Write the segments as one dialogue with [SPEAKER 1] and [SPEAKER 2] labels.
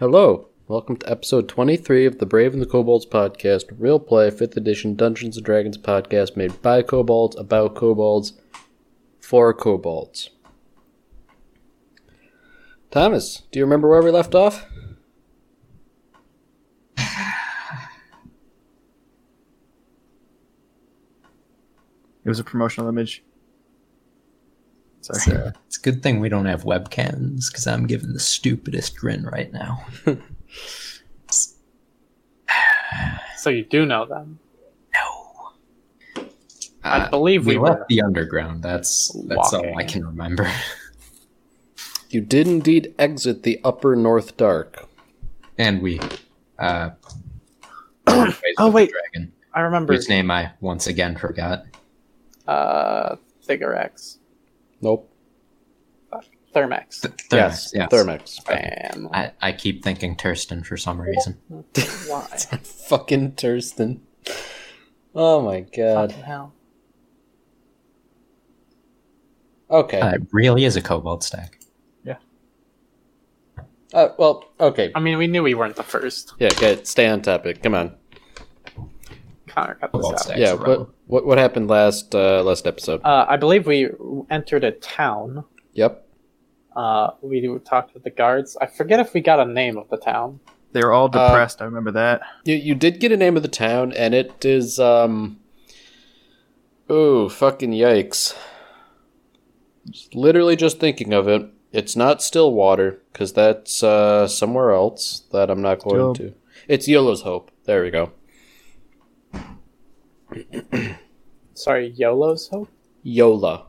[SPEAKER 1] Hello, welcome to episode 23 of the Brave and the Kobolds podcast, real play 5th edition Dungeons and Dragons podcast made by kobolds, about kobolds, for kobolds. Thomas, do you remember where we left off?
[SPEAKER 2] It was a promotional image. Sorry.
[SPEAKER 3] It's a good thing we don't have webcams because I'm giving the stupidest grin right now.
[SPEAKER 4] So you do know them.
[SPEAKER 3] No.
[SPEAKER 4] I believe we,
[SPEAKER 3] Uh, we
[SPEAKER 4] were.
[SPEAKER 3] left the underground. That's that's all I
[SPEAKER 4] Walking.
[SPEAKER 3] can remember.
[SPEAKER 1] You did indeed exit the upper north dark.
[SPEAKER 3] And we. Uh,
[SPEAKER 2] Oh, wait.
[SPEAKER 3] dragon,
[SPEAKER 4] I remember
[SPEAKER 3] whose name I once again forgot.
[SPEAKER 4] uh Thigarex.
[SPEAKER 1] Nope.
[SPEAKER 4] Thermax.
[SPEAKER 3] Th- Thermax,
[SPEAKER 1] yes,
[SPEAKER 3] yes.
[SPEAKER 1] Thermax.
[SPEAKER 4] Bam.
[SPEAKER 3] I, I keep thinking Turston for some reason.
[SPEAKER 4] Why?
[SPEAKER 1] Fucking Thurston. Oh my god.
[SPEAKER 4] Fucking hell.
[SPEAKER 1] Okay.
[SPEAKER 3] Uh, it really is a cobalt stack.
[SPEAKER 1] Uh, well, okay.
[SPEAKER 4] I mean, we knew we weren't the first.
[SPEAKER 1] Yeah, okay, stay on topic. Come on.
[SPEAKER 4] Connor cut this
[SPEAKER 3] Cobalt
[SPEAKER 4] out.
[SPEAKER 3] stack.
[SPEAKER 1] yeah, what, what what happened last uh, last episode?
[SPEAKER 4] Uh, I believe we entered a town.
[SPEAKER 1] yep.
[SPEAKER 4] Uh, we talked with the guards. I forget if we got a name of the town.
[SPEAKER 2] They were all depressed. I remember that.
[SPEAKER 1] You you did get a name of the town and it is um Ooh, fucking yikes. Just Literally just thinking of it. It's not Stillwater cuz that's uh somewhere else that I'm not going
[SPEAKER 2] Still-
[SPEAKER 1] to. It's Yolo's Hope. There we go.
[SPEAKER 4] Sorry, Yolo's Hope?
[SPEAKER 1] Yola.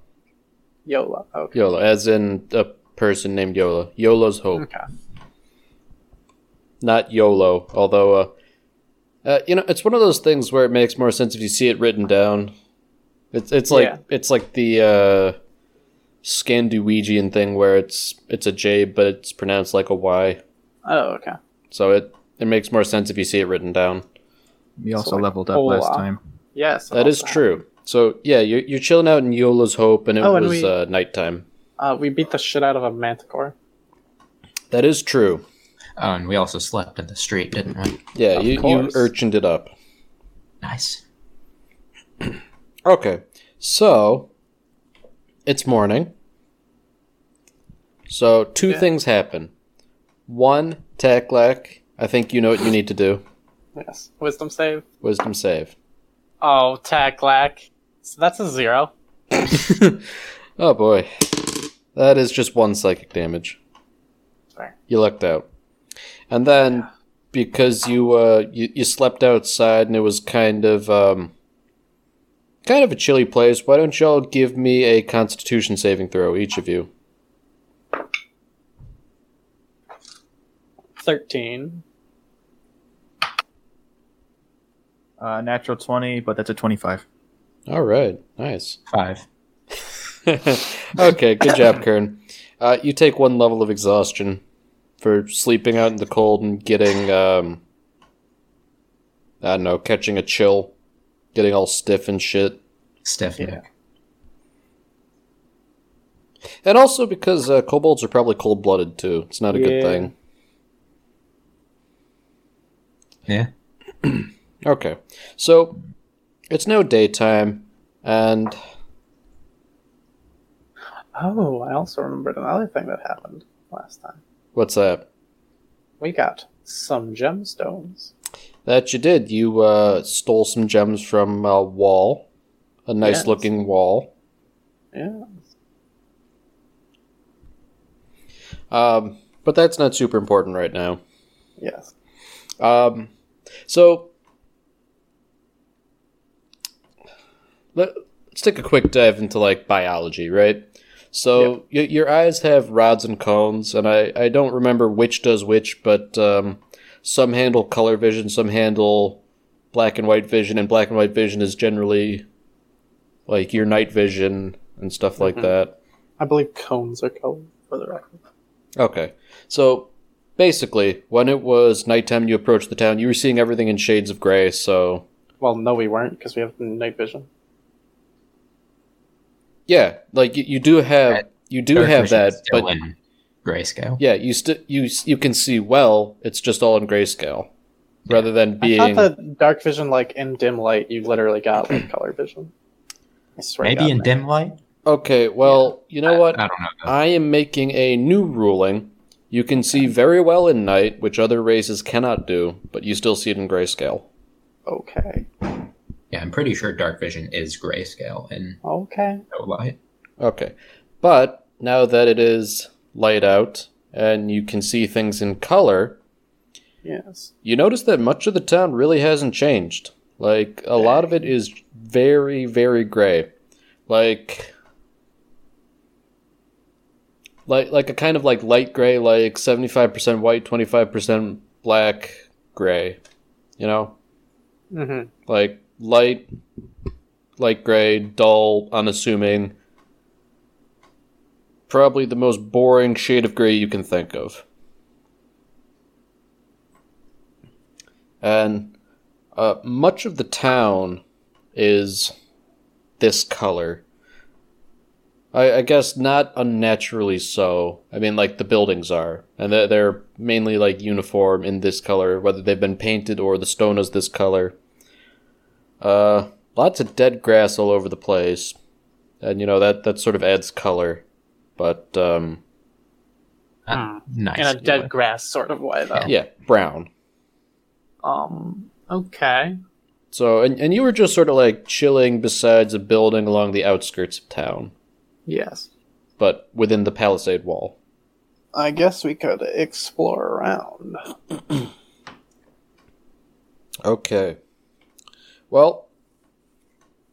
[SPEAKER 4] Yola. Okay.
[SPEAKER 1] Yola as in a person named Yola. Yolo's
[SPEAKER 3] Hmm.
[SPEAKER 1] Hope.
[SPEAKER 4] Okay.
[SPEAKER 1] not YOLO, although, uh, uh, you know, it's one of those things where it makes more sense if you see it written down. It's it's like
[SPEAKER 4] Yeah.
[SPEAKER 1] it's like the uh, Scandiwegian thing where it's it's a J but it's pronounced like a Y,
[SPEAKER 4] Oh, okay.
[SPEAKER 1] so it it makes more sense if you see it written down.
[SPEAKER 2] We also
[SPEAKER 4] like,
[SPEAKER 2] leveled up
[SPEAKER 4] whole
[SPEAKER 2] last
[SPEAKER 4] lot.
[SPEAKER 2] time.
[SPEAKER 4] Yes.
[SPEAKER 1] that is true. So yeah, you're, you're chilling out in Yola's Hope, and it
[SPEAKER 4] Oh,
[SPEAKER 1] was
[SPEAKER 4] and we-
[SPEAKER 1] uh, nighttime.
[SPEAKER 4] Uh, we beat the shit out of a manticore.
[SPEAKER 1] That is true.
[SPEAKER 3] Oh, and we also slept in the street, didn't we?
[SPEAKER 1] Yeah,
[SPEAKER 4] Of
[SPEAKER 1] you, you
[SPEAKER 4] course.
[SPEAKER 1] urchined it up.
[SPEAKER 3] Nice.
[SPEAKER 1] Okay. So it's morning. So two
[SPEAKER 4] Yeah.
[SPEAKER 1] things happen. One, Taklak, I think you know what you need to do.
[SPEAKER 4] Yes. Wisdom save.
[SPEAKER 1] Wisdom save.
[SPEAKER 4] Oh, Taklack. So that's a zero.
[SPEAKER 1] Oh boy. That is just one psychic damage.
[SPEAKER 4] Sorry.
[SPEAKER 1] You lucked out. And then because you uh you, you slept outside and it was kind of um kind of a chilly place, why don't y'all give me a constitution saving throw, each of you?
[SPEAKER 4] 13.
[SPEAKER 2] Uh, natural 20, but that's a 25.
[SPEAKER 1] Alright, nice.
[SPEAKER 3] Five.
[SPEAKER 1] okay, good job, Kern. Uh, you take one level of exhaustion for sleeping out in the cold and getting, um, I don't know, catching a chill, getting all stiff and shit.
[SPEAKER 3] Stiff. neck.
[SPEAKER 1] And also because uh, kobolds are probably cold blooded too. It's not a good thing.
[SPEAKER 4] Yeah.
[SPEAKER 3] yeah.
[SPEAKER 1] Okay, so it's now daytime, and
[SPEAKER 4] Oh, I also remembered another thing that happened last time.
[SPEAKER 1] what's that?
[SPEAKER 4] We got some gemstones.
[SPEAKER 1] That you did. You uh, stole some gems from a wall, a nice
[SPEAKER 4] Yes.
[SPEAKER 1] looking wall.
[SPEAKER 4] Yeah.
[SPEAKER 1] Um, but that's not super important right now.
[SPEAKER 4] Yes.
[SPEAKER 1] Um, so let, us take a quick dive into like biology, right? So y- your eyes have rods and cones, and I, I don't remember which does which, but um, some handle color vision, some handle black and white vision, and black and white vision is generally like your night vision and stuff like that.
[SPEAKER 4] I believe cones are colored for the record.
[SPEAKER 1] Okay. So basically, when it was nighttime and you approached the town, you were seeing everything in shades of gray, so
[SPEAKER 4] Well, no, we weren't because we have night vision.
[SPEAKER 1] yeah, like you, you do have
[SPEAKER 3] Right.
[SPEAKER 1] you do
[SPEAKER 3] Dark
[SPEAKER 1] have
[SPEAKER 3] vision's
[SPEAKER 1] that,
[SPEAKER 3] still
[SPEAKER 1] but
[SPEAKER 3] in. grayscale.
[SPEAKER 1] Yeah, you st- you s- you can see well. It's just all in grayscale, rather than being.
[SPEAKER 4] I thought that dark vision, like in dim light, you literally got like color vision. I swear to
[SPEAKER 3] Maybe
[SPEAKER 4] God,
[SPEAKER 3] in
[SPEAKER 4] man.
[SPEAKER 3] dim light.
[SPEAKER 1] Okay, well, you know what?
[SPEAKER 3] I don't know.
[SPEAKER 1] I am making a new ruling. You can see very well in night, which other races cannot do, but you still see it in grayscale.
[SPEAKER 4] Okay.
[SPEAKER 3] Yeah, I'm pretty sure dark vision is grayscale and
[SPEAKER 4] Okay.
[SPEAKER 3] no light.
[SPEAKER 1] Okay. But now that it is light out and you can see things in color,
[SPEAKER 4] Yes.
[SPEAKER 1] you notice that much of the town really hasn't changed. Like, a lot of it is very, very gray. Like. Like, like a kind of like light gray, like 75% white, 25% black, gray. You know?
[SPEAKER 4] Mm-hmm.
[SPEAKER 1] like light light gray dull unassuming probably the most boring shade of gray you can think of and uh, much of the town is this color I, I guess not unnaturally so i mean like the buildings are and they're, they're mainly like uniform in this color whether they've been painted or the stone is this color uh, lots of dead grass all over the place, and you know that that sort of adds color. But um,
[SPEAKER 3] Ah, nice.
[SPEAKER 4] Hmm. In a dead
[SPEAKER 3] Eli.
[SPEAKER 4] grass sort of way, though.
[SPEAKER 1] yeah, brown.
[SPEAKER 4] Um. Okay.
[SPEAKER 1] So and and you were just sort of like chilling besides a building along the outskirts of town,
[SPEAKER 4] Yes.
[SPEAKER 1] but within the palisade wall.
[SPEAKER 4] I guess we could explore around.
[SPEAKER 1] Okay. Well,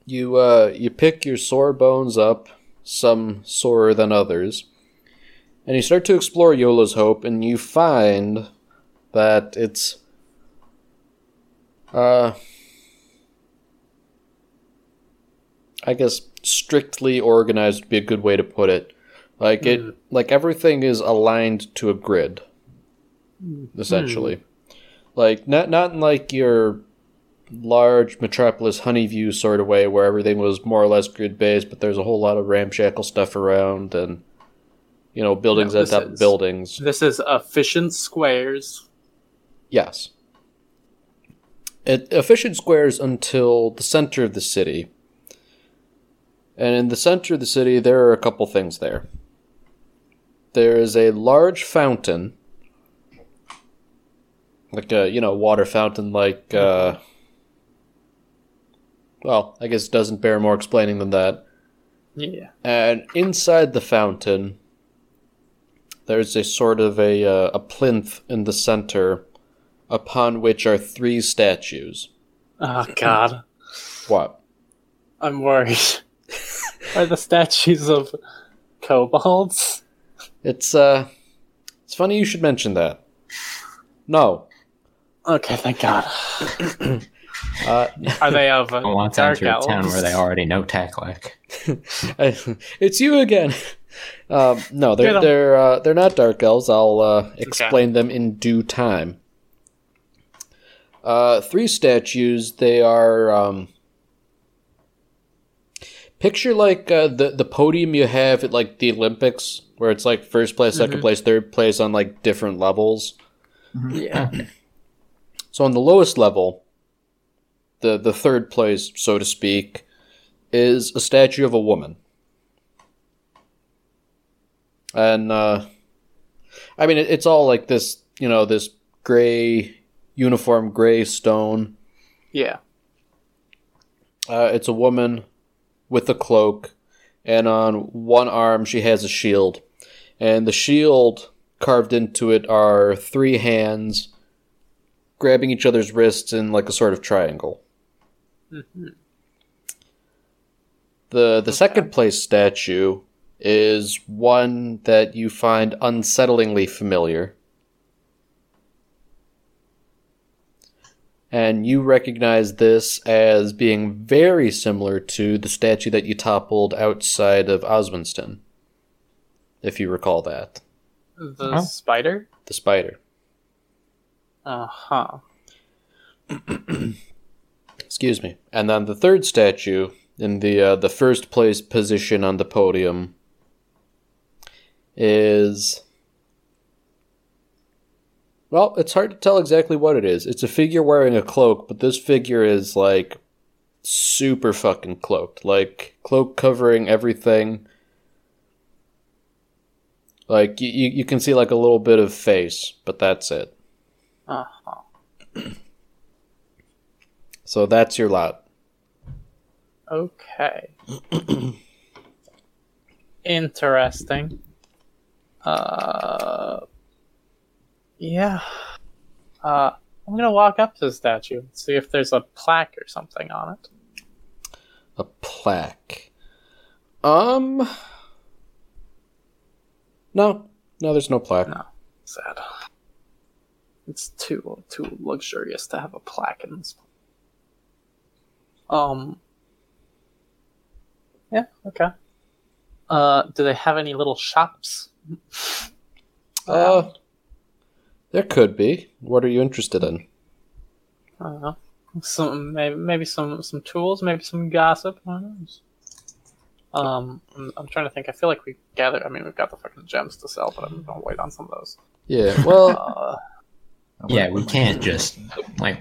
[SPEAKER 1] you uh, you pick your sore bones up, some sorer than others, and you start to explore Yola's Hope, and you find that it's uh, I guess strictly organized would be a good way to put it. Like it,
[SPEAKER 4] Mm.
[SPEAKER 1] like everything is aligned to a grid,
[SPEAKER 4] Mm.
[SPEAKER 1] essentially. Like not not in like your large metropolis honeyview sort of way where everything was more or less grid based, but there's a whole lot of ramshackle stuff around and you know buildings
[SPEAKER 4] No,
[SPEAKER 1] on
[SPEAKER 4] this
[SPEAKER 1] top of
[SPEAKER 4] is-
[SPEAKER 1] buildings.
[SPEAKER 4] This is efficient squares.
[SPEAKER 1] Yes. It efficient squares until the center of the city. And in the center of the city, there are a couple things there. There is a large fountain, like a you know water fountain, like uh, well, I guess it doesn't bear more explaining than that.
[SPEAKER 4] Yeah.
[SPEAKER 1] And inside the fountain, there's a sort of a, uh, a plinth in the center upon which are three statues.
[SPEAKER 4] Oh God,
[SPEAKER 1] What?
[SPEAKER 4] I'm worried. Are the statues of kobolds?
[SPEAKER 1] It's, uh, it's funny you should mention that. No.
[SPEAKER 4] Okay, thank God.
[SPEAKER 1] Uh,
[SPEAKER 4] Are they of uh,
[SPEAKER 3] I want to
[SPEAKER 4] dark
[SPEAKER 3] enter a town
[SPEAKER 4] elves?
[SPEAKER 3] where they already know Taklak.
[SPEAKER 1] I, it's you again. Um, no, they're
[SPEAKER 4] Get 'em.
[SPEAKER 1] they're uh, they're not dark elves. I'll uh, explain them in due time. Uh, three statues. They are um, picture like uh, the the podium you have at like the Olympics, where it's like first place,
[SPEAKER 4] Mm-hmm.
[SPEAKER 1] 2nd place, third place on like different levels.
[SPEAKER 4] Yeah.
[SPEAKER 1] So on the lowest level, the the third place, so to speak, is a statue of a woman. And uh, I mean, it, it's all like this, you know, this gray uniform, gray stone.
[SPEAKER 4] Yeah.
[SPEAKER 1] Uh, it's a woman with a cloak, and on one arm she has a shield. And the shield carved into it are three hands grabbing each other's wrists in like a sort of triangle. The the second place statue is one that you find unsettlingly familiar. And you recognize this as being very similar to the statue that you toppled outside of Osmonston, if you recall that.
[SPEAKER 4] The
[SPEAKER 3] Huh?
[SPEAKER 4] spider?
[SPEAKER 1] The spider.
[SPEAKER 4] Uh huh.
[SPEAKER 1] Excuse me. And then the third statue in the uh, the first place position on the podium is Well, it's hard to tell exactly what it is. It's a figure wearing a cloak, but this figure is like super fucking cloaked. Like cloak covering everything. Like you, you you can see like a little bit of face, but that's it.
[SPEAKER 4] Uh-huh.
[SPEAKER 1] So that's your lot.
[SPEAKER 4] Okay. Interesting. Uh, yeah. Uh, I'm gonna walk up to the statue and see if there's a plaque or something on it.
[SPEAKER 1] A plaque. Um No. No, there's no plaque.
[SPEAKER 4] No. Sad. It's too too luxurious to have a plaque in this. Um. Yeah. Okay. Uh, do they have any little shops?
[SPEAKER 1] Uh there could be. What are you interested in?
[SPEAKER 4] I don't know. Some maybe, maybe some some tools, maybe some gossip. Who knows? Um, I'm, I'm trying to think. I feel like we gathered. I mean, we've got the fucking gems to sell, but I'm gonna wait on some of those.
[SPEAKER 1] Yeah, well
[SPEAKER 4] Uh,
[SPEAKER 3] Yeah, we can't just like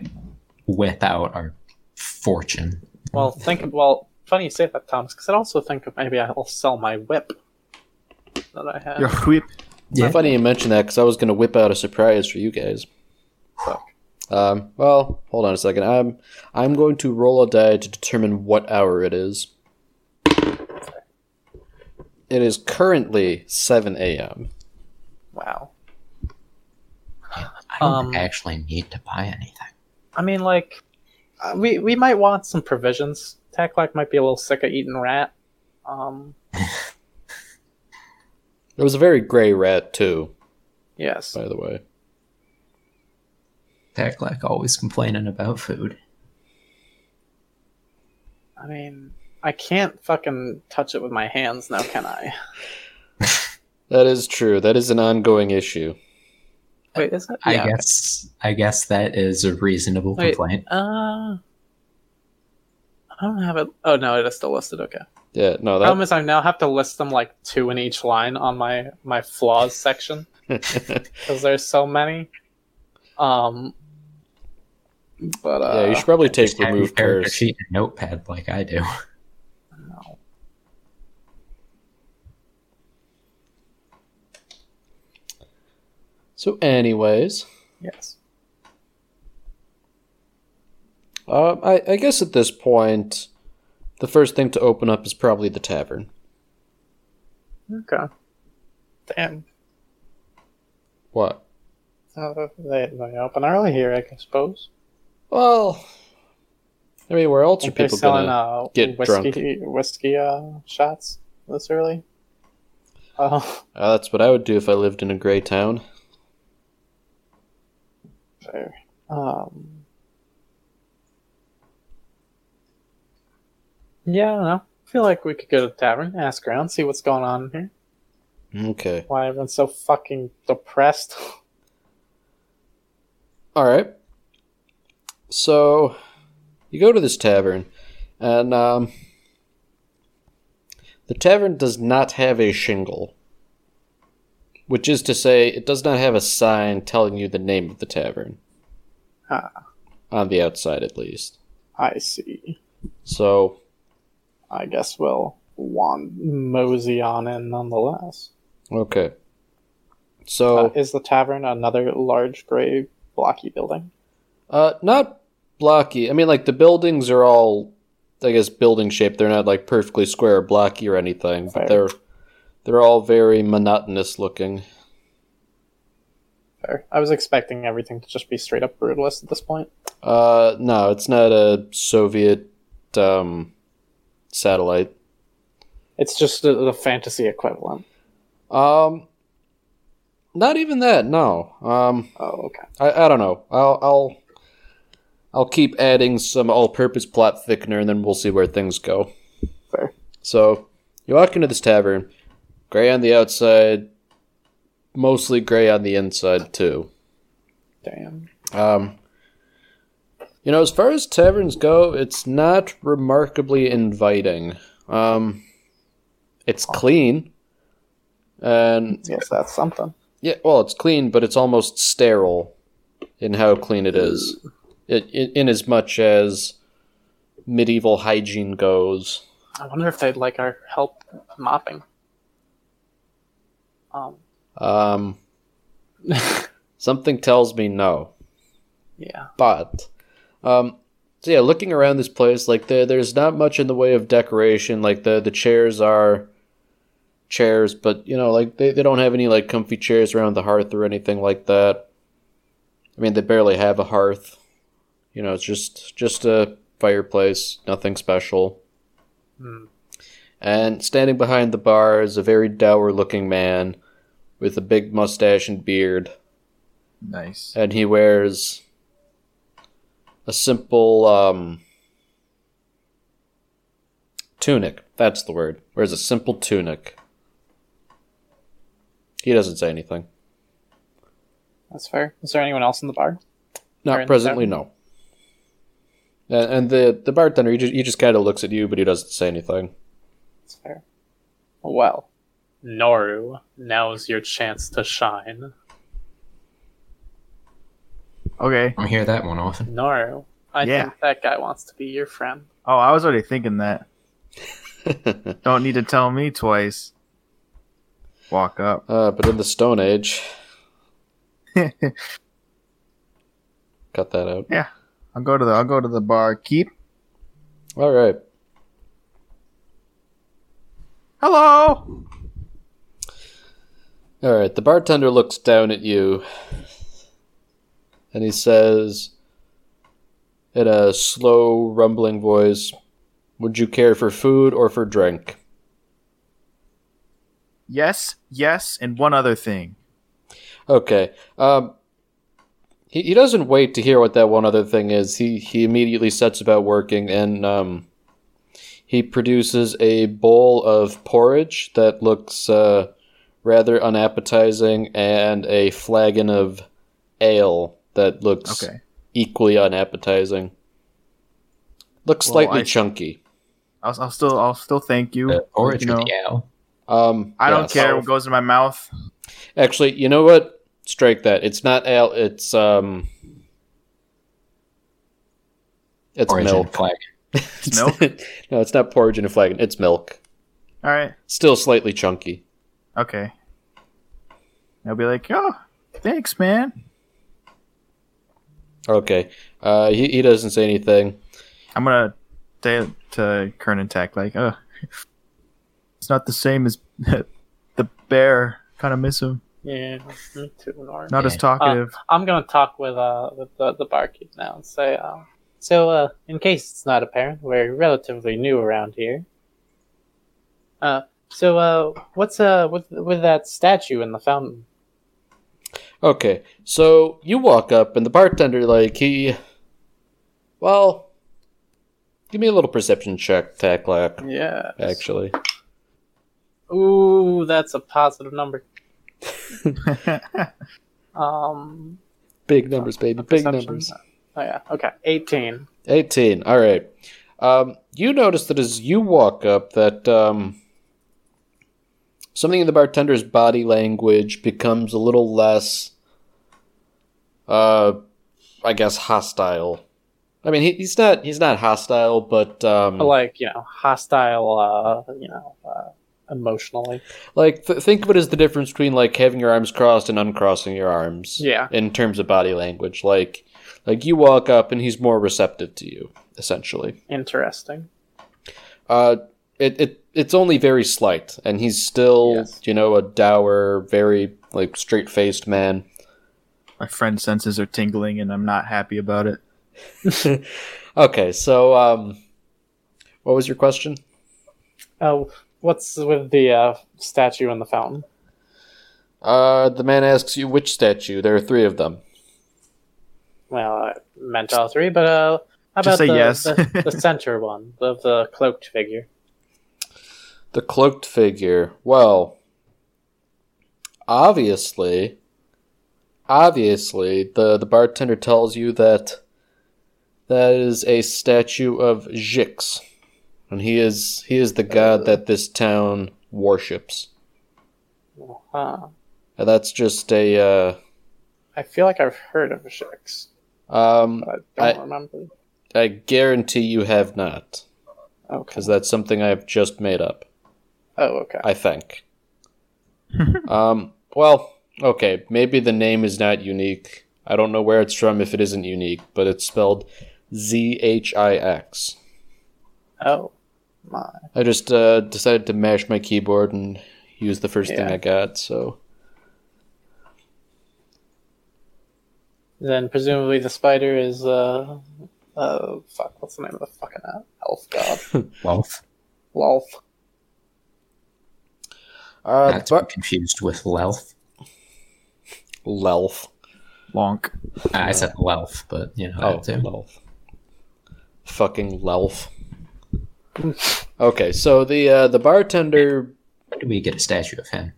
[SPEAKER 3] whip out our fortune.
[SPEAKER 4] well, think. Well, funny you say that, Thomas, because I also think of maybe I'll sell my whip that I have.
[SPEAKER 2] Your whip.
[SPEAKER 3] Yeah.
[SPEAKER 1] Funny you mention that because I was going to whip out a surprise for you guys.
[SPEAKER 4] Fuck.
[SPEAKER 1] Um, well, hold on a second. I'm I'm going to roll a die to determine what hour it is. It is currently seven a.m.
[SPEAKER 4] Wow.
[SPEAKER 3] I don't
[SPEAKER 4] um,
[SPEAKER 3] actually need to buy anything.
[SPEAKER 4] I mean, like, uh, we we might want some provisions. Tacklack might be a little sick of eating rat. Um,
[SPEAKER 1] It was a very gray rat too,
[SPEAKER 4] yes.
[SPEAKER 1] by the way.
[SPEAKER 3] Pack like always complaining about food.
[SPEAKER 4] I mean, I can't fucking touch it with my hands now, can I?
[SPEAKER 1] That is true. That is an ongoing issue.
[SPEAKER 4] Wait, is it?
[SPEAKER 3] I
[SPEAKER 4] Yeah,
[SPEAKER 3] guess I guess that is a reasonable
[SPEAKER 4] Wait.
[SPEAKER 3] complaint.
[SPEAKER 4] Uh, I don't have it. Oh no, it is still listed. Okay.
[SPEAKER 1] Yeah, no,
[SPEAKER 4] Problem
[SPEAKER 3] Um,
[SPEAKER 1] that
[SPEAKER 4] is, I now have to list them like two in each line on my my flaws section because there's so many. Um. But uh,
[SPEAKER 1] yeah, you should probably take
[SPEAKER 3] Just have your
[SPEAKER 1] remove
[SPEAKER 3] character
[SPEAKER 1] curse.
[SPEAKER 3] sheet and notepad like I do.
[SPEAKER 4] no.
[SPEAKER 1] So, anyways,
[SPEAKER 4] yes.
[SPEAKER 1] um, I I guess at this point, the first thing to open up is probably the tavern.
[SPEAKER 4] Okay. Damn.
[SPEAKER 1] What?
[SPEAKER 4] Uh, they, they open early here, I suppose.
[SPEAKER 1] Well, I mean, where else are
[SPEAKER 4] Think they're
[SPEAKER 1] people
[SPEAKER 4] selling
[SPEAKER 1] gonna?
[SPEAKER 4] uh,
[SPEAKER 1] get
[SPEAKER 4] whiskey whiskey uh, shots this early. Oh,
[SPEAKER 1] Uh, that's what I would do if I lived in a gray town.
[SPEAKER 4] fair. Um, yeah, I don't know. I feel like we could go to the tavern, ask around, see what's going on here.
[SPEAKER 1] Okay.
[SPEAKER 4] Why everyone's so fucking depressed?
[SPEAKER 1] All right. So, you go to this tavern, and um, the tavern does not have a shingle, which is to say, it does not have a sign telling you the name of the tavern.
[SPEAKER 4] Ah.
[SPEAKER 1] On the outside, at least.
[SPEAKER 4] I see.
[SPEAKER 1] So,
[SPEAKER 4] I guess we'll wan- mosey on in nonetheless.
[SPEAKER 1] okay. So.
[SPEAKER 4] Uh, is the tavern another large gray blocky building?
[SPEAKER 1] Uh, not blocky. I mean, like the buildings are all, I guess, building shaped. They're not like perfectly square or blocky or anything, but
[SPEAKER 4] Fair.
[SPEAKER 1] they're they're all very monotonous looking.
[SPEAKER 4] Fair. I was expecting everything to just be straight up brutalist at this point.
[SPEAKER 1] Uh, no, it's not a Soviet um satellite.
[SPEAKER 4] It's just the, the fantasy equivalent.
[SPEAKER 1] Um, not even that. No. Um,
[SPEAKER 4] Oh, okay.
[SPEAKER 1] I, I don't know. I'll I'll I'll keep adding some all-purpose plot thickener, and then we'll see where things go.
[SPEAKER 4] Fair.
[SPEAKER 1] So you walk into this tavern, gray on the outside, mostly gray on the inside too.
[SPEAKER 4] Damn.
[SPEAKER 1] Um, you know, as far as taverns go, it's not remarkably inviting. Um, it's clean, and
[SPEAKER 4] Yes, that's something.
[SPEAKER 1] yeah, well, it's clean, but it's almost sterile. in how clean it is, it, in, in as much as medieval hygiene goes.
[SPEAKER 4] I wonder if they'd like our help mopping. Um,
[SPEAKER 1] Um, something tells me no.
[SPEAKER 4] yeah.
[SPEAKER 1] but um so yeah looking around this place like there there's not much in the way of decoration like the the chairs are chairs but you know like they, they don't have any like comfy chairs around the hearth or anything like that i mean they barely have a hearth you know it's just just a fireplace nothing special
[SPEAKER 4] Hmm.
[SPEAKER 1] and standing behind the bar is a very dour looking man with a big mustache and beard
[SPEAKER 2] Nice.
[SPEAKER 1] and he wears a simple um, tunic. That's the word. Wears a simple tunic. He doesn't say anything.
[SPEAKER 4] That's fair. Is there anyone else in the bar? Or
[SPEAKER 1] Not
[SPEAKER 4] in the
[SPEAKER 1] presently, no. And, and the the bartender, he just, he just kind of looks at you, but he doesn't say anything.
[SPEAKER 4] That's fair. Well, Noru, now's your chance to shine.
[SPEAKER 2] Okay.
[SPEAKER 3] I don't hear that one often.
[SPEAKER 4] Noru, I
[SPEAKER 2] Yeah.
[SPEAKER 4] think that guy wants to be your friend.
[SPEAKER 2] Oh, I was already thinking that. Don't need to tell me twice. Walk up.
[SPEAKER 1] Uh, but in the Stone Age,
[SPEAKER 2] I'll
[SPEAKER 1] cut that out.
[SPEAKER 2] go to the I'll go to the bar. Keep.
[SPEAKER 1] All right.
[SPEAKER 2] Hello.
[SPEAKER 1] All right, the bartender looks down at you and he says in a slow, rumbling voice, Would you care for food or for drink?
[SPEAKER 2] Yes, yes, and one other thing.
[SPEAKER 1] Okay. Um, he, he doesn't wait to hear what that one other thing is. He, he immediately sets about working and um, he produces a bowl of porridge that looks uh, rather unappetizing and a flagon of ale that looks
[SPEAKER 2] Okay.
[SPEAKER 1] equally unappetizing. Looks
[SPEAKER 2] Well,
[SPEAKER 1] slightly
[SPEAKER 2] I-
[SPEAKER 1] chunky.
[SPEAKER 2] I'll, I'll still I'll still thank you.
[SPEAKER 3] The porridge
[SPEAKER 2] you know,
[SPEAKER 3] with the owl.
[SPEAKER 1] Um,
[SPEAKER 2] I don't
[SPEAKER 1] yes.
[SPEAKER 2] care what goes in my mouth.
[SPEAKER 1] Actually, you know what? Strike that. It's not ale. It's um. It's
[SPEAKER 3] Porridge and
[SPEAKER 1] milk.
[SPEAKER 3] flag.
[SPEAKER 1] It's
[SPEAKER 2] milk?
[SPEAKER 1] no, it's not porridge in a flagon. It's milk.
[SPEAKER 2] All right.
[SPEAKER 1] Still slightly chunky.
[SPEAKER 2] Okay. I'll be like, oh, thanks, man.
[SPEAKER 1] Okay. Uh, he he doesn't say anything.
[SPEAKER 2] I'm gonna say it to Kernan Tech like, oh, it's not the same as the bear. Kind of miss him.
[SPEAKER 4] Yeah, me too, Noru.
[SPEAKER 2] Not as
[SPEAKER 3] Yeah.
[SPEAKER 2] talkative.
[SPEAKER 4] I'm gonna talk with uh with the, the barkeep now and say, uh, so uh, in case it's not apparent, we're relatively new around here. Uh, so uh, what's uh with with that statue in the fountain?
[SPEAKER 1] Okay, so you walk up and the bartender like he. Well, give me a little perception check, Tacklack.
[SPEAKER 4] Yeah.
[SPEAKER 1] Actually.
[SPEAKER 4] Ooh, that's a positive number. Um,
[SPEAKER 1] Big numbers, baby. Big
[SPEAKER 4] perception.
[SPEAKER 1] numbers.
[SPEAKER 4] Oh yeah. Okay, eighteen.
[SPEAKER 1] 18. All right. Um, you notice that as you walk up, that um, something in the bartender's body language becomes a little less, uh, I guess, hostile. I mean, he, he's not he's not hostile, but um,
[SPEAKER 4] Like you know, hostile. Uh, you know, uh, emotionally.
[SPEAKER 1] like th- think of it as the difference between like having your arms crossed and uncrossing your arms.
[SPEAKER 4] Yeah.
[SPEAKER 1] In terms of body language, like like you walk up and he's more receptive to you, essentially.
[SPEAKER 4] Interesting.
[SPEAKER 1] Uh, it, it it's only very slight, and he's still
[SPEAKER 4] Yes.
[SPEAKER 1] you know a dour, very like straight faced man.
[SPEAKER 2] my friend's senses are tingling, and I'm not happy about it.
[SPEAKER 1] Okay, so um, what was your question?
[SPEAKER 4] Uh, what's with the uh, statue in the fountain?
[SPEAKER 1] Uh, the man asks you which statue. There are three of them.
[SPEAKER 4] Well, I meant all three, but uh, how
[SPEAKER 2] Just
[SPEAKER 4] about
[SPEAKER 2] say
[SPEAKER 4] the,
[SPEAKER 2] yes.
[SPEAKER 4] the, the center one, the, the cloaked figure?
[SPEAKER 1] The cloaked figure. Well, obviously, obviously, the the bartender tells you that that is a statue of Jix, and he is he is the god that this town worships.
[SPEAKER 4] Huh.
[SPEAKER 1] And that's just a uh,
[SPEAKER 4] I feel like I've heard of Vishix,
[SPEAKER 1] Um,
[SPEAKER 4] but I don't
[SPEAKER 1] I-
[SPEAKER 4] remember.
[SPEAKER 1] I guarantee you have not,
[SPEAKER 4] Okay.
[SPEAKER 1] because that's something I've just made up.
[SPEAKER 4] Oh, okay.
[SPEAKER 1] I think. um, well, okay, maybe the name is not unique. I don't know where it's from if it isn't unique, but it's spelled Z H I X.
[SPEAKER 4] Oh, my.
[SPEAKER 1] I just uh, decided to mash my keyboard and use the first thing
[SPEAKER 4] Yeah.
[SPEAKER 1] I got, so.
[SPEAKER 4] Then presumably the spider is uh, uh, fuck. What's the name of the fucking uh, elf god?
[SPEAKER 3] Lolf.
[SPEAKER 4] Lolf.
[SPEAKER 1] Uh,
[SPEAKER 3] Not to
[SPEAKER 1] but-
[SPEAKER 3] be confused with Lelf.
[SPEAKER 1] Lelf.
[SPEAKER 2] Lonk.
[SPEAKER 3] Uh, I said Lelf, but you know,
[SPEAKER 1] Oh,
[SPEAKER 3] that too.
[SPEAKER 1] Lelf. Fucking Lelf. okay, so the uh, the bartender
[SPEAKER 3] When do we get a statue of him?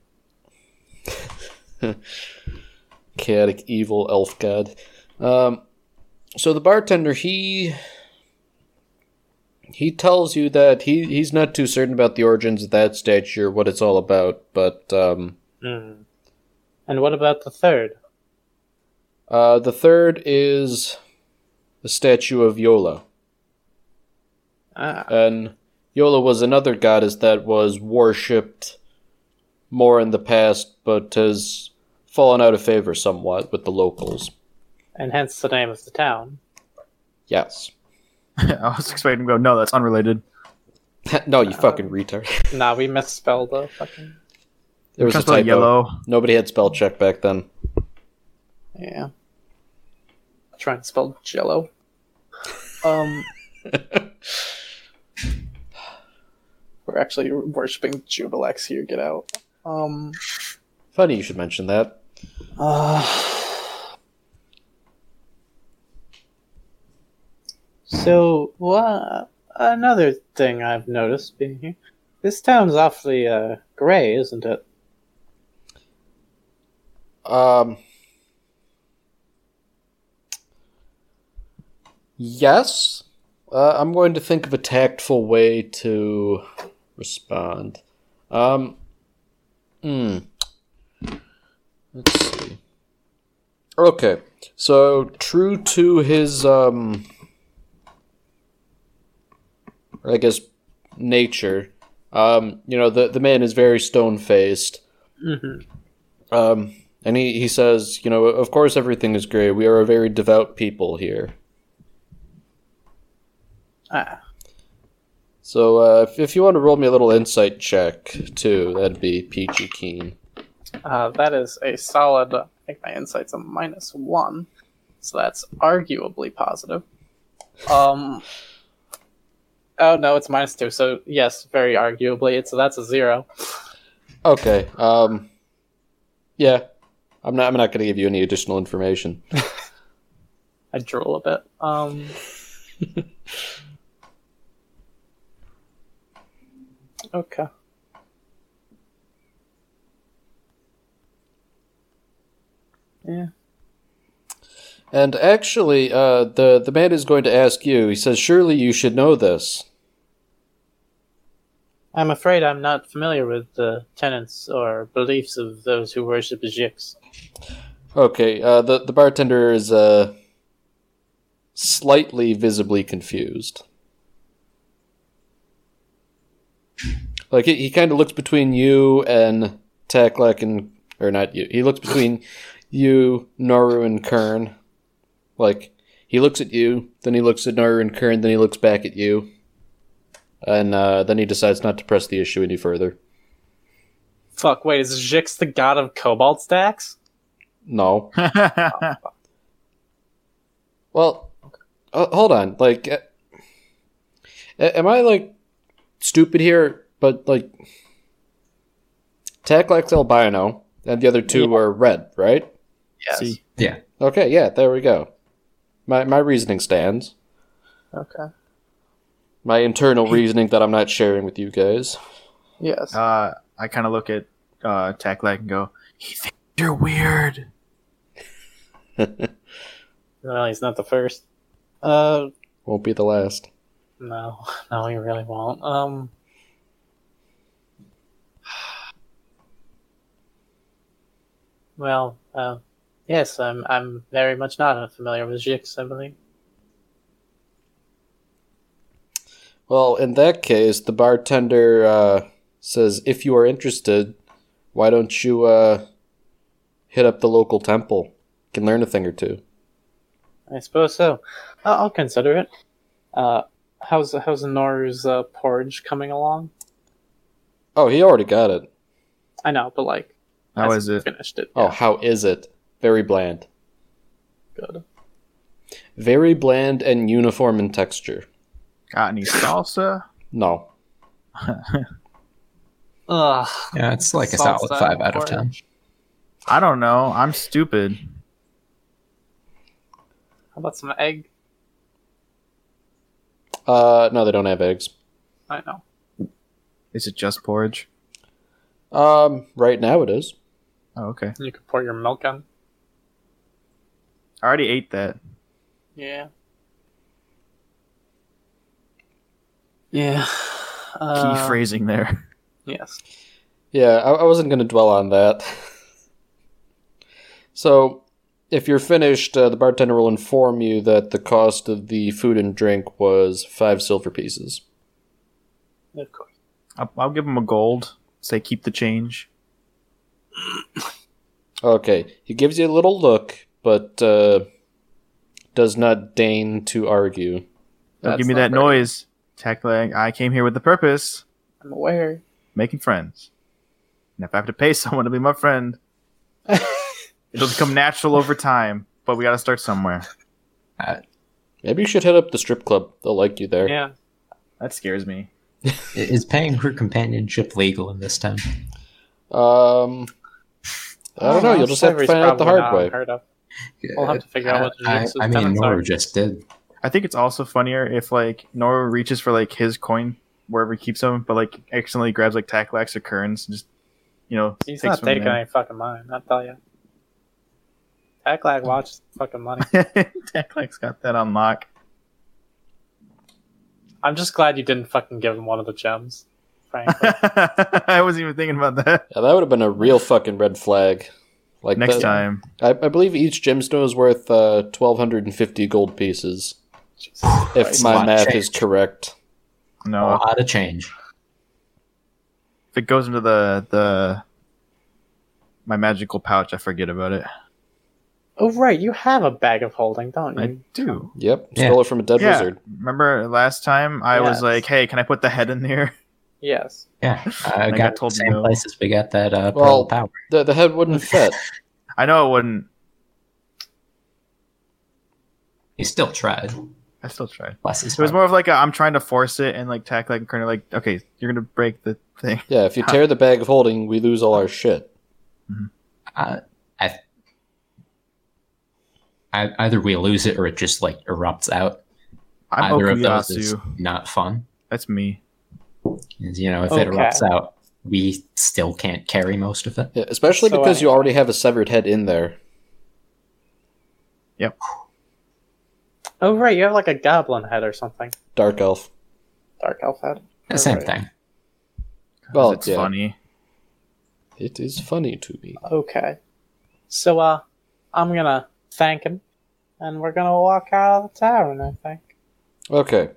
[SPEAKER 1] chaotic evil elf god. Um, so the bartender he he tells you that he he's not too certain about the origins of that statue or what it's all about, but um,
[SPEAKER 4] Hmm. And what about the third?
[SPEAKER 1] uh, the third is the statue of Yola,
[SPEAKER 4] Ah,
[SPEAKER 1] and Yola was another goddess that was worshipped more in the past, but has fallen out of favor somewhat with the locals.
[SPEAKER 4] and hence the name of the town.
[SPEAKER 1] Yes.
[SPEAKER 2] I was expecting to go, no, that's unrelated.
[SPEAKER 1] no, you fucking retard.
[SPEAKER 4] Nah, we misspelled the fucking.
[SPEAKER 1] There was a
[SPEAKER 2] Just about
[SPEAKER 1] typo.
[SPEAKER 2] yellow.
[SPEAKER 1] Nobody had spell check back then.
[SPEAKER 4] Yeah. Trying to spell Jello. Um. we're actually worshiping Jubilex here. Get out. Um.
[SPEAKER 1] Funny you should mention that.
[SPEAKER 4] Uh, so, well, another thing I've noticed being here, this town's awfully uh, gray, isn't it?
[SPEAKER 1] Um. Yes, uh, I'm going to think of a tactful way to respond. Um. Hmm. Let's see. Okay, so true to his um, or I guess nature. Um, you know the the man is very stone faced.
[SPEAKER 4] Mm-hmm.
[SPEAKER 1] Um, and he, he says, you know, of course everything is great. We are a very devout people here.
[SPEAKER 4] Ah,
[SPEAKER 1] So uh, if, if you want to roll me a little insight check, too, that'd be peachy keen.
[SPEAKER 4] uh, that is a solid. I think my insight's a minus one, so that's arguably positive. Um. Oh no, it's minus two. So yes, very arguably. It's so that's a zero.
[SPEAKER 1] Okay. Um, yeah. I'm not, I'm not going to give you any additional information.
[SPEAKER 4] I drool a bit. Um, okay. Yeah.
[SPEAKER 1] And actually, uh, the, the man is going to ask you, he says, surely you should know this.
[SPEAKER 4] I'm afraid I'm not familiar with the tenets or beliefs of those who worship Jix.
[SPEAKER 1] Okay. Uh, the, the bartender is uh, slightly visibly confused. Like he, he kind of looks between you and Taklak and or not you. He looks between you, Noru, and Kern. Like he looks at you, then he looks at Noru and Kern, then he looks back at you, and uh, then he decides not to press the issue any further.
[SPEAKER 4] Fuck, wait, is Jix the god of cobalt stacks?
[SPEAKER 1] No.
[SPEAKER 2] I
[SPEAKER 1] Well, uh, hold on. Like, uh, a- am I like stupid here? But like, Taclex albino and the other two are red, right?
[SPEAKER 4] Yes.
[SPEAKER 2] See.
[SPEAKER 3] Yeah.
[SPEAKER 1] Okay, yeah, there we go. My my reasoning stands.
[SPEAKER 4] Okay.
[SPEAKER 1] My internal reasoning that I'm not sharing with you guys.
[SPEAKER 4] Yes.
[SPEAKER 2] uh, I kind of look at uh, Tacklack and go, he thinks you're weird.
[SPEAKER 4] well, he's not the first. Uh,
[SPEAKER 1] Won't be the last.
[SPEAKER 4] No, no, you really won't. Um, well, uh, Yes, I'm. I'm very much not unfamiliar with Jix. I believe.
[SPEAKER 1] Well, in that case, the bartender uh, says, if you are interested, why don't you uh, hit up the local temple? can learn a thing or two.
[SPEAKER 4] I suppose so. I'll, I'll consider it. Uh, how's how's Noru's uh, porridge coming along?
[SPEAKER 1] Oh, he already got it.
[SPEAKER 4] I know, but like,
[SPEAKER 2] How
[SPEAKER 4] hasn't
[SPEAKER 2] is it?
[SPEAKER 4] Finished it.
[SPEAKER 1] Oh,
[SPEAKER 4] Yeah,
[SPEAKER 1] how is it? Very bland.
[SPEAKER 4] good.
[SPEAKER 1] Very bland and uniform in texture.
[SPEAKER 2] Got any salsa?
[SPEAKER 1] No.
[SPEAKER 4] Ugh.
[SPEAKER 3] Yeah, it's like a
[SPEAKER 4] Salsa
[SPEAKER 3] solid five out of ten.
[SPEAKER 4] porridge.
[SPEAKER 2] I don't know. I'm stupid.
[SPEAKER 4] How about some egg?
[SPEAKER 1] Uh, no, they don't have eggs.
[SPEAKER 4] I know.
[SPEAKER 2] Is it just porridge?
[SPEAKER 1] Um, right now it is.
[SPEAKER 2] Oh, okay.
[SPEAKER 4] You could pour your milk on.
[SPEAKER 2] I already ate that.
[SPEAKER 4] Yeah. Yeah.
[SPEAKER 2] Key
[SPEAKER 4] Uh,
[SPEAKER 2] phrasing there.
[SPEAKER 4] Yes.
[SPEAKER 1] Yeah, I, I wasn't going to dwell on that. so, if you're finished, uh, the bartender will inform you that the cost of the food and drink was five silver pieces.
[SPEAKER 4] Of course.
[SPEAKER 2] I'll, I'll give him a gold. Say keep the change.
[SPEAKER 1] Okay, he gives you a little look, but uh, does not deign to argue.
[SPEAKER 2] Don't
[SPEAKER 4] That's
[SPEAKER 2] give me
[SPEAKER 4] not
[SPEAKER 2] that
[SPEAKER 4] very-
[SPEAKER 2] noise. Tech leg. I came here with the purpose,
[SPEAKER 4] I'm aware.
[SPEAKER 2] making friends. And if I have to pay someone to be my friend, it'll become natural over time. But we got to start somewhere.
[SPEAKER 1] Maybe you should hit up the strip club. They'll like you there.
[SPEAKER 4] Yeah.
[SPEAKER 2] That scares me.
[SPEAKER 3] I- Is paying for companionship legal in this town?
[SPEAKER 1] Um, I don't know. You'll just have to
[SPEAKER 4] Oh, Slavery's
[SPEAKER 1] find out the
[SPEAKER 4] probably
[SPEAKER 1] hard
[SPEAKER 4] not
[SPEAKER 1] way.
[SPEAKER 4] unheard of. We'll have to figure out what the
[SPEAKER 3] I,
[SPEAKER 4] Jinx's
[SPEAKER 3] I mean,
[SPEAKER 4] tenants
[SPEAKER 3] Nora
[SPEAKER 4] are.
[SPEAKER 3] just did.
[SPEAKER 2] I think it's also funnier if like Nora reaches for like his coin wherever he keeps them, but like accidentally grabs like Tacklax or Kerns and just you know
[SPEAKER 4] He's
[SPEAKER 2] takes
[SPEAKER 4] not
[SPEAKER 2] from
[SPEAKER 4] taking
[SPEAKER 2] there.
[SPEAKER 4] any fucking money, I tell you. Tacklack watches the fucking money.
[SPEAKER 2] Tacklax got that on lock.
[SPEAKER 4] I'm just glad you didn't fucking give him one of the gems, frankly.
[SPEAKER 2] I wasn't even thinking about that.
[SPEAKER 1] Yeah, that would have been a real fucking red flag. Like
[SPEAKER 2] Next
[SPEAKER 1] that-
[SPEAKER 2] time,
[SPEAKER 1] I, I believe each gemstone is worth uh, twelve hundred and fifty gold pieces,
[SPEAKER 4] Jesus
[SPEAKER 1] if
[SPEAKER 4] Christ.
[SPEAKER 1] my
[SPEAKER 3] Lot
[SPEAKER 1] math
[SPEAKER 3] change.
[SPEAKER 1] is correct.
[SPEAKER 2] no.
[SPEAKER 3] A lot of change.
[SPEAKER 2] If it goes into the the my magical pouch, I forget about it.
[SPEAKER 4] Oh, right, you have a bag of holding, don't you?
[SPEAKER 2] I do.
[SPEAKER 1] Yep,
[SPEAKER 3] Yeah.
[SPEAKER 1] stole it from a dead
[SPEAKER 2] Yeah.
[SPEAKER 1] wizard.
[SPEAKER 2] Remember last time I was
[SPEAKER 4] Yes.
[SPEAKER 2] like, "Hey, can I put the head in there?"
[SPEAKER 4] Yes.
[SPEAKER 3] Yeah, I
[SPEAKER 2] got
[SPEAKER 3] got the
[SPEAKER 2] told
[SPEAKER 3] same
[SPEAKER 2] no.
[SPEAKER 3] places we got that uh,
[SPEAKER 1] Well-
[SPEAKER 3] pearl power.
[SPEAKER 1] The the head wouldn't fit.
[SPEAKER 2] I know it wouldn't.
[SPEAKER 3] He still tried.
[SPEAKER 2] I still tried.
[SPEAKER 3] Bless his
[SPEAKER 2] It was
[SPEAKER 3] heart.
[SPEAKER 2] more of like a, I'm trying to force it, and like Tack like kind of like, "Okay, you're gonna break the thing."
[SPEAKER 1] Yeah, if you tear the bag of holding, we lose all our shit.
[SPEAKER 3] I, I, I- either we lose it or it just like erupts out.
[SPEAKER 2] I'm
[SPEAKER 3] either of those is
[SPEAKER 2] Okuyasu.
[SPEAKER 3] not fun.
[SPEAKER 2] That's me.
[SPEAKER 3] And, you know, if it
[SPEAKER 4] Okay.
[SPEAKER 3] erupts out, we still can't carry most of it.
[SPEAKER 1] Yeah, especially
[SPEAKER 4] So
[SPEAKER 1] because you
[SPEAKER 4] anyway.
[SPEAKER 1] already have a severed head in there.
[SPEAKER 4] Oh, right, you have like a goblin head or something.
[SPEAKER 1] Dark elf.
[SPEAKER 4] Dark elf head.
[SPEAKER 3] Yeah, same
[SPEAKER 4] Alright.
[SPEAKER 3] thing.
[SPEAKER 2] 'Cause
[SPEAKER 1] Well,
[SPEAKER 2] it's
[SPEAKER 1] yeah.
[SPEAKER 2] funny.
[SPEAKER 1] It is funny to me.
[SPEAKER 4] Okay. So, uh, I'm gonna thank him, and we're gonna walk out of the tavern, I think.
[SPEAKER 1] Okay.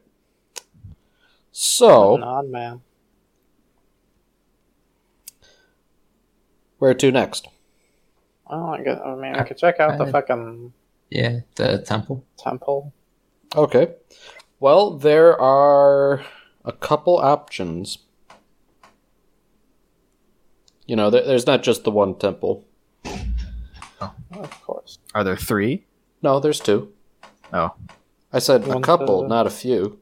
[SPEAKER 1] So, Oh.
[SPEAKER 4] An odd man.
[SPEAKER 1] where to next?
[SPEAKER 4] Oh, I, guess, I mean, we could check out the fucking
[SPEAKER 3] Yeah, the temple.
[SPEAKER 4] temple.
[SPEAKER 1] Okay. Well, there are a couple options. You know, there, there's not just the one temple.
[SPEAKER 4] Of course.
[SPEAKER 2] Are there three?
[SPEAKER 1] No, there's two.
[SPEAKER 2] Oh,
[SPEAKER 1] I said a
[SPEAKER 4] One's
[SPEAKER 1] couple,
[SPEAKER 4] a-
[SPEAKER 1] not a few.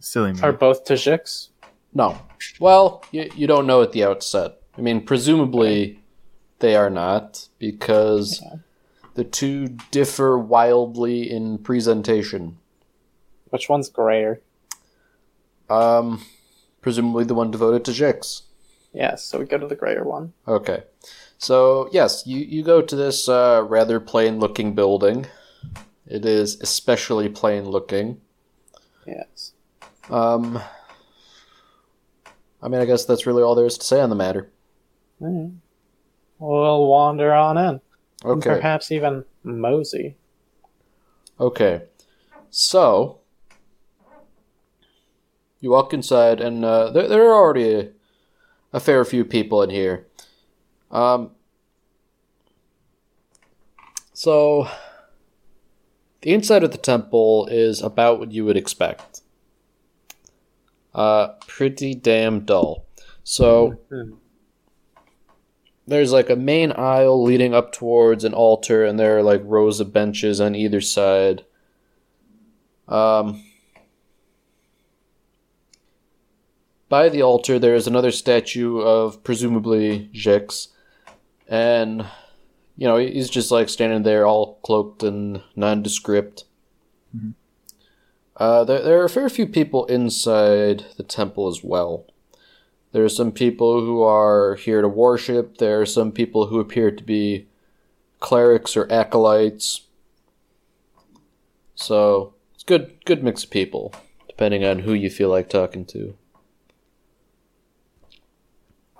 [SPEAKER 2] silly me.
[SPEAKER 4] Are both Tajiks?
[SPEAKER 1] No. Well, you, you don't know at the outset. I mean, presumably they are not because the two differ wildly in presentation.
[SPEAKER 4] Which one's grayer?
[SPEAKER 1] Um, presumably the one devoted to Jix.
[SPEAKER 4] Yes, so we go to the grayer one.
[SPEAKER 1] Okay. So, yes, you, you go to this uh, rather plain looking building. It is especially plain looking.
[SPEAKER 4] Yes.
[SPEAKER 1] Um, I mean, I guess that's really all there is to say on the matter.
[SPEAKER 4] Mm. We'll Mm-hmm. wander on in. and
[SPEAKER 1] Okay.
[SPEAKER 4] perhaps even mosey.
[SPEAKER 1] Okay. So you walk inside, and uh, there, there are already a, a fair few people in here. Um, so the inside of the temple is about what you would expect. Uh, pretty damn dull. So
[SPEAKER 4] Mhm.
[SPEAKER 1] there's like a main aisle leading up towards an altar, and there are like rows of benches on either side. Um, by the altar, there is another statue of presumably Jix, and you know he's just like standing there, all cloaked and nondescript. Uh, there, there are a fair few people inside the temple as well. There are some people who are here to worship. There are some people who appear to be clerics or acolytes. So it's good, good mix of people, depending on who you feel like talking to.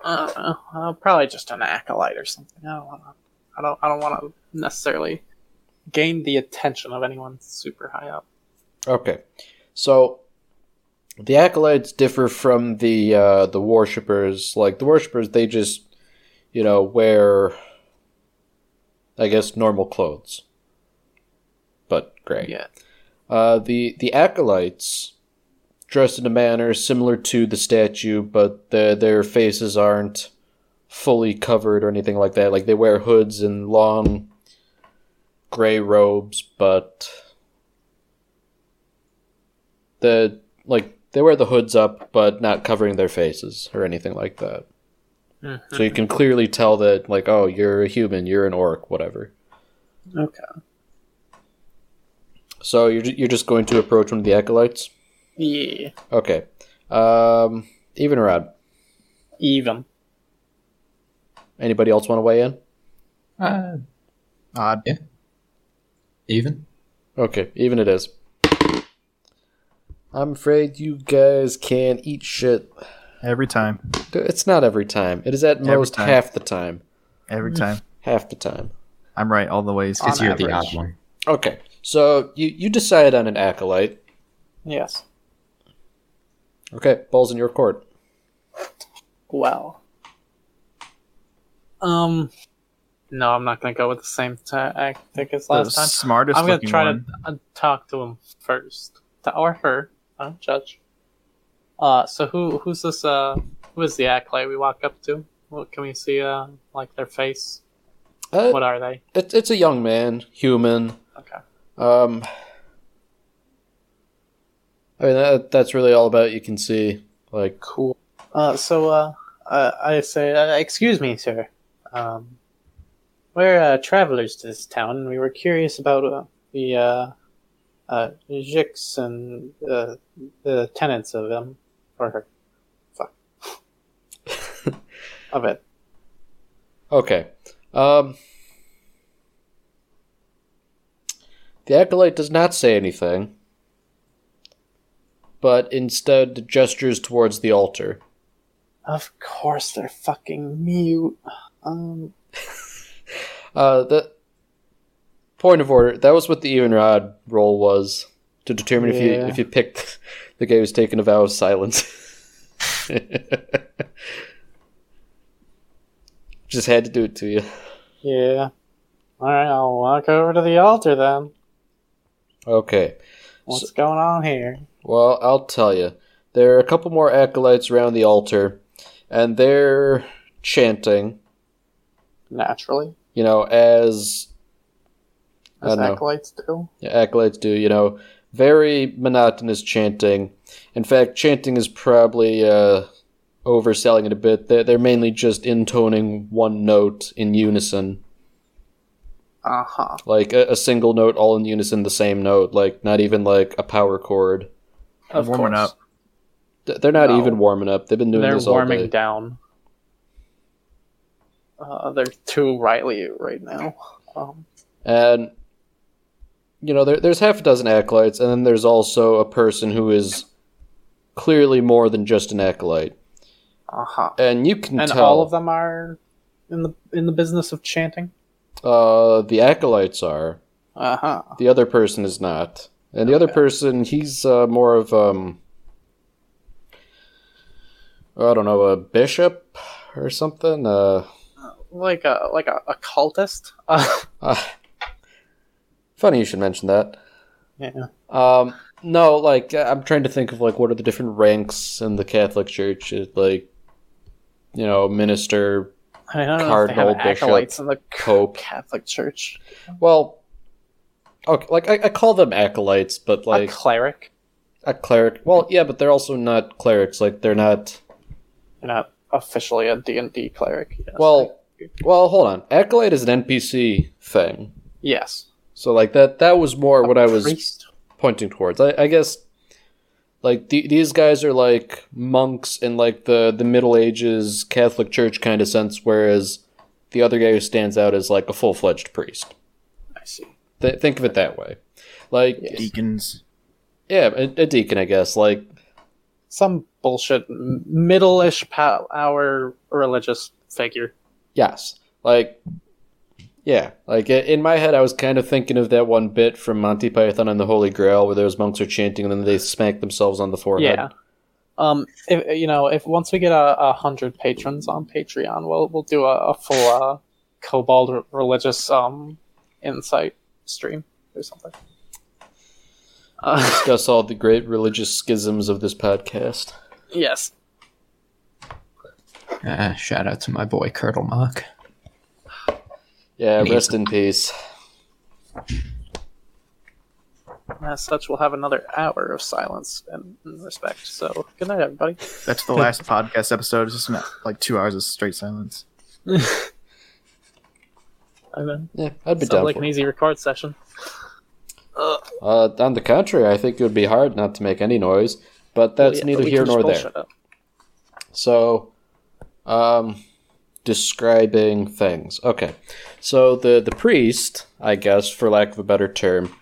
[SPEAKER 4] Uh, uh, probably just an acolyte or something. I don't want to. I don't. I don't want to necessarily gain the attention of anyone super high up.
[SPEAKER 1] Okay, so the acolytes differ from the uh, the worshippers. Like the worshippers, they just you know wear, I guess, normal clothes, but gray.
[SPEAKER 4] Yeah.
[SPEAKER 1] Uh, the the acolytes dressed in a manner similar to the statue, but their their faces aren't fully covered or anything like that. Like they wear hoods and long gray robes, but the like they wear the hoods up, but not covering their faces or anything like that.
[SPEAKER 4] Mhm.
[SPEAKER 1] So you can clearly tell that, like, oh, you're a human, you're an orc, whatever.
[SPEAKER 4] Okay.
[SPEAKER 1] So you're ju- you're just going to approach one of the acolytes.
[SPEAKER 4] Yeah.
[SPEAKER 1] Okay. Um, even or odd?
[SPEAKER 4] Even.
[SPEAKER 1] Anybody else want to weigh in?
[SPEAKER 3] Uh,
[SPEAKER 2] Odd.
[SPEAKER 3] even?
[SPEAKER 1] Okay, even it is. I'm afraid you guys can't eat shit.
[SPEAKER 2] Every time.
[SPEAKER 1] D- It's not every time. It is at
[SPEAKER 2] Every
[SPEAKER 1] most
[SPEAKER 2] time.
[SPEAKER 1] half the time.
[SPEAKER 2] Every time.
[SPEAKER 1] Half the time.
[SPEAKER 2] I'm right all the ways.
[SPEAKER 4] On
[SPEAKER 3] Because you're the
[SPEAKER 4] average.
[SPEAKER 3] odd one.
[SPEAKER 1] Okay, so you, you decide on an acolyte.
[SPEAKER 4] Yes.
[SPEAKER 1] Okay, ball's in your court.
[SPEAKER 4] Well. Um. No, I'm not gonna go with the same tactic as
[SPEAKER 2] the
[SPEAKER 4] last time.
[SPEAKER 2] smartest
[SPEAKER 4] I'm gonna
[SPEAKER 2] looking
[SPEAKER 4] try
[SPEAKER 2] one.
[SPEAKER 4] to uh, talk to him first, to, or her. I don't judge. Uh, so who who's this? Uh, who is the acolyte we walk up to? What can we see? Uh, like their face?
[SPEAKER 1] Uh,
[SPEAKER 4] What are they?
[SPEAKER 1] it, it's a young man, human.
[SPEAKER 4] Okay.
[SPEAKER 1] Um, I mean, that, that's really all about you can see. Like,
[SPEAKER 4] Cool. Uh, so uh, uh, I say, uh, excuse me, sir. Um, we're uh, travelers to this town, and we were curious about uh, the uh, uh, Jix and uh, the tenants of them or her. Fuck. of it.
[SPEAKER 1] Okay. Um, the acolyte does not say anything, but instead gestures towards the altar.
[SPEAKER 4] Of course, they're fucking mute. Um,
[SPEAKER 1] Uh, the point of order that was what the even rod roll was to determine if you
[SPEAKER 4] Yeah.
[SPEAKER 1] if you picked the guy who's taking a vow of silence. Just had to do it to you.
[SPEAKER 4] yeah. All right, I'll walk over to the altar then.
[SPEAKER 1] Okay.
[SPEAKER 4] What's going on here?
[SPEAKER 1] Well, I'll tell you. There are a couple more acolytes around the altar, and they're chanting,
[SPEAKER 4] Naturally,
[SPEAKER 1] you know, as, I
[SPEAKER 4] as
[SPEAKER 1] don't know.
[SPEAKER 4] acolytes do.
[SPEAKER 1] acolytes do, you know, very monotonous chanting. In fact, chanting is probably uh, overselling it a bit. They're, they're mainly just intoning one note in unison,
[SPEAKER 4] Uh huh.
[SPEAKER 1] like a, a single note, all in unison, the same note, like not even like a power chord.
[SPEAKER 4] Of
[SPEAKER 2] warming
[SPEAKER 4] course.
[SPEAKER 2] up.
[SPEAKER 1] Th- They're not
[SPEAKER 4] No.
[SPEAKER 1] even warming up. They've been doing
[SPEAKER 4] They're
[SPEAKER 1] this all
[SPEAKER 4] warming
[SPEAKER 1] day.
[SPEAKER 4] down. Uh, they're too rightly right now. Um,
[SPEAKER 1] And you know, there, there's half a dozen acolytes, and then there's also a person who is clearly more than just an acolyte.
[SPEAKER 4] uh huh.
[SPEAKER 1] And you can
[SPEAKER 4] And
[SPEAKER 1] tell
[SPEAKER 4] all of them are in the in the business of chanting.
[SPEAKER 1] Uh, the acolytes are.
[SPEAKER 4] Uh huh.
[SPEAKER 1] The other person is not. And the other person, he's uh, more of um, I don't know, a bishop or something. Uh,
[SPEAKER 4] Like a like a, a cultist. Uh,
[SPEAKER 1] Ah. funny you should mention that.
[SPEAKER 4] yeah.
[SPEAKER 1] Um, no, like I'm trying to think of like what are the different ranks in the Catholic Church? It, like, you know, minister.
[SPEAKER 4] I mean, I don't know if they have
[SPEAKER 1] Cardinal, bishop,
[SPEAKER 4] acolytes in the
[SPEAKER 1] pope.
[SPEAKER 4] Catholic Church.
[SPEAKER 1] Well, okay, like I, I call them acolytes, but like
[SPEAKER 4] a cleric.
[SPEAKER 1] a cleric. Well, yeah, but they're also not clerics. Like they're not.
[SPEAKER 4] You're not officially a D and D cleric. Yes.
[SPEAKER 1] Well, well, hold on. Acolyte is an NPC thing.
[SPEAKER 4] yes.
[SPEAKER 1] So like that that was more what I was
[SPEAKER 4] Priest.
[SPEAKER 1] pointing towards. I, I guess like the, these guys are like monks in like the the Middle Ages Catholic Church kind of sense, whereas the other guy who stands out is like a full fledged priest.
[SPEAKER 4] I see.
[SPEAKER 1] Th- think of it that way. Like
[SPEAKER 2] Deacons.
[SPEAKER 1] yeah, a, a deacon, I guess. Like
[SPEAKER 4] Some bullshit m- middle-ish power religious figure.
[SPEAKER 1] Yes. Like, yeah. Like, i- in my head, I was kind of thinking of that one bit from Monty Python and the Holy Grail where those monks are chanting and then they smack themselves on the forehead.
[SPEAKER 4] Yeah. Um, if, you know, if once we get a, a hundred patrons on Patreon, we'll we'll do a, a full uh, Cobalt re- religious um insight stream or something. Uh,
[SPEAKER 1] Discuss all the great religious schisms of this podcast.
[SPEAKER 4] yes.
[SPEAKER 3] Uh, shout out to my boy Curdle Mock.
[SPEAKER 1] Yeah,
[SPEAKER 3] Neat.
[SPEAKER 1] rest in peace.
[SPEAKER 4] As such, we'll have another hour of silence and, and respect. So, good night, everybody.
[SPEAKER 2] That's the last podcast episode. It's just not, like two hours of straight silence.
[SPEAKER 4] I mean,
[SPEAKER 1] Yeah, I'd be
[SPEAKER 4] sounds
[SPEAKER 1] down
[SPEAKER 4] like
[SPEAKER 1] for
[SPEAKER 4] an
[SPEAKER 1] it.
[SPEAKER 4] easy record session.
[SPEAKER 1] Uh, on the contrary, I think it would be hard not to make any noise, but that's
[SPEAKER 4] Yeah,
[SPEAKER 1] neither
[SPEAKER 4] but we
[SPEAKER 1] here
[SPEAKER 4] can
[SPEAKER 1] nor
[SPEAKER 4] just
[SPEAKER 1] there.
[SPEAKER 4] bullshit it.
[SPEAKER 1] So, um, describing things. Okay, so the the priest, I guess, for lack of a better term,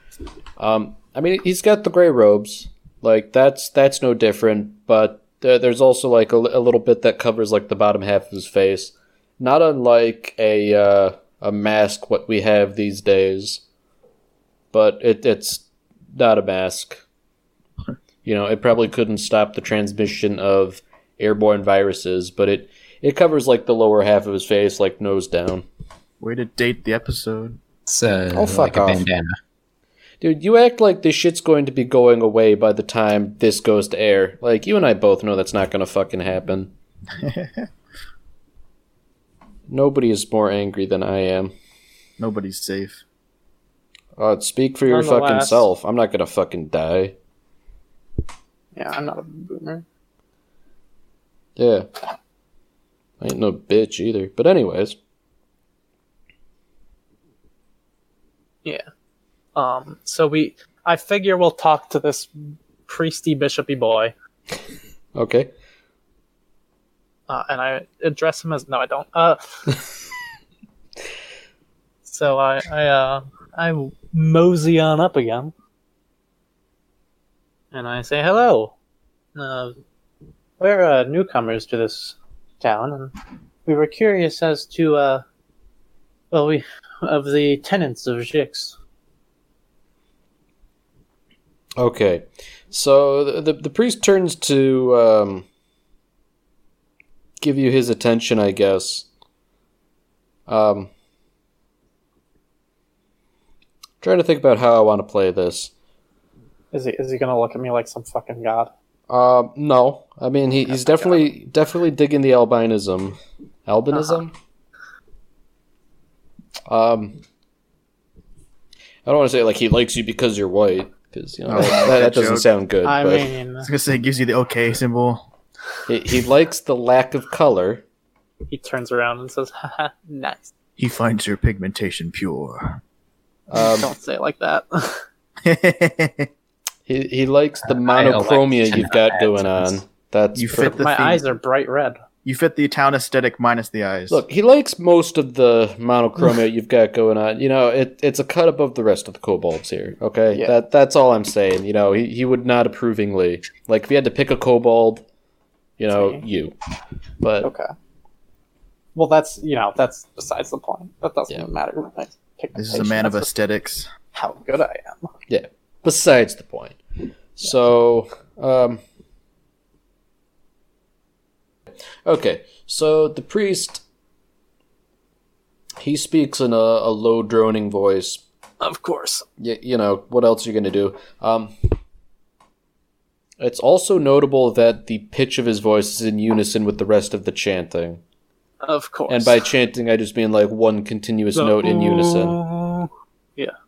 [SPEAKER 1] um, I mean, he's got the gray robes. Like that's that's no different. But there, there's also like a, li- a little bit that covers like the bottom half of his face, not unlike a uh, a mask what we have these days. But it, it's not a mask. You know, it probably couldn't stop the transmission of airborne viruses, but it it covers like the lower half of his face, like nose down.
[SPEAKER 2] Way to date the episode.
[SPEAKER 3] It's uh,
[SPEAKER 1] Oh, fuck
[SPEAKER 3] like a
[SPEAKER 1] off.
[SPEAKER 3] bandana.
[SPEAKER 1] Dude, you act like this shit's going to be going away by the time this goes to air. Like you and I both know that's not going to fucking happen. Nobody is more angry than I am.
[SPEAKER 2] Nobody's safe.
[SPEAKER 1] Uh, speak for your fucking
[SPEAKER 4] Nonetheless.
[SPEAKER 1] self. I'm not gonna fucking die.
[SPEAKER 4] Yeah, I'm not a boomer.
[SPEAKER 1] Yeah. I ain't no bitch either. But anyways,
[SPEAKER 4] Um, so we, I figure we'll talk to this priesty bishopy boy,
[SPEAKER 1] okay.
[SPEAKER 4] uh, and I address him as no, I don't. Uh, so I, I, uh, I mosey on up again, and I say hello. Uh, we're uh, newcomers to this town, and we were curious as to, uh, well, we of the tenants of Jix.
[SPEAKER 1] Okay, so the the, the priest turns to um, give you his attention, I guess. Um, trying to think about how I want to play this.
[SPEAKER 4] Is he is he gonna look at me like some fucking god?
[SPEAKER 1] Um, no, I mean he, he's definitely definitely digging the albinism, albinism. Um, I don't want to say like he likes you because you're white, because you know
[SPEAKER 2] Oh,
[SPEAKER 1] that,
[SPEAKER 2] good
[SPEAKER 1] that doesn't
[SPEAKER 2] joke.
[SPEAKER 1] sound good.
[SPEAKER 4] I
[SPEAKER 1] but-
[SPEAKER 4] mean,
[SPEAKER 2] I was gonna say it gives you the okay symbol.
[SPEAKER 1] He, he likes the lack of color.
[SPEAKER 4] he turns around and says, "Haha, nice."
[SPEAKER 2] He finds your pigmentation pure.
[SPEAKER 1] Um,
[SPEAKER 4] Don't say it like that.
[SPEAKER 1] he, he likes the
[SPEAKER 3] I elect
[SPEAKER 1] monochromia
[SPEAKER 3] to
[SPEAKER 1] you've
[SPEAKER 3] not
[SPEAKER 1] got
[SPEAKER 3] add
[SPEAKER 1] going
[SPEAKER 3] to this.
[SPEAKER 1] on. That's
[SPEAKER 2] You
[SPEAKER 1] pretty-
[SPEAKER 2] fit the
[SPEAKER 4] My
[SPEAKER 2] theme.
[SPEAKER 4] eyes are bright red.
[SPEAKER 2] You fit the town aesthetic minus the eyes.
[SPEAKER 1] Look, he likes most of the monochromia you've got going on. You know, it, it's a cut above the rest of the kobolds here. Okay,
[SPEAKER 4] Yeah.
[SPEAKER 1] that that's all I'm saying. You know, he, he would not approvingly like if he had to pick a kobold. You know,
[SPEAKER 4] Okay.
[SPEAKER 1] you, but
[SPEAKER 4] Okay. Well, that's you know that's besides the point. That doesn't
[SPEAKER 1] Yeah.
[SPEAKER 4] even matter. when I pick
[SPEAKER 2] This is a
[SPEAKER 4] patient.
[SPEAKER 2] man of
[SPEAKER 4] That's just
[SPEAKER 2] aesthetics.
[SPEAKER 4] How good I am.
[SPEAKER 1] Besides the point. So, um, okay. So the priest, he speaks in a, a low droning voice.
[SPEAKER 4] Of course.
[SPEAKER 1] y- you know what else are you going to do um it's also notable that the pitch of his voice is in unison with the rest of the chanting
[SPEAKER 4] Of course.
[SPEAKER 1] and by chanting i just mean like one continuous
[SPEAKER 4] The uh,
[SPEAKER 1] note in unison
[SPEAKER 4] ooh.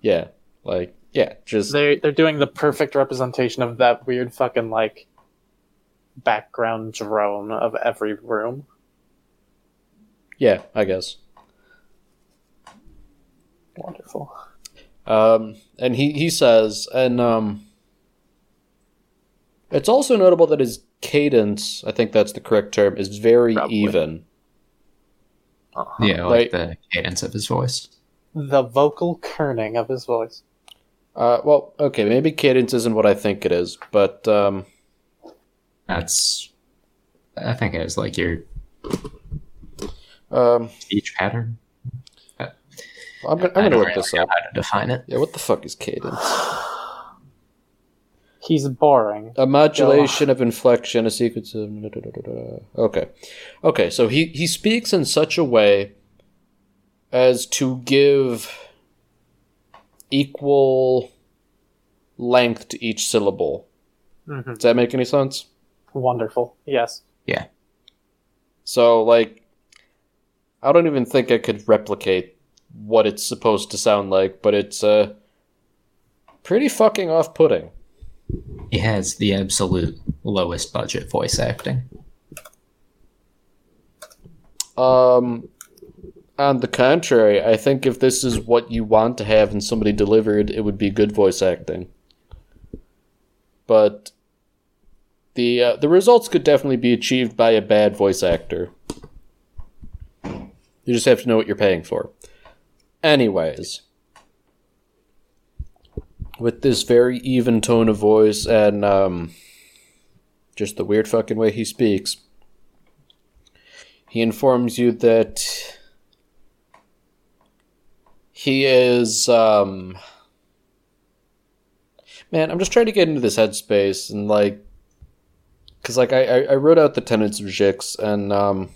[SPEAKER 1] yeah like yeah just
[SPEAKER 4] They they're doing the perfect representation of that weird fucking like background drone of every room.
[SPEAKER 1] yeah i guess
[SPEAKER 4] Wonderful.
[SPEAKER 1] um and he he says and um it's also notable that his cadence i think that's the correct term is very
[SPEAKER 4] Probably.
[SPEAKER 1] even
[SPEAKER 4] Uh-huh.
[SPEAKER 3] Yeah, like
[SPEAKER 1] Like-
[SPEAKER 3] the cadence of his voice.
[SPEAKER 4] The vocal kerning of his voice.
[SPEAKER 1] uh well okay maybe cadence isn't what i think it is but um
[SPEAKER 3] That's, I think, it is like your
[SPEAKER 1] um
[SPEAKER 3] speech pattern.
[SPEAKER 1] I'm gonna,
[SPEAKER 3] I
[SPEAKER 1] I'm
[SPEAKER 3] don't
[SPEAKER 1] gonna look
[SPEAKER 3] really
[SPEAKER 1] this
[SPEAKER 3] know
[SPEAKER 1] up.
[SPEAKER 3] how to define it.
[SPEAKER 1] Yeah, what the fuck is cadence?
[SPEAKER 4] He's boring.
[SPEAKER 1] A modulation of inflection, a sequence of. da- da- da- da- da. Okay. Okay, so he, he speaks in such a way as to give equal length to each syllable.
[SPEAKER 4] hmm
[SPEAKER 1] Does that make any sense?
[SPEAKER 4] Wonderful. Yes.
[SPEAKER 1] So, like, I don't even think I could replicate what it's supposed to sound like, but it's uh, pretty fucking off putting.
[SPEAKER 3] He has the absolute lowest budget voice acting.
[SPEAKER 1] Um, on the contrary, I think if this is what you want to have and somebody delivered, it would be good voice acting. But the uh, the results could definitely be achieved by a bad voice actor. You just have to know what you're paying for. Anyways, with this very even tone of voice and um, just the weird fucking way he speaks, he informs you that he is um man i'm just trying to get into this headspace and like because like I, I i wrote out the tenets of jix and um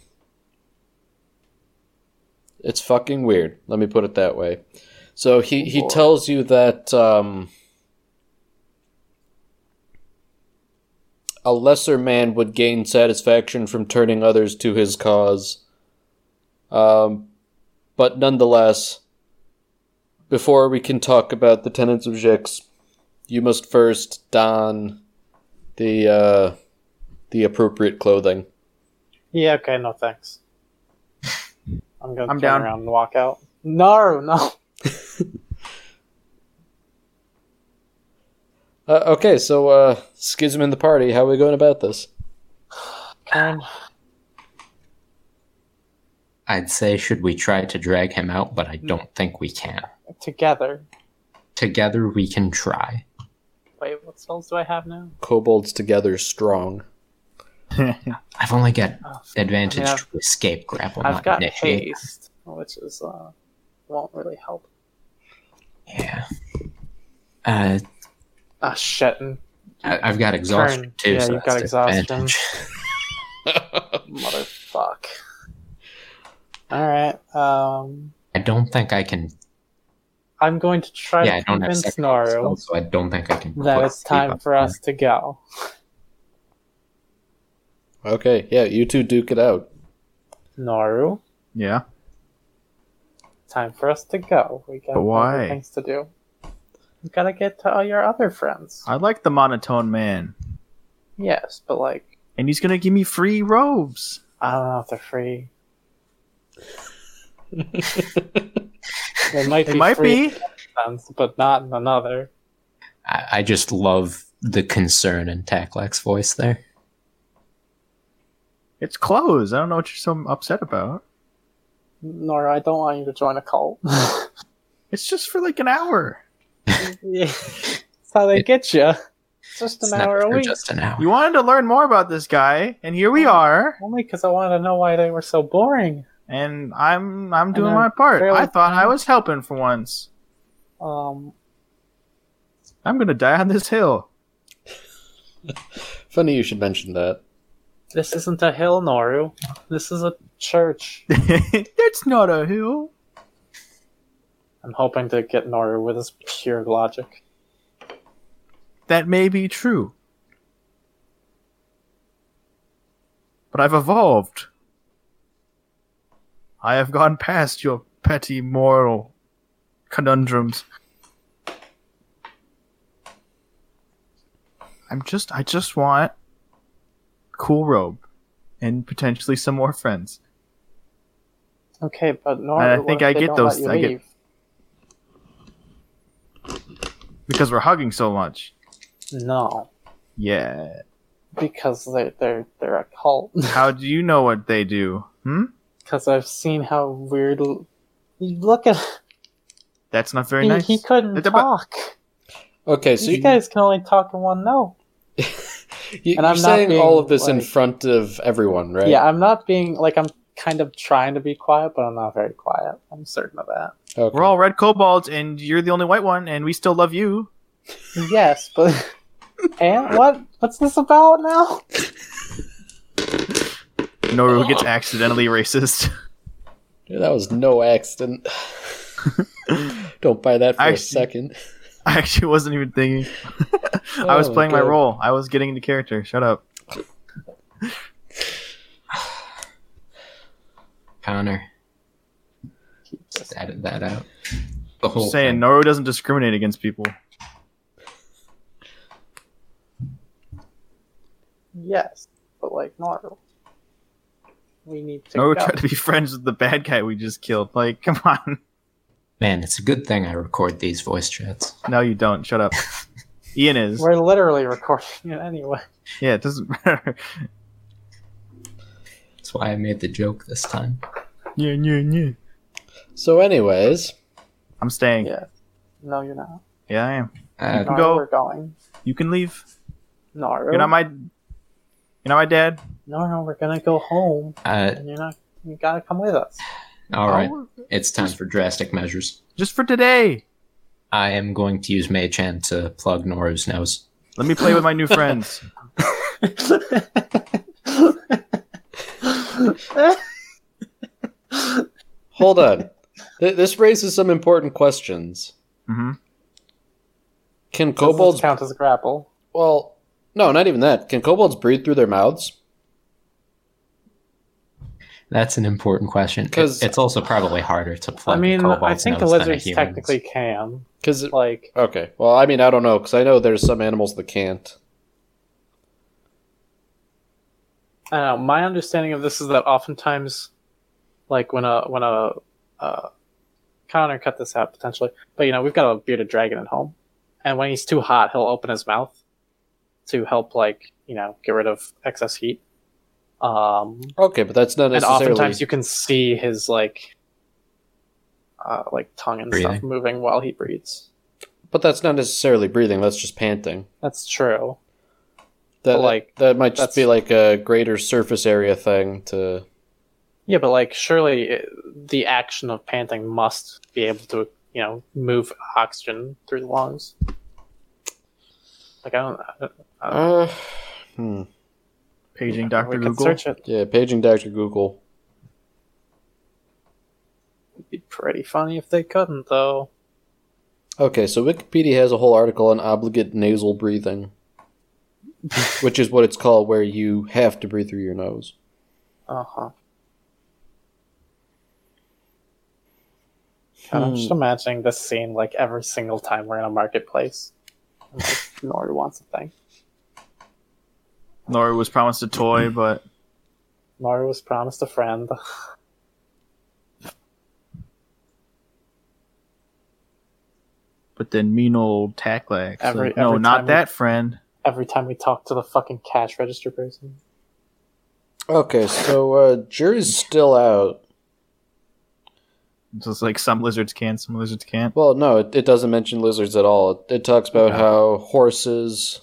[SPEAKER 1] it's fucking weird let me put it that way so he he
[SPEAKER 4] Lord.
[SPEAKER 1] tells you that um a lesser man would gain satisfaction from turning others to his cause. Um, but nonetheless, before we can talk about the tenets of Jix, you must first don the uh, the appropriate clothing.
[SPEAKER 4] Yeah. Okay. No thanks. I'm gonna
[SPEAKER 2] I'm
[SPEAKER 4] turn
[SPEAKER 2] down.
[SPEAKER 4] around and walk out. No. No.
[SPEAKER 1] Uh, okay, so uh, schism in the party. How are we going about this?
[SPEAKER 4] Karen,
[SPEAKER 3] I'd say, should we try to drag him out? But I don't think we can.
[SPEAKER 4] together.
[SPEAKER 3] Together, we can try.
[SPEAKER 4] Wait. What spells do I have now?
[SPEAKER 1] Kobolds together strong.
[SPEAKER 3] I've only got
[SPEAKER 4] Oh,
[SPEAKER 3] advantage
[SPEAKER 4] Yeah.
[SPEAKER 3] to escape grapple.
[SPEAKER 4] I've
[SPEAKER 3] not
[SPEAKER 4] got
[SPEAKER 3] initiate.
[SPEAKER 4] haste, which is uh, won't really help.
[SPEAKER 3] Yeah. Uh,
[SPEAKER 4] Ah, shit. And
[SPEAKER 3] I- I've got exhaustion
[SPEAKER 4] Turn.
[SPEAKER 3] too.
[SPEAKER 4] Yeah,
[SPEAKER 3] so
[SPEAKER 4] you've got
[SPEAKER 3] that's disadvantage.
[SPEAKER 4] exhaustion. motherfuck. All right. Um,
[SPEAKER 3] I don't think I can.
[SPEAKER 4] I'm going to try
[SPEAKER 3] yeah, I
[SPEAKER 4] to
[SPEAKER 3] don't have
[SPEAKER 4] convince
[SPEAKER 3] second
[SPEAKER 4] Naru
[SPEAKER 3] spells, so I don't think I can.
[SPEAKER 4] that
[SPEAKER 3] put
[SPEAKER 4] it's
[SPEAKER 3] sleep
[SPEAKER 4] time
[SPEAKER 3] up
[SPEAKER 4] for
[SPEAKER 3] there.
[SPEAKER 4] us to go.
[SPEAKER 1] Okay, yeah, you two duke it out.
[SPEAKER 4] Naru,
[SPEAKER 2] Yeah.
[SPEAKER 4] time for us to go. We got
[SPEAKER 2] But why?
[SPEAKER 4] other things to do. You gotta get to all your other friends.
[SPEAKER 2] I like the monotone man.
[SPEAKER 4] yes, but like,
[SPEAKER 2] And he's gonna give me free robes.
[SPEAKER 4] I don't know if they're free. they might
[SPEAKER 2] It
[SPEAKER 4] be
[SPEAKER 2] might
[SPEAKER 4] free
[SPEAKER 2] be.
[SPEAKER 4] friends, but not in another.
[SPEAKER 3] I, I just love the concern in Taklak's voice there.
[SPEAKER 2] It's clothes. I don't know what you're so upset about.
[SPEAKER 4] Nora, I don't want you to join a cult.
[SPEAKER 2] It's just for like an hour.
[SPEAKER 4] Yeah. That's how they
[SPEAKER 3] It-
[SPEAKER 4] get you. Just
[SPEAKER 3] It's
[SPEAKER 4] an
[SPEAKER 3] not
[SPEAKER 4] hour a
[SPEAKER 3] for
[SPEAKER 4] week.
[SPEAKER 3] just an hour.
[SPEAKER 2] You wanted to learn more about this guy, and here we are.
[SPEAKER 4] Only because I wanted to know why they were so boring.
[SPEAKER 2] and I'm I'm doing
[SPEAKER 4] I'm
[SPEAKER 2] my part.
[SPEAKER 4] fairly-
[SPEAKER 2] I thought I was helping for once.
[SPEAKER 4] Um,
[SPEAKER 2] I'm gonna die on this hill.
[SPEAKER 1] Funny you should mention that.
[SPEAKER 4] this isn't a hill, Noru. This is a church.
[SPEAKER 2] That's not a hill.
[SPEAKER 4] I'm hoping to get Noru with his pure logic.
[SPEAKER 2] That may be true. But I've evolved. I have gone past your petty moral conundrums. I'm just I just want a cool robe and potentially some more friends.
[SPEAKER 4] Okay, but Noru,
[SPEAKER 2] I
[SPEAKER 4] what
[SPEAKER 2] think
[SPEAKER 4] if
[SPEAKER 2] I
[SPEAKER 4] they
[SPEAKER 2] get
[SPEAKER 4] don't
[SPEAKER 2] those-
[SPEAKER 4] let you
[SPEAKER 2] I get-
[SPEAKER 4] leave?
[SPEAKER 2] Because we're hugging so much.
[SPEAKER 4] No,
[SPEAKER 2] Yeah.
[SPEAKER 4] because they they're they're a cult.
[SPEAKER 2] How do you know what they do? Hmm?
[SPEAKER 4] Because I've seen how weird. l- You Look at
[SPEAKER 2] That's not very
[SPEAKER 4] he,
[SPEAKER 2] nice.
[SPEAKER 4] he couldn't
[SPEAKER 2] It's about-
[SPEAKER 4] talk.
[SPEAKER 1] Okay, so
[SPEAKER 4] These
[SPEAKER 1] you,
[SPEAKER 4] guys can only talk in one note.
[SPEAKER 1] you,
[SPEAKER 4] and
[SPEAKER 1] are
[SPEAKER 4] I'm not
[SPEAKER 1] saying
[SPEAKER 4] being,
[SPEAKER 1] all of this in
[SPEAKER 4] like-
[SPEAKER 1] front of everyone, right?
[SPEAKER 4] Yeah, I'm not being like I'm kind of trying to be quiet, but I'm not very quiet. I'm certain of that.
[SPEAKER 1] Okay.
[SPEAKER 2] We're all red kobolds, and you're the only white one, and we still love you.
[SPEAKER 4] Yes, but and what what's this about now?
[SPEAKER 2] Noru gets accidentally racist.
[SPEAKER 1] Yeah, that was no accident. Don't buy that for
[SPEAKER 2] Actually-
[SPEAKER 1] a second.
[SPEAKER 2] I actually wasn't even thinking. I was
[SPEAKER 1] Oh,
[SPEAKER 2] playing my
[SPEAKER 1] good.
[SPEAKER 2] role. I was getting into character. Shut up.
[SPEAKER 3] Connor. Just edit that out. The whole
[SPEAKER 2] Just saying,
[SPEAKER 3] thing.
[SPEAKER 2] Noru doesn't discriminate against people.
[SPEAKER 4] Yes, but like Marvel, we need to
[SPEAKER 2] Noru
[SPEAKER 4] go.
[SPEAKER 2] tried to be friends with the bad guy we just killed. Like, come on.
[SPEAKER 3] Man, it's a good thing I record these voice chats.
[SPEAKER 2] No, you don't. Shut up. Ian is.
[SPEAKER 4] We're literally recording it anyway.
[SPEAKER 2] Yeah, it doesn't matter.
[SPEAKER 3] That's why I made the joke this time.
[SPEAKER 2] Yeah, yeah, yeah.
[SPEAKER 1] So, anyways,
[SPEAKER 2] I'm staying. Yeah,
[SPEAKER 4] Yeah. No, you're not.
[SPEAKER 2] I am.
[SPEAKER 3] Uh,
[SPEAKER 4] Nor
[SPEAKER 2] go.
[SPEAKER 4] we're going.
[SPEAKER 2] You can leave.
[SPEAKER 4] Naru.
[SPEAKER 2] You're not my. You're not my dad.
[SPEAKER 4] No, no, we're gonna go home,
[SPEAKER 3] uh,
[SPEAKER 4] and you're not. You gotta come with us.
[SPEAKER 3] all right,
[SPEAKER 2] Oh,
[SPEAKER 3] it's time for drastic measures.
[SPEAKER 2] just for today.
[SPEAKER 3] I am going to use Maychan to plug Noru's nose.
[SPEAKER 2] Let me play with my new friends.
[SPEAKER 1] hold on. Th- this raises some important questions.
[SPEAKER 2] hmm
[SPEAKER 1] Can
[SPEAKER 4] Kobolds
[SPEAKER 1] kobolds.
[SPEAKER 4] count as a grapple.
[SPEAKER 1] Well, no, not even that. Can kobolds breathe through their mouths?
[SPEAKER 3] That's an important question.
[SPEAKER 1] 'Cause-
[SPEAKER 3] Because it's also probably harder to
[SPEAKER 4] I
[SPEAKER 3] plug.
[SPEAKER 4] mean,
[SPEAKER 3] a
[SPEAKER 4] I
[SPEAKER 3] kobold's
[SPEAKER 4] think the
[SPEAKER 3] nose than a
[SPEAKER 4] lizards
[SPEAKER 3] human's.
[SPEAKER 4] technically can.
[SPEAKER 1] Because.
[SPEAKER 4] Like,
[SPEAKER 1] Okay. Well, I mean, I don't know, because I know there's some animals that can't.
[SPEAKER 4] I don't know. My understanding of this is that oftentimes, like when a when a uh, Connor cut this out potentially, but you know we've got a bearded dragon at home, and when he's too hot, he'll open his mouth to help, like you know, get rid of excess heat. Um,
[SPEAKER 1] Okay, but that's not
[SPEAKER 4] and
[SPEAKER 1] necessarily.
[SPEAKER 4] oftentimes you can see his like, uh, like tongue and stuff
[SPEAKER 3] Breathing.
[SPEAKER 4] moving while he breathes.
[SPEAKER 1] But that's not necessarily breathing. That's just panting.
[SPEAKER 4] That's true.
[SPEAKER 1] That
[SPEAKER 4] But,
[SPEAKER 1] like
[SPEAKER 4] like,
[SPEAKER 1] that might just
[SPEAKER 4] that's-
[SPEAKER 1] be like a greater surface area thing to.
[SPEAKER 4] Yeah, but like surely uh, the action of panting must be able to, you know, move oxygen through the lungs. Like I don't, I don't
[SPEAKER 1] Uh, hmm.
[SPEAKER 2] Paging Doctor
[SPEAKER 4] we could
[SPEAKER 2] Google.
[SPEAKER 4] search it.
[SPEAKER 1] Yeah, paging Doctor Google.
[SPEAKER 4] It'd be pretty funny if they couldn't though.
[SPEAKER 1] Okay, so Wikipedia has a whole article on obligate nasal breathing, which is what it's called, where you have to breathe through your nose.
[SPEAKER 4] Uh huh. I'm just
[SPEAKER 1] Hmm.
[SPEAKER 4] imagining this scene like every single time we're in a marketplace. I'm Like, Nori wants a thing.
[SPEAKER 2] Nora was promised a toy, but
[SPEAKER 4] Nori was promised a friend.
[SPEAKER 2] but then mean old Tacklax.
[SPEAKER 4] Every-
[SPEAKER 2] like, no,
[SPEAKER 4] every
[SPEAKER 2] not
[SPEAKER 4] time we-
[SPEAKER 2] that friend.
[SPEAKER 4] Every time we talk to the fucking cash register person.
[SPEAKER 1] Okay, so uh, jury's still out.
[SPEAKER 2] It's just like some lizards can, some lizards can't.
[SPEAKER 1] Well, no, it, it doesn't mention lizards at all. It, it talks about how horses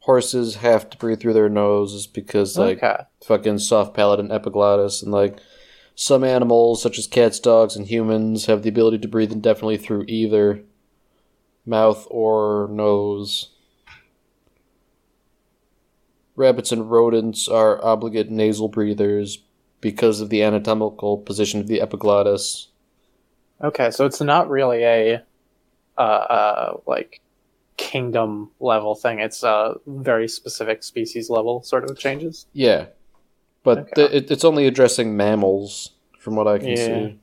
[SPEAKER 1] horses have Oh. to breathe through their noses because like
[SPEAKER 4] okay.
[SPEAKER 1] fucking soft palate and epiglottis and like Some animals, such as cats, dogs, and humans, have the ability to breathe indefinitely through either mouth or nose. Rabbits and rodents are obligate nasal breathers because of the anatomical position of the epiglottis.
[SPEAKER 4] Okay, so it's not really a, uh, uh, like, kingdom level thing. It's a very specific species level sort of changes.
[SPEAKER 1] Yeah, but
[SPEAKER 4] Okay.
[SPEAKER 1] th- it, it's only addressing mammals, from what I can
[SPEAKER 4] Yeah.
[SPEAKER 1] see.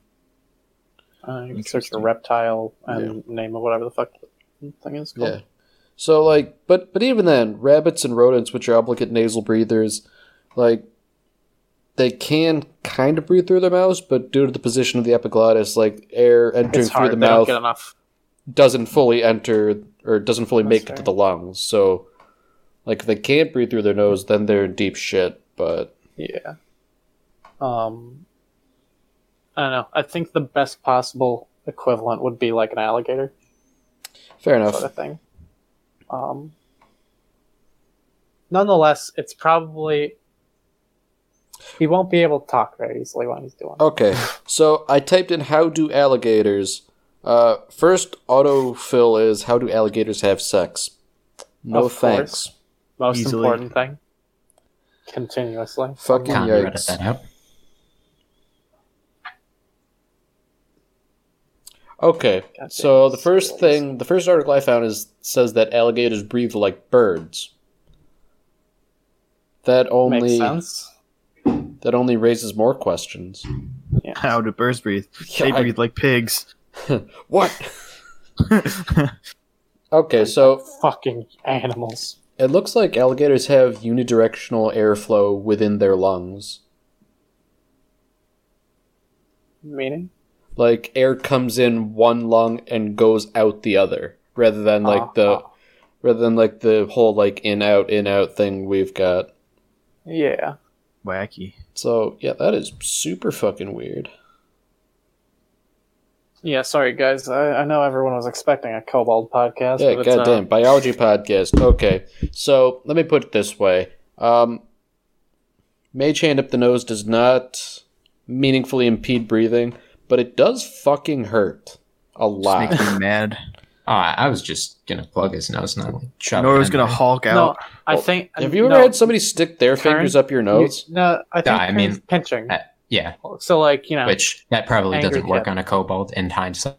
[SPEAKER 4] Uh, you can search for reptile and name of whatever the fuck the thing is called.
[SPEAKER 1] Yeah. Um, So like, but but even then, rabbits and rodents, which are obligate nasal breathers, like they can kind of breathe through their mouths, but due to the position of the epiglottis, like air entering
[SPEAKER 4] It's
[SPEAKER 1] through
[SPEAKER 4] hard.
[SPEAKER 1] the
[SPEAKER 4] They don't
[SPEAKER 1] mouth
[SPEAKER 4] get enough.
[SPEAKER 1] doesn't fully enter or doesn't fully
[SPEAKER 4] That's
[SPEAKER 1] make it
[SPEAKER 4] fair.
[SPEAKER 1] to the lungs. So like, if they can't breathe through their nose, then they're in deep shit. But
[SPEAKER 4] Yeah. Um. I don't know. I think the best possible equivalent would be like an alligator
[SPEAKER 1] fair
[SPEAKER 4] sort
[SPEAKER 1] enough.
[SPEAKER 4] of thing. Um. Nonetheless, it's probably he won't be able to talk very easily when he's doing. it.
[SPEAKER 1] Okay, so I typed in how do alligators. Uh, first autofill is how do alligators have sex? No
[SPEAKER 4] Of course.
[SPEAKER 1] thanks.
[SPEAKER 4] Most
[SPEAKER 2] easily.
[SPEAKER 4] important thing. Continuously.
[SPEAKER 1] Fucking
[SPEAKER 3] Con, you edit
[SPEAKER 1] yikes.
[SPEAKER 3] that out.
[SPEAKER 1] Okay,
[SPEAKER 4] Goddamn
[SPEAKER 1] so the first
[SPEAKER 4] squirrels.
[SPEAKER 1] thing, the first article I found is says that alligators breathe like birds. That
[SPEAKER 4] Makes
[SPEAKER 1] only
[SPEAKER 4] sense.
[SPEAKER 1] that only raises more questions.
[SPEAKER 4] Yeah.
[SPEAKER 2] How do birds breathe?
[SPEAKER 1] Yeah,
[SPEAKER 2] they
[SPEAKER 1] I-
[SPEAKER 2] breathe like pigs.
[SPEAKER 1] What? okay, so
[SPEAKER 4] Fucking animals.
[SPEAKER 1] it looks like alligators have unidirectional airflow within their lungs.
[SPEAKER 4] Meaning?
[SPEAKER 1] Like air comes in one lung and goes out the other, rather than like the
[SPEAKER 4] Uh-huh.
[SPEAKER 1] rather than like the whole like in out in out thing we've got.
[SPEAKER 4] Yeah.
[SPEAKER 2] Wacky.
[SPEAKER 1] So yeah, that is super fucking weird.
[SPEAKER 4] Yeah, sorry guys. I, I know everyone was expecting a Cobalt podcast.
[SPEAKER 1] Yeah,
[SPEAKER 4] but it's, uh,
[SPEAKER 1] goddamn biology podcast. Okay, so let me put it this way: um, mage hand up the nose does not meaningfully impede breathing, but it does fucking hurt a
[SPEAKER 2] Just
[SPEAKER 1] lot.
[SPEAKER 2] makes me mad.
[SPEAKER 3] Oh, I I was just gonna plug his nose, not like shove
[SPEAKER 2] Nor
[SPEAKER 3] it
[SPEAKER 2] was
[SPEAKER 3] in
[SPEAKER 2] gonna
[SPEAKER 3] there.
[SPEAKER 2] Hulk
[SPEAKER 4] No,
[SPEAKER 2] out.
[SPEAKER 4] I
[SPEAKER 1] Well,
[SPEAKER 4] think.
[SPEAKER 1] Have you ever
[SPEAKER 4] no,
[SPEAKER 1] had somebody stick their
[SPEAKER 4] Karen,
[SPEAKER 1] fingers up your
[SPEAKER 4] you-
[SPEAKER 1] nose?
[SPEAKER 4] no, I think.
[SPEAKER 3] I
[SPEAKER 4] I mean
[SPEAKER 3] mean-
[SPEAKER 4] pinching.
[SPEAKER 3] I- Yeah,
[SPEAKER 4] so like you know,
[SPEAKER 3] which that probably
[SPEAKER 4] Angry
[SPEAKER 3] doesn't work
[SPEAKER 4] cat.
[SPEAKER 3] on a kobold in hindsight.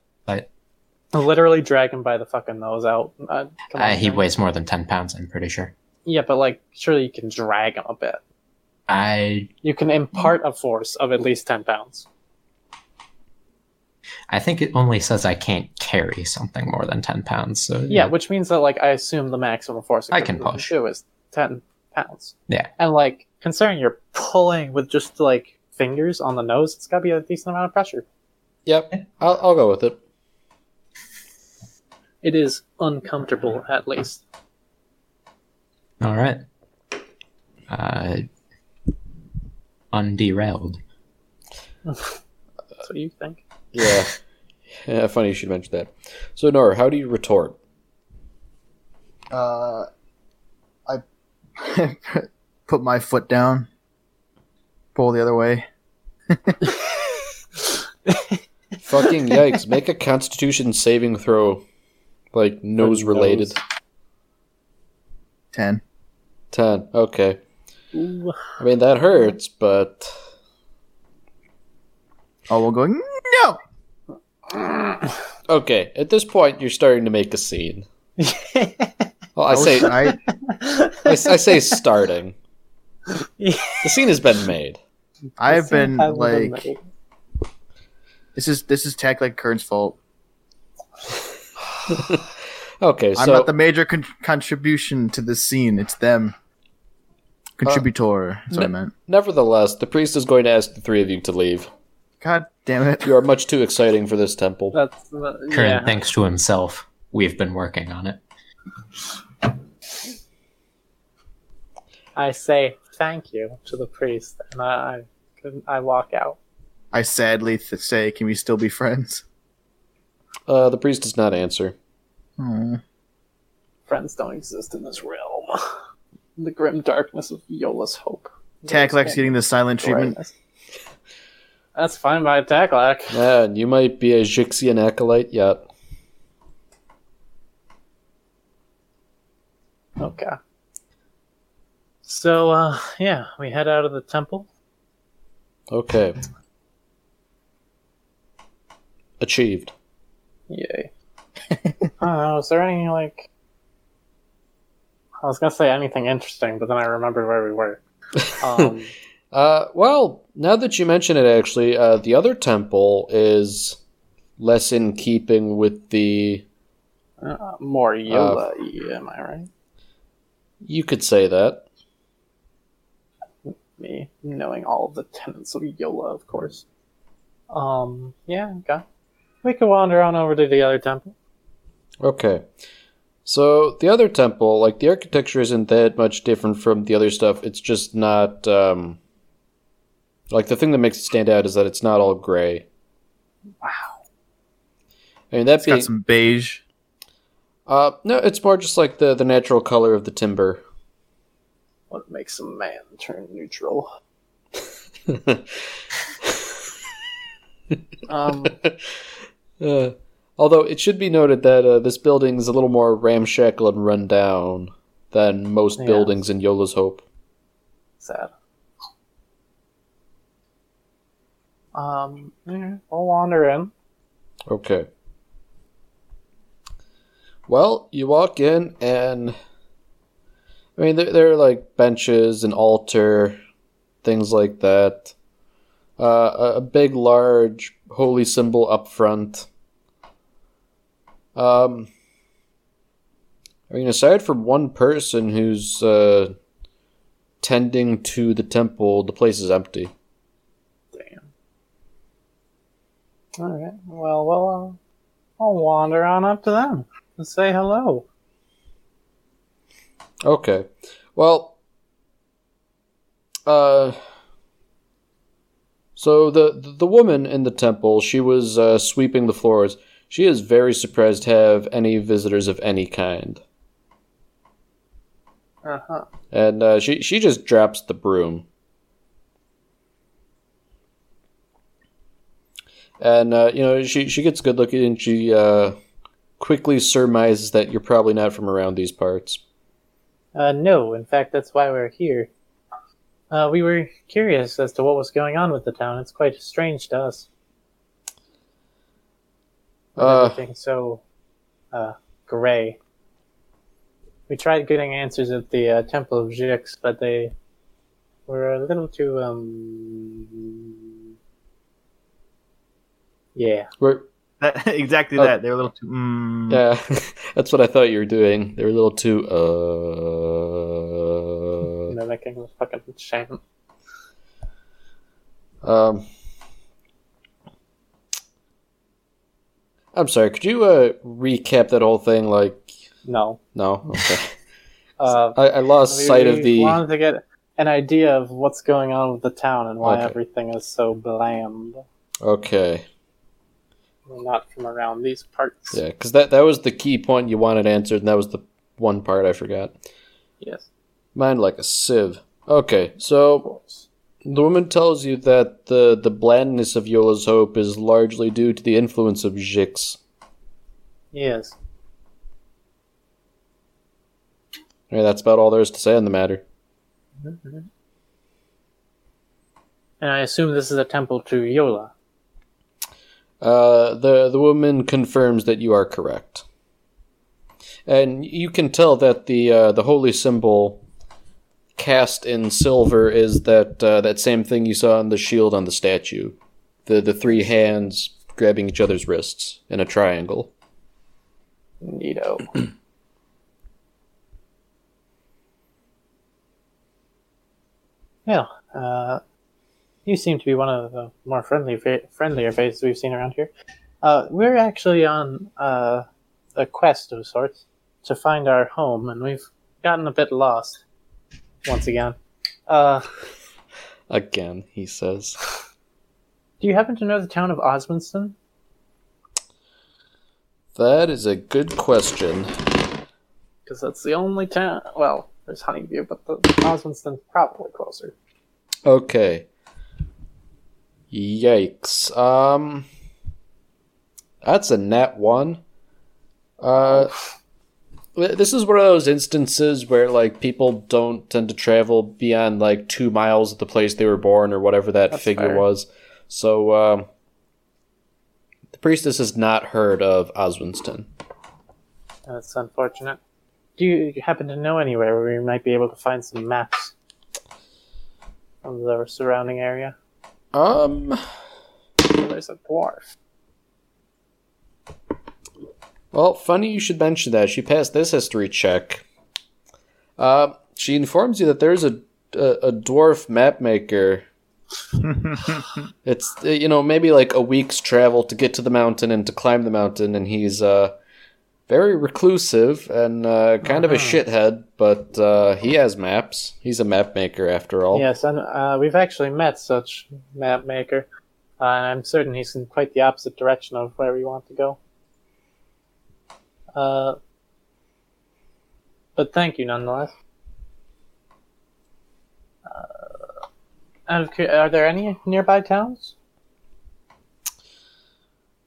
[SPEAKER 4] literally drag him by the fucking nose out. Uh, come on,
[SPEAKER 3] Uh, he
[SPEAKER 4] man.
[SPEAKER 3] weighs more than ten pounds. I'm pretty sure.
[SPEAKER 4] Yeah, but like, surely you can drag him a bit.
[SPEAKER 3] I
[SPEAKER 4] You can impart a force of at least ten pounds.
[SPEAKER 3] I think it only says I can't carry something more than ten pounds. So
[SPEAKER 4] Yeah, which means that like I assume the maximum force it
[SPEAKER 3] I
[SPEAKER 4] could
[SPEAKER 3] can push.
[SPEAKER 4] do is ten pounds.
[SPEAKER 3] Yeah.
[SPEAKER 4] and like considering you're pulling with just like fingers on the nose, it's got to be a decent amount of pressure.
[SPEAKER 1] Yep, I'll, I'll go with it.
[SPEAKER 4] It is uncomfortable, at least.
[SPEAKER 3] all right. Uh, underailed.
[SPEAKER 4] That's what you think.
[SPEAKER 1] Yeah, yeah. Funny you should mention that. So Nora, how do you retort?
[SPEAKER 2] Uh, I put my foot down, pull the other way.
[SPEAKER 1] fucking yikes! Make a Constitution saving throw, like nose related.
[SPEAKER 4] nose.
[SPEAKER 2] Ten.
[SPEAKER 1] Ten. Okay.
[SPEAKER 4] Ooh.
[SPEAKER 1] I mean, that hurts, but
[SPEAKER 2] Oh, we're going. No.
[SPEAKER 1] okay. At this point, you're starting to make a scene. Well, I
[SPEAKER 2] was-
[SPEAKER 1] say, I,
[SPEAKER 2] Oh, I,
[SPEAKER 1] s- I say, starting.
[SPEAKER 4] Yeah.
[SPEAKER 1] The scene has been made.
[SPEAKER 2] I have been
[SPEAKER 4] I will be
[SPEAKER 2] like,
[SPEAKER 4] ready.
[SPEAKER 2] this is this is tech like Kern's fault.
[SPEAKER 1] Okay,
[SPEAKER 2] I'm
[SPEAKER 1] so
[SPEAKER 2] not the major con- contribution to this scene. It's them. Contributor. that's what I
[SPEAKER 1] no-
[SPEAKER 2] meant.
[SPEAKER 1] nevertheless, the priest is going to ask the three of you to leave.
[SPEAKER 2] God damn it.
[SPEAKER 1] You are much too exciting for this temple.
[SPEAKER 4] That's uh,
[SPEAKER 3] Current
[SPEAKER 4] yeah.
[SPEAKER 3] thanks to himself, we've been working on it.
[SPEAKER 4] I say thank you to the priest, and I I, couldn't- I walk out.
[SPEAKER 2] I sadly th- say, can we still be friends?
[SPEAKER 1] Uh, the priest does not answer.
[SPEAKER 2] Hmm.
[SPEAKER 4] Friends don't exist in this realm. The grim darkness of Yola's hope.
[SPEAKER 2] Taclex getting the silent treatment.
[SPEAKER 4] Brightness. That's fine by attack lack.
[SPEAKER 1] Yeah, and you might be a Jixian acolyte yet.
[SPEAKER 4] Okay. So, uh, yeah, we head out of the temple.
[SPEAKER 1] Okay. Achieved.
[SPEAKER 4] Yay. I don't know, is there any, like. I was gonna say anything interesting, but then I remembered where we were. Um,
[SPEAKER 1] Uh, well, now that you mention it, actually, uh, the other temple is less in keeping with the.
[SPEAKER 4] uh, more Yola, yeah, am I right?
[SPEAKER 1] You could say that.
[SPEAKER 4] Me, knowing all of the tenets of Yola, of course. Um, yeah, okay. We could wander on over to the other temple.
[SPEAKER 1] Okay. So the other temple, like the architecture isn't that much different from the other stuff. It's just not um like the thing that makes it stand out is that it's not all gray.
[SPEAKER 4] Wow.
[SPEAKER 1] I mean that
[SPEAKER 2] It's
[SPEAKER 1] being
[SPEAKER 2] got some beige.
[SPEAKER 1] uh no, it's more just like the the natural color of the timber.
[SPEAKER 4] What makes a man turn neutral? Um,
[SPEAKER 1] Uh, although it should be noted that uh, this building is a little more ramshackle and run down than most
[SPEAKER 4] Yeah.
[SPEAKER 1] buildings in Yola's Hope.
[SPEAKER 4] sad. Um, yeah, we'll wander in.
[SPEAKER 1] Okay. Well, you walk in, and I mean, there, there are like benches, an altar, things like that. Uh, a, a big, large holy symbol up front. Um, I mean, aside from one person who's uh, tending to the temple, the place is empty.
[SPEAKER 4] Damn. All right. Well, well, uh, I'll wander on up to them and say hello.
[SPEAKER 1] Okay. Well, uh, so the the woman in the temple, she was uh, sweeping the floors. She is very surprised to have any visitors of any kind,
[SPEAKER 4] Uh huh.
[SPEAKER 1] and uh, she she just drops the broom. And uh, you know she she gets good looking, and she uh, quickly surmises that you're probably not from around these parts.
[SPEAKER 4] Uh, no. In fact, that's why we're here. Uh, we were curious as to what was going on with the town. It's quite strange to us. with
[SPEAKER 1] Uh,
[SPEAKER 4] everything so uh, gray. We tried getting answers at the uh, Temple of Jix, but they were a little too um. Yeah,
[SPEAKER 1] we're,
[SPEAKER 2] That exactly
[SPEAKER 1] Oh.
[SPEAKER 2] that. They're a little too. Mm,
[SPEAKER 1] Yeah, that's what I thought you were doing. They were a little too. Uh,
[SPEAKER 4] mimicking the fucking enchantment.
[SPEAKER 1] um, I'm sorry. Could you uh, recap that whole thing? Like,
[SPEAKER 4] No,
[SPEAKER 1] no, okay.
[SPEAKER 4] uh,
[SPEAKER 1] I, I lost
[SPEAKER 4] we
[SPEAKER 1] sight of the.
[SPEAKER 4] wanted to get an idea of what's going on with the town and why
[SPEAKER 1] Okay.
[SPEAKER 4] everything is so bland.
[SPEAKER 1] Okay,
[SPEAKER 4] We're not from around these parts.
[SPEAKER 1] yeah, because that that was the key point you wanted answered, and that was the one part I forgot.
[SPEAKER 4] Yes,
[SPEAKER 1] Mine like a sieve. Okay,
[SPEAKER 4] of
[SPEAKER 1] so
[SPEAKER 4] course.
[SPEAKER 1] The woman tells you that the, the blandness of Yola's hope is largely due to the influence of Jix.
[SPEAKER 4] Yes.
[SPEAKER 1] Yeah, that's about all there is to say on the matter.
[SPEAKER 4] And I assume this is a temple to Yola.
[SPEAKER 1] Uh, the the woman confirms that you are correct, and you can tell that the uh, the holy symbol cast in silver is that uh, that same thing you saw on the shield on the statue, the the three hands grabbing each other's wrists in a triangle.
[SPEAKER 4] Neato. yeah. Uh, you seem to be one of the more friendly fa- friendlier faces we've seen around here. Uh, we're actually on uh, a quest of sorts to find our home, and we've gotten a bit lost once again. Uh,
[SPEAKER 1] Again, he says.
[SPEAKER 4] do you happen to know the town of Osmundston?
[SPEAKER 1] That is a good question.
[SPEAKER 4] because that's the only town. Well, there's Honeyview, but the Osmondston's probably closer.
[SPEAKER 1] Okay. Yikes. Um, that's a net one. Uh, this is one of those instances where like people don't tend to travel beyond like two miles of the place they were born or whatever that
[SPEAKER 4] That's
[SPEAKER 1] figure
[SPEAKER 4] fair.
[SPEAKER 1] was. So um, the priestess has not heard of Oswinston.
[SPEAKER 4] That's unfortunate. Do you happen to know anywhere where we might be able to find some maps of the surrounding area?
[SPEAKER 1] Um,
[SPEAKER 4] Well, there's a dwarf.
[SPEAKER 1] Well, funny you should mention that. She passed this history check. Uh, she informs you that there's a a, a dwarf map maker. it's uh, you know maybe like a week's travel to get to the mountain and to climb the mountain, and he's uh, very reclusive and uh, kind of a shithead, but uh, he has maps. He's a map maker after all.
[SPEAKER 4] Yes, and uh, we've actually met such map maker, uh, and I'm certain he's in quite the opposite direction of where we want to go. Uh, but thank you nonetheless. Uh, out of cur- are there any nearby towns?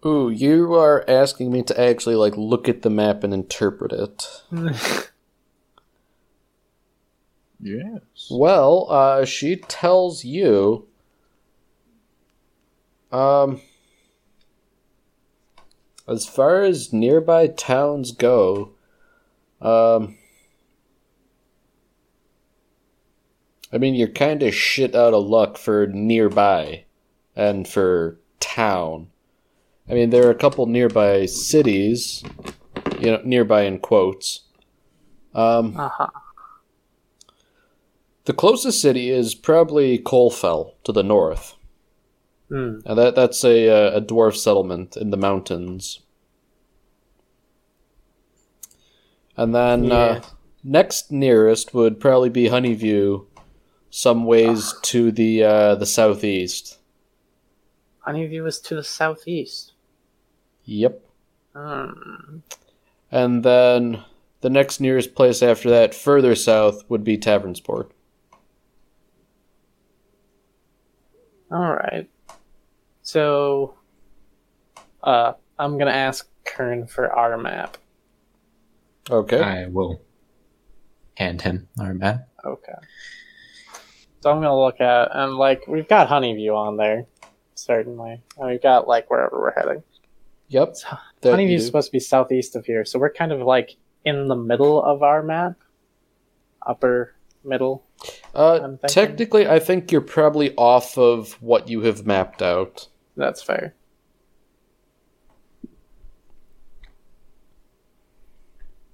[SPEAKER 1] Ooh, you are asking me to actually like look at the map and interpret it.
[SPEAKER 2] Yes.
[SPEAKER 1] Well, uh, she tells you. Um, as far as nearby towns go, um, I mean, you're kind of shit out of luck for nearby and for town. I mean, there are a couple nearby cities, you know, nearby in quotes. Um,
[SPEAKER 4] Uh-huh.
[SPEAKER 1] the closest city is probably Coalfell to the north.
[SPEAKER 4] Hmm.
[SPEAKER 1] And that that's a uh, a dwarf settlement in the mountains. And then uh,
[SPEAKER 4] Yes.
[SPEAKER 1] next nearest would probably be Honeyview, some
[SPEAKER 4] Ah.
[SPEAKER 1] ways to the uh, the southeast.
[SPEAKER 4] Honeyview is to the southeast.
[SPEAKER 1] Yep.
[SPEAKER 4] Hmm.
[SPEAKER 1] And then the next nearest place after that, further south, would be Tavernsport.
[SPEAKER 4] All right. So, uh, I'm gonna ask Kern for our map.
[SPEAKER 1] Okay.
[SPEAKER 3] I will hand him our map.
[SPEAKER 4] Okay. So I'm gonna look at and like we've got Honeyview on there, certainly, and we've got like wherever we're heading.
[SPEAKER 1] Yep.
[SPEAKER 4] So,
[SPEAKER 1] That you
[SPEAKER 4] Honeyview's
[SPEAKER 1] do.
[SPEAKER 4] supposed to be southeast of here, so we're kind of like in the middle of our map, upper middle.
[SPEAKER 1] Uh,
[SPEAKER 4] I'm thinking.
[SPEAKER 1] technically, I think you're probably off of what you have mapped out.
[SPEAKER 4] That's fair.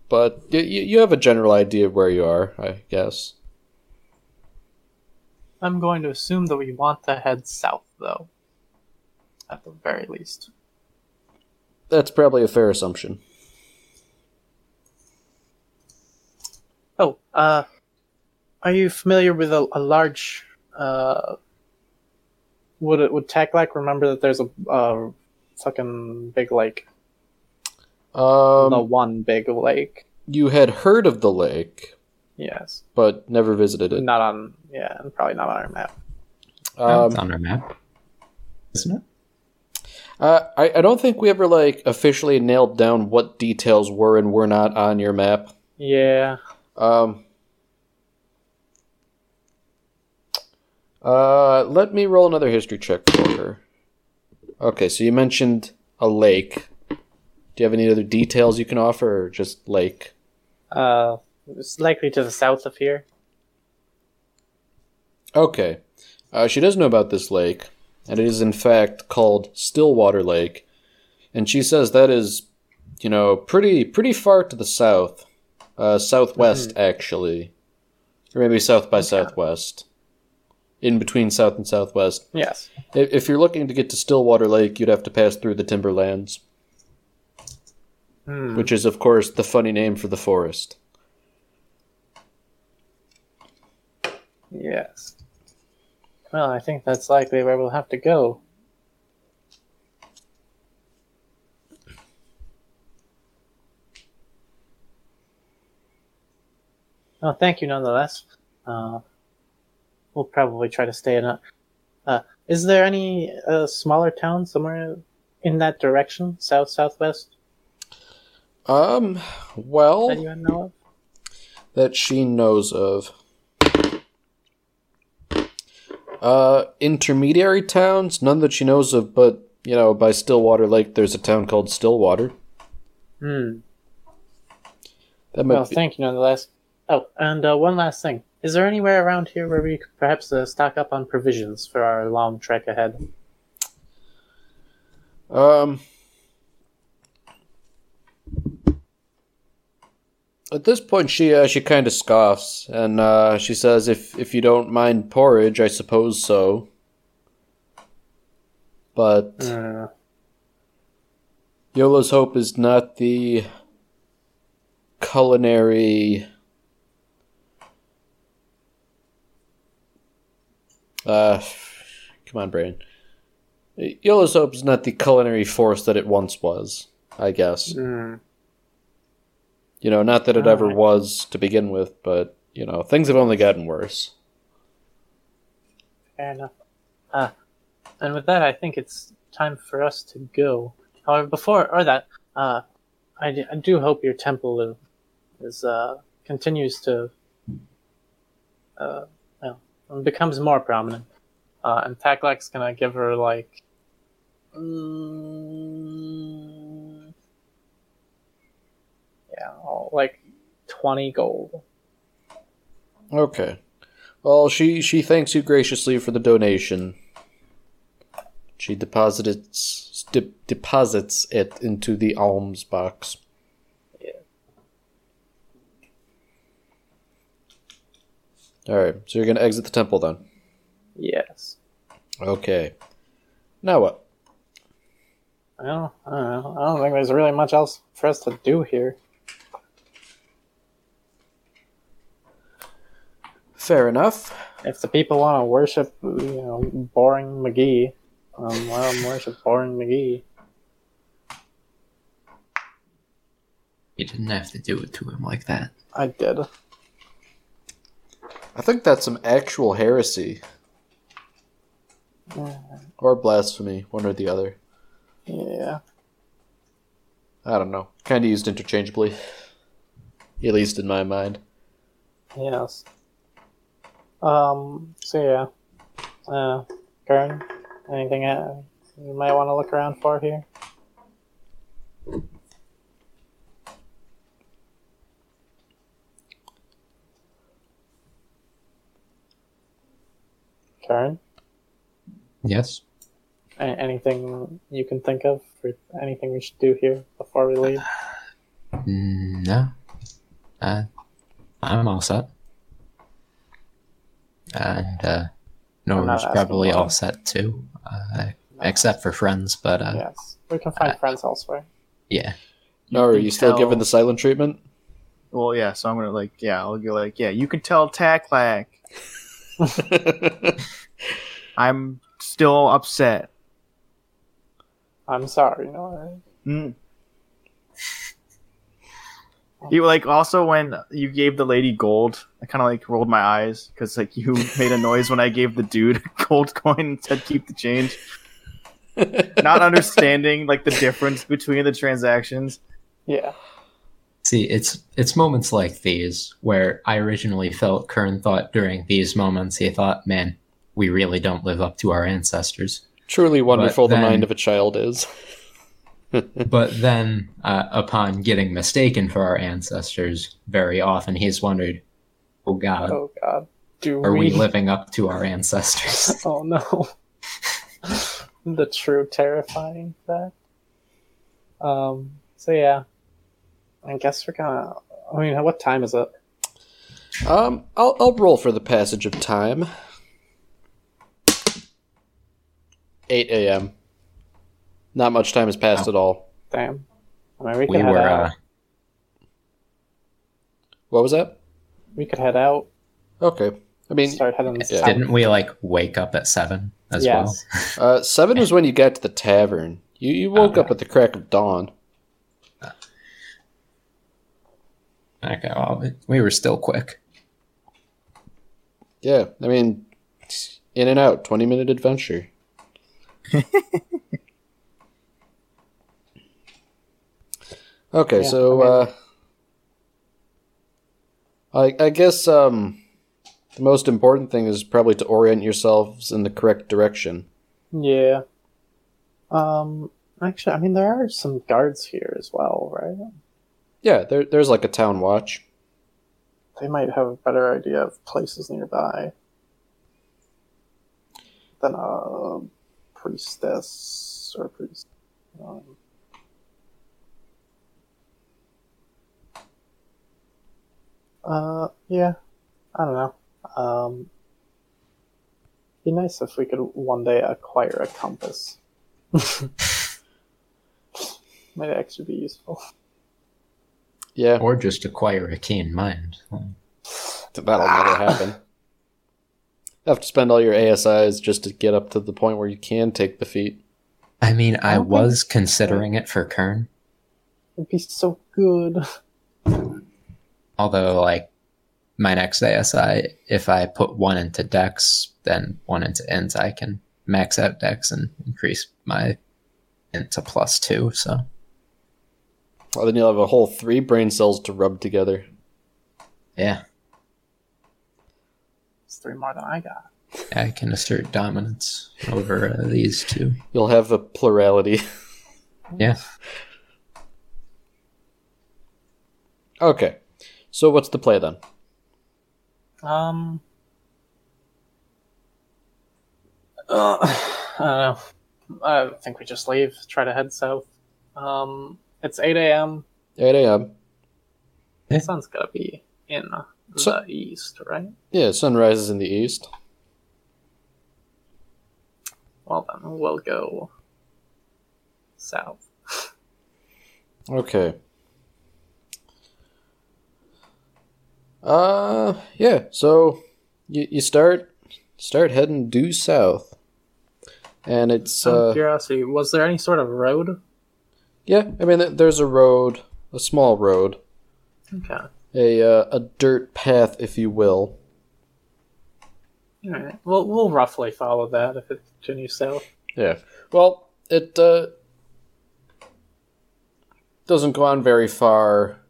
[SPEAKER 1] but you, you have a general idea of where you are, I guess.
[SPEAKER 4] I'm going to assume that we want to head south, though, at the very least.
[SPEAKER 1] That's probably a fair assumption.
[SPEAKER 4] Oh, uh, are you familiar with a, a large, uh, would it, would Taklak remember that there's a, uh, fucking big lake?
[SPEAKER 1] Um,
[SPEAKER 4] the one big lake.
[SPEAKER 1] You had heard of the lake,
[SPEAKER 4] Yes.
[SPEAKER 1] but never visited it.
[SPEAKER 4] Not on, yeah, and probably not on our map.
[SPEAKER 3] Oh,
[SPEAKER 1] Um,
[SPEAKER 3] it's on our map, isn't it?
[SPEAKER 1] uh, I, I don't think we ever like officially nailed down what details were and were not on your map.
[SPEAKER 4] Yeah.
[SPEAKER 1] Um, uh, let me roll another history check for her. Okay, so you mentioned a lake. Do you have any other details you can offer, or just lake?
[SPEAKER 4] Uh, it's likely to the south of here.
[SPEAKER 1] Okay. Uh, she does know about this lake, and it is in fact called Stillwater Lake, and she says that is, you know, pretty pretty far to the south, uh, southwest actually, or maybe south by southwest, in between south and southwest.
[SPEAKER 4] Yes.
[SPEAKER 1] If, if you're looking to get to Stillwater Lake, you'd have to pass through the Timberlands,
[SPEAKER 4] Hmm.
[SPEAKER 1] which is of course the funny name for the forest.
[SPEAKER 4] Yes. Well, I think that's likely where we'll have to go. Well, thank you nonetheless. Uh, we'll probably try to stay in a, Uh, is there any uh, smaller town somewhere in that direction, south southwest,
[SPEAKER 1] Um,
[SPEAKER 4] that
[SPEAKER 1] well,
[SPEAKER 4] you know of?
[SPEAKER 1] that she knows of. Uh, intermediary towns, none that she knows of, but, you know, by Stillwater Lake, there's a town called Stillwater.
[SPEAKER 4] Hmm.
[SPEAKER 1] That might
[SPEAKER 4] Well,
[SPEAKER 1] be-
[SPEAKER 4] thank you nonetheless. Oh, and uh, one last thing: is there anywhere around here where we could perhaps uh, stock up on provisions for our long trek ahead?
[SPEAKER 1] Um, at this point, she uh, she kind of scoffs and uh, she says, "If if you don't mind porridge, I suppose so." But
[SPEAKER 4] Uh,
[SPEAKER 1] Yola's hope is not the culinary uh come on brain Yola's hope is not the culinary force that it once was I guess
[SPEAKER 4] hmm.
[SPEAKER 1] you know not that it ever
[SPEAKER 4] Alright.
[SPEAKER 1] was to begin with but you know things have only gotten worse
[SPEAKER 4] Fair enough. Uh, and with that, I think it's time for us to go. However, before or that, uh, I, d- I do hope your temple is, is uh, continues to uh, well, becomes more prominent. Uh, and Taklak's gonna give her like. Mm, yeah, like 20 gold.
[SPEAKER 1] okay well she she thanks you graciously for the donation she deposits de- deposits it into the alms box All right, so you're gonna exit the temple then.
[SPEAKER 4] Yes.
[SPEAKER 1] Okay. Now what?
[SPEAKER 4] Well, I don't know. I don't think there's really much else for us to do here.
[SPEAKER 1] Fair enough.
[SPEAKER 4] If the people want to worship, you know, boring McGee, um, let them worship boring McGee.
[SPEAKER 3] You didn't have to do it to him like that.
[SPEAKER 4] I did.
[SPEAKER 1] I think that's some actual heresy
[SPEAKER 4] Yeah.
[SPEAKER 1] or blasphemy, one or the other.
[SPEAKER 4] Yeah.
[SPEAKER 1] I don't know. Kind of used interchangeably, at least in my mind.
[SPEAKER 4] Yes. Um. So yeah. Uh, Kern, anything uh, you might want to look around for here? Kern.
[SPEAKER 3] Yes.
[SPEAKER 4] A- anything you can think of for anything we should do here before we leave?
[SPEAKER 3] Uh-huh. Mm, No. Uh, I'm all set. And uh, Nora's
[SPEAKER 4] asking
[SPEAKER 3] probably
[SPEAKER 4] why.
[SPEAKER 3] all set too, uh, except for friends. But uh,
[SPEAKER 4] yes, we can find
[SPEAKER 3] uh,
[SPEAKER 4] friends elsewhere.
[SPEAKER 3] yeah,
[SPEAKER 1] No, are
[SPEAKER 2] can
[SPEAKER 1] you still
[SPEAKER 2] tell-
[SPEAKER 1] given the silent treatment?
[SPEAKER 2] Well, yeah. So I'm gonna like, yeah, I'll go like, yeah. You can tell Tacklack. I'm still upset.
[SPEAKER 4] I'm sorry, you know.
[SPEAKER 2] Mm. You like also when you gave the lady gold, I kind of like rolled my eyes because like you made a noise when I gave the dude a gold coin and said keep the change, not understanding like the difference between the transactions.
[SPEAKER 4] Yeah,
[SPEAKER 3] See, it's it's moments like these where I originally felt Kern thought during these moments he thought, man, we really don't live up to our ancestors.
[SPEAKER 1] Truly wonderful
[SPEAKER 3] But
[SPEAKER 1] the
[SPEAKER 3] then-
[SPEAKER 1] mind of a child is.
[SPEAKER 3] But then, uh, upon getting mistaken for our ancestors, very often he's wondered, oh God,
[SPEAKER 4] oh god. Do
[SPEAKER 3] are we
[SPEAKER 4] we.
[SPEAKER 3] living up to our ancestors?
[SPEAKER 4] oh no. the true terrifying fact. Um, so yeah. I guess we're gonna. I mean, what time is it?
[SPEAKER 1] Um, I'll, I'll roll for the passage of time. 8 a.m. Not much time has passed at all.
[SPEAKER 4] Damn. I mean, we could
[SPEAKER 3] we
[SPEAKER 4] head
[SPEAKER 3] were,
[SPEAKER 4] out.
[SPEAKER 3] uh,
[SPEAKER 1] What was that?
[SPEAKER 4] we could head out.
[SPEAKER 1] Okay. I mean,
[SPEAKER 4] Start heading
[SPEAKER 1] yeah.
[SPEAKER 4] south.
[SPEAKER 3] didn't we like wake up at seven as well?
[SPEAKER 4] Yes.
[SPEAKER 1] uh, 7 was when you got to the tavern. You, you woke up at the crack of dawn.
[SPEAKER 3] Okay, well, we were still quick.
[SPEAKER 1] Yeah, I mean, In and out, 20 minute adventure. okay,
[SPEAKER 4] Yeah,
[SPEAKER 1] so uh, I, I guess um, the most important thing is probably to orient yourselves in the correct direction.
[SPEAKER 4] Yeah. Um. Actually, I mean, there are some guards here as well, right?
[SPEAKER 1] Yeah, there, there's like a town watch.
[SPEAKER 4] They might have a better idea of places nearby than a priestess or priest. Um, uh, yeah. I don't know. Um, be nice if we could one day acquire a compass. might actually be useful.
[SPEAKER 1] Yeah,
[SPEAKER 3] or just acquire a keen mind.
[SPEAKER 1] that'll never happen. You have to spend all your ASIs just to get up to the point where you can take the feat.
[SPEAKER 3] I mean, I,
[SPEAKER 4] don't think-
[SPEAKER 3] was considering it for Kern,
[SPEAKER 4] It'd be so good.
[SPEAKER 3] although like my next ASI, if I put one into Dex, then one into Int, I can max out Dex and increase my Int to plus two. So
[SPEAKER 1] Well, then you'll have a whole three brain cells to rub together.
[SPEAKER 3] yeah,
[SPEAKER 4] It's three more than I got.
[SPEAKER 3] I can assert dominance over uh, these two.
[SPEAKER 1] You'll have a plurality.
[SPEAKER 3] Yeah.
[SPEAKER 1] Okay. So what's the play then?
[SPEAKER 4] Um. uh, I don't know. I think we just leave. Try to head south. Um, it's eight a.m.
[SPEAKER 1] 8 a.m.
[SPEAKER 3] Yeah.
[SPEAKER 4] Sun's gotta be in
[SPEAKER 1] So-
[SPEAKER 4] the east, right?
[SPEAKER 1] Yeah, sunrise is in the east.
[SPEAKER 4] Well, then we'll go south.
[SPEAKER 1] Okay. Uh, yeah. So you you start start heading due south, and it's
[SPEAKER 4] So,
[SPEAKER 1] uh
[SPEAKER 4] curiosity, was there any sort of road?
[SPEAKER 1] yeah. I mean, th- there's a road, a small road,
[SPEAKER 4] Okay.
[SPEAKER 1] a uh, a dirt path, if you will.
[SPEAKER 4] All right. We'll we'll roughly follow that if it continues south.
[SPEAKER 1] Yeah. Well, it uh, doesn't go on very far.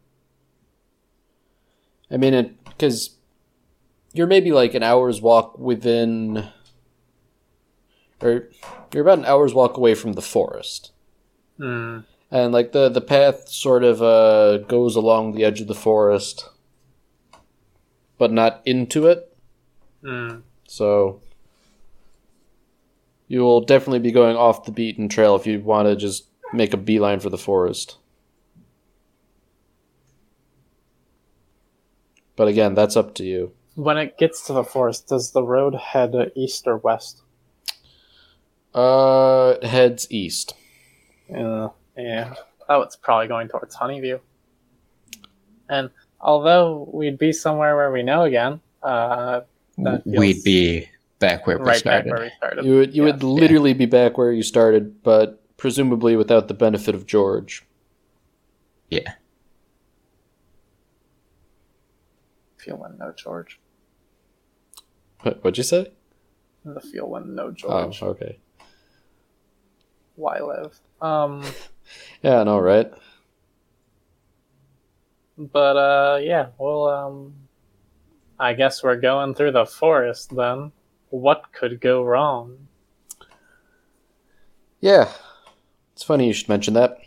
[SPEAKER 1] I mean, it because you're maybe like an hour's walk within, or you're about an hour's walk away from the forest,
[SPEAKER 4] Hmm.
[SPEAKER 1] and like the the path sort of uh, goes along the edge of the forest, but not into it.
[SPEAKER 4] Hmm.
[SPEAKER 1] So you will definitely be going off the beaten trail if you want to just make a beeline for the forest. But again, that's up to you.
[SPEAKER 4] When it gets to the forest, does the road head east or west?
[SPEAKER 1] Uh, it heads east.
[SPEAKER 4] Yeah. Yeah. Oh, it's probably going towards Honeyview. And although we'd be somewhere where we know again, uh, That feels-
[SPEAKER 3] We'd be back where we
[SPEAKER 4] right back
[SPEAKER 3] started.
[SPEAKER 4] where we started.
[SPEAKER 1] You would you would
[SPEAKER 4] Yeah.
[SPEAKER 1] literally be back where you started, but presumably without the benefit of George.
[SPEAKER 3] Yeah.
[SPEAKER 4] Feel when no George.
[SPEAKER 1] What, what'd you say?
[SPEAKER 4] The feel when no
[SPEAKER 1] Oh,
[SPEAKER 4] George.
[SPEAKER 1] okay.
[SPEAKER 4] Why live? Um,
[SPEAKER 1] Yeah, I know, right?
[SPEAKER 4] but uh, yeah. Well, um, I guess we're going through the forest then. What could go wrong?
[SPEAKER 1] Yeah. It's funny you should mention that.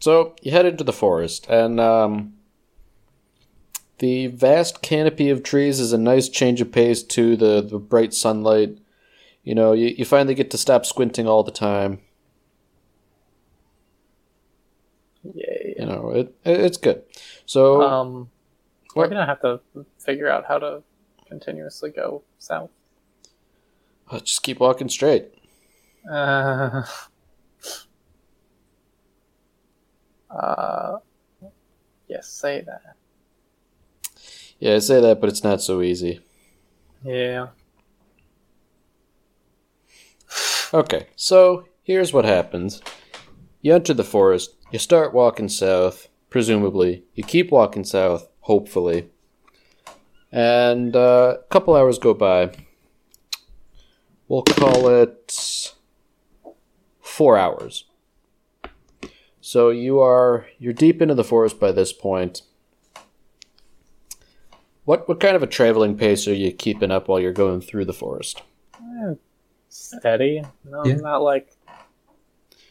[SPEAKER 1] So, you head into the forest, and um, the vast canopy of trees is a nice change of pace to the, the bright sunlight. You know, you, you finally get to stop squinting all the time.
[SPEAKER 4] Yay.
[SPEAKER 1] You know, it, it it's good. So,
[SPEAKER 4] Um, we're
[SPEAKER 1] What?
[SPEAKER 4] gonna have to figure out how to continuously go south.
[SPEAKER 1] uh, just keep walking straight.
[SPEAKER 4] Uh, uh, yes, say that.
[SPEAKER 1] Yeah, I say that, but it's not so easy.
[SPEAKER 4] Yeah.
[SPEAKER 1] Okay, so here's what happens. You enter the forest, you start walking south, presumably. You keep walking south, hopefully. And uh, a couple hours go by. we'll call it four hours. So you are you're deep into the forest by this point. What what kind of a traveling pace are you keeping up while you're going through the forest?
[SPEAKER 4] Steady. No,
[SPEAKER 3] Yeah.
[SPEAKER 4] not like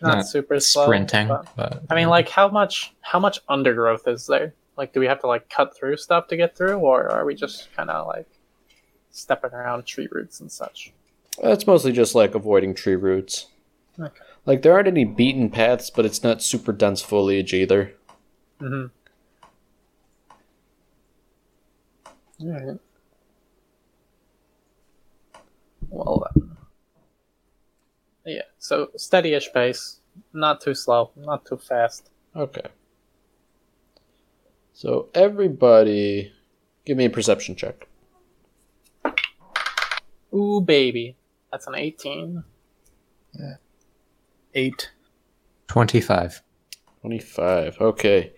[SPEAKER 4] not,
[SPEAKER 3] Not
[SPEAKER 4] super slow,
[SPEAKER 3] Sprinting,
[SPEAKER 4] but-
[SPEAKER 3] but
[SPEAKER 4] I mean, like how much how much undergrowth is there? Like, do we have to like cut through stuff to get through, or are we just kind of like stepping around tree roots and such?
[SPEAKER 1] That's mostly just like avoiding tree roots.
[SPEAKER 4] Okay.
[SPEAKER 1] Like there aren't any beaten paths, but it's not super dense foliage either.
[SPEAKER 4] hmm All right. Well, uh, then. yeah. So steady-ish pace, not too slow, not too fast.
[SPEAKER 1] Okay. So everybody, give me a perception check.
[SPEAKER 4] Ooh, baby, that's an eighteen.
[SPEAKER 2] Eight.
[SPEAKER 3] 25.
[SPEAKER 1] 25. Okay.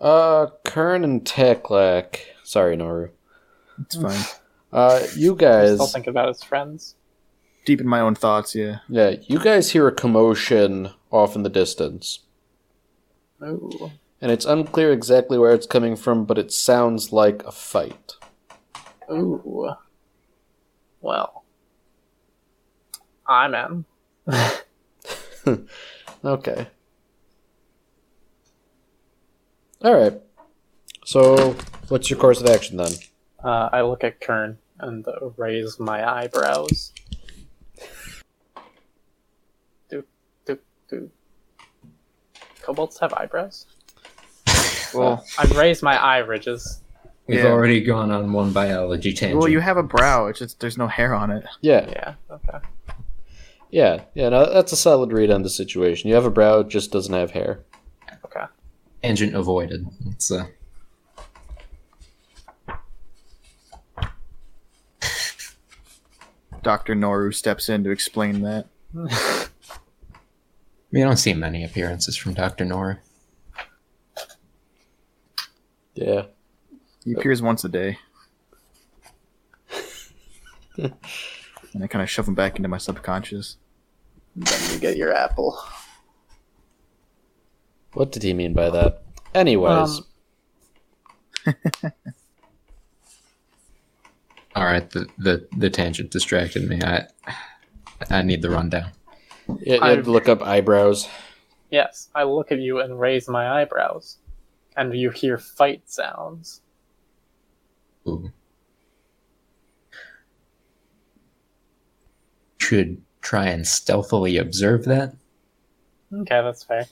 [SPEAKER 1] Uh, Kern and Teklak. Sorry, Noru.
[SPEAKER 2] It's fine.
[SPEAKER 1] Uh, you
[SPEAKER 4] I
[SPEAKER 1] guys.
[SPEAKER 4] Still thinking about his friends.
[SPEAKER 2] Deep in my own thoughts. Yeah.
[SPEAKER 1] Yeah, you guys hear a commotion off in the distance.
[SPEAKER 4] Ooh.
[SPEAKER 1] And it's unclear exactly where it's coming from, but it sounds like a fight.
[SPEAKER 4] Ooh. Well. I'm in.
[SPEAKER 1] Okay. Alright. So, what's your course of action then?
[SPEAKER 4] Uh, I look at Kern and uh, raise my eyebrows. Do, do, do. Kobolds have eyebrows?
[SPEAKER 2] Well,
[SPEAKER 4] I raise my eye ridges.
[SPEAKER 3] We've
[SPEAKER 2] Yeah.
[SPEAKER 3] already gone on one biology tangent.
[SPEAKER 2] well, you have a brow. It's just there's no hair on it.
[SPEAKER 1] Yeah,
[SPEAKER 4] Yeah, okay.
[SPEAKER 1] yeah, yeah, no, that's a solid read on the situation. You have a brow, it just doesn't have hair.
[SPEAKER 4] Okay.
[SPEAKER 3] tangent avoided. It's uh,
[SPEAKER 2] Doctor Noru steps in to explain that.
[SPEAKER 3] we don't see many appearances from Doctor Nora.
[SPEAKER 1] Yeah.
[SPEAKER 2] He appears once a day. and I kind of shove him back into my subconscious.
[SPEAKER 4] Then you get your apple.
[SPEAKER 1] What did he mean by that? Anyways,
[SPEAKER 4] Um,
[SPEAKER 3] All right, the, the the tangent distracted me. I I need the rundown.
[SPEAKER 1] you, you
[SPEAKER 4] I-
[SPEAKER 1] had to look up eyebrows.
[SPEAKER 4] Yes, I look at you and raise my eyebrows. And you hear fight sounds.
[SPEAKER 3] Ooh. Should try and stealthily observe that.
[SPEAKER 4] Okay, that's fair.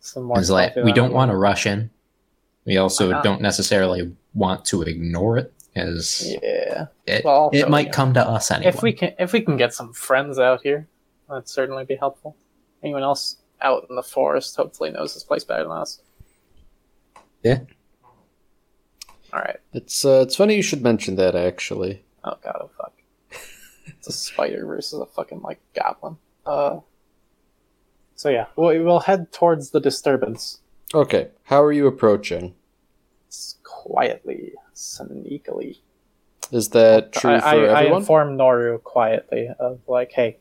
[SPEAKER 4] Some more
[SPEAKER 3] It's like
[SPEAKER 4] stuff
[SPEAKER 3] we
[SPEAKER 4] in
[SPEAKER 3] don't
[SPEAKER 4] that.
[SPEAKER 3] want to rush in. We also
[SPEAKER 4] Uh-huh.
[SPEAKER 3] don't necessarily want to ignore it, as
[SPEAKER 4] Yeah.
[SPEAKER 3] it,
[SPEAKER 4] Well, also,
[SPEAKER 3] it might
[SPEAKER 4] yeah.
[SPEAKER 3] come to us anyway.
[SPEAKER 4] If we can, if we can get some friends out here, that'd certainly be helpful. Anyone else out in the forest hopefully knows this place better than us.
[SPEAKER 3] Yeah.
[SPEAKER 4] All right.
[SPEAKER 1] It's uh, it's funny you should mention that actually.
[SPEAKER 4] Oh god, oh fuck. It's a spider versus a fucking like goblin. Uh. So yeah, we- we'll head towards the disturbance
[SPEAKER 1] Okay, how are you approaching?
[SPEAKER 4] s- quietly, sneakily.
[SPEAKER 1] Is that true
[SPEAKER 4] I,
[SPEAKER 1] for
[SPEAKER 4] I, I
[SPEAKER 1] everyone?
[SPEAKER 4] inform Noru quietly of like, hey,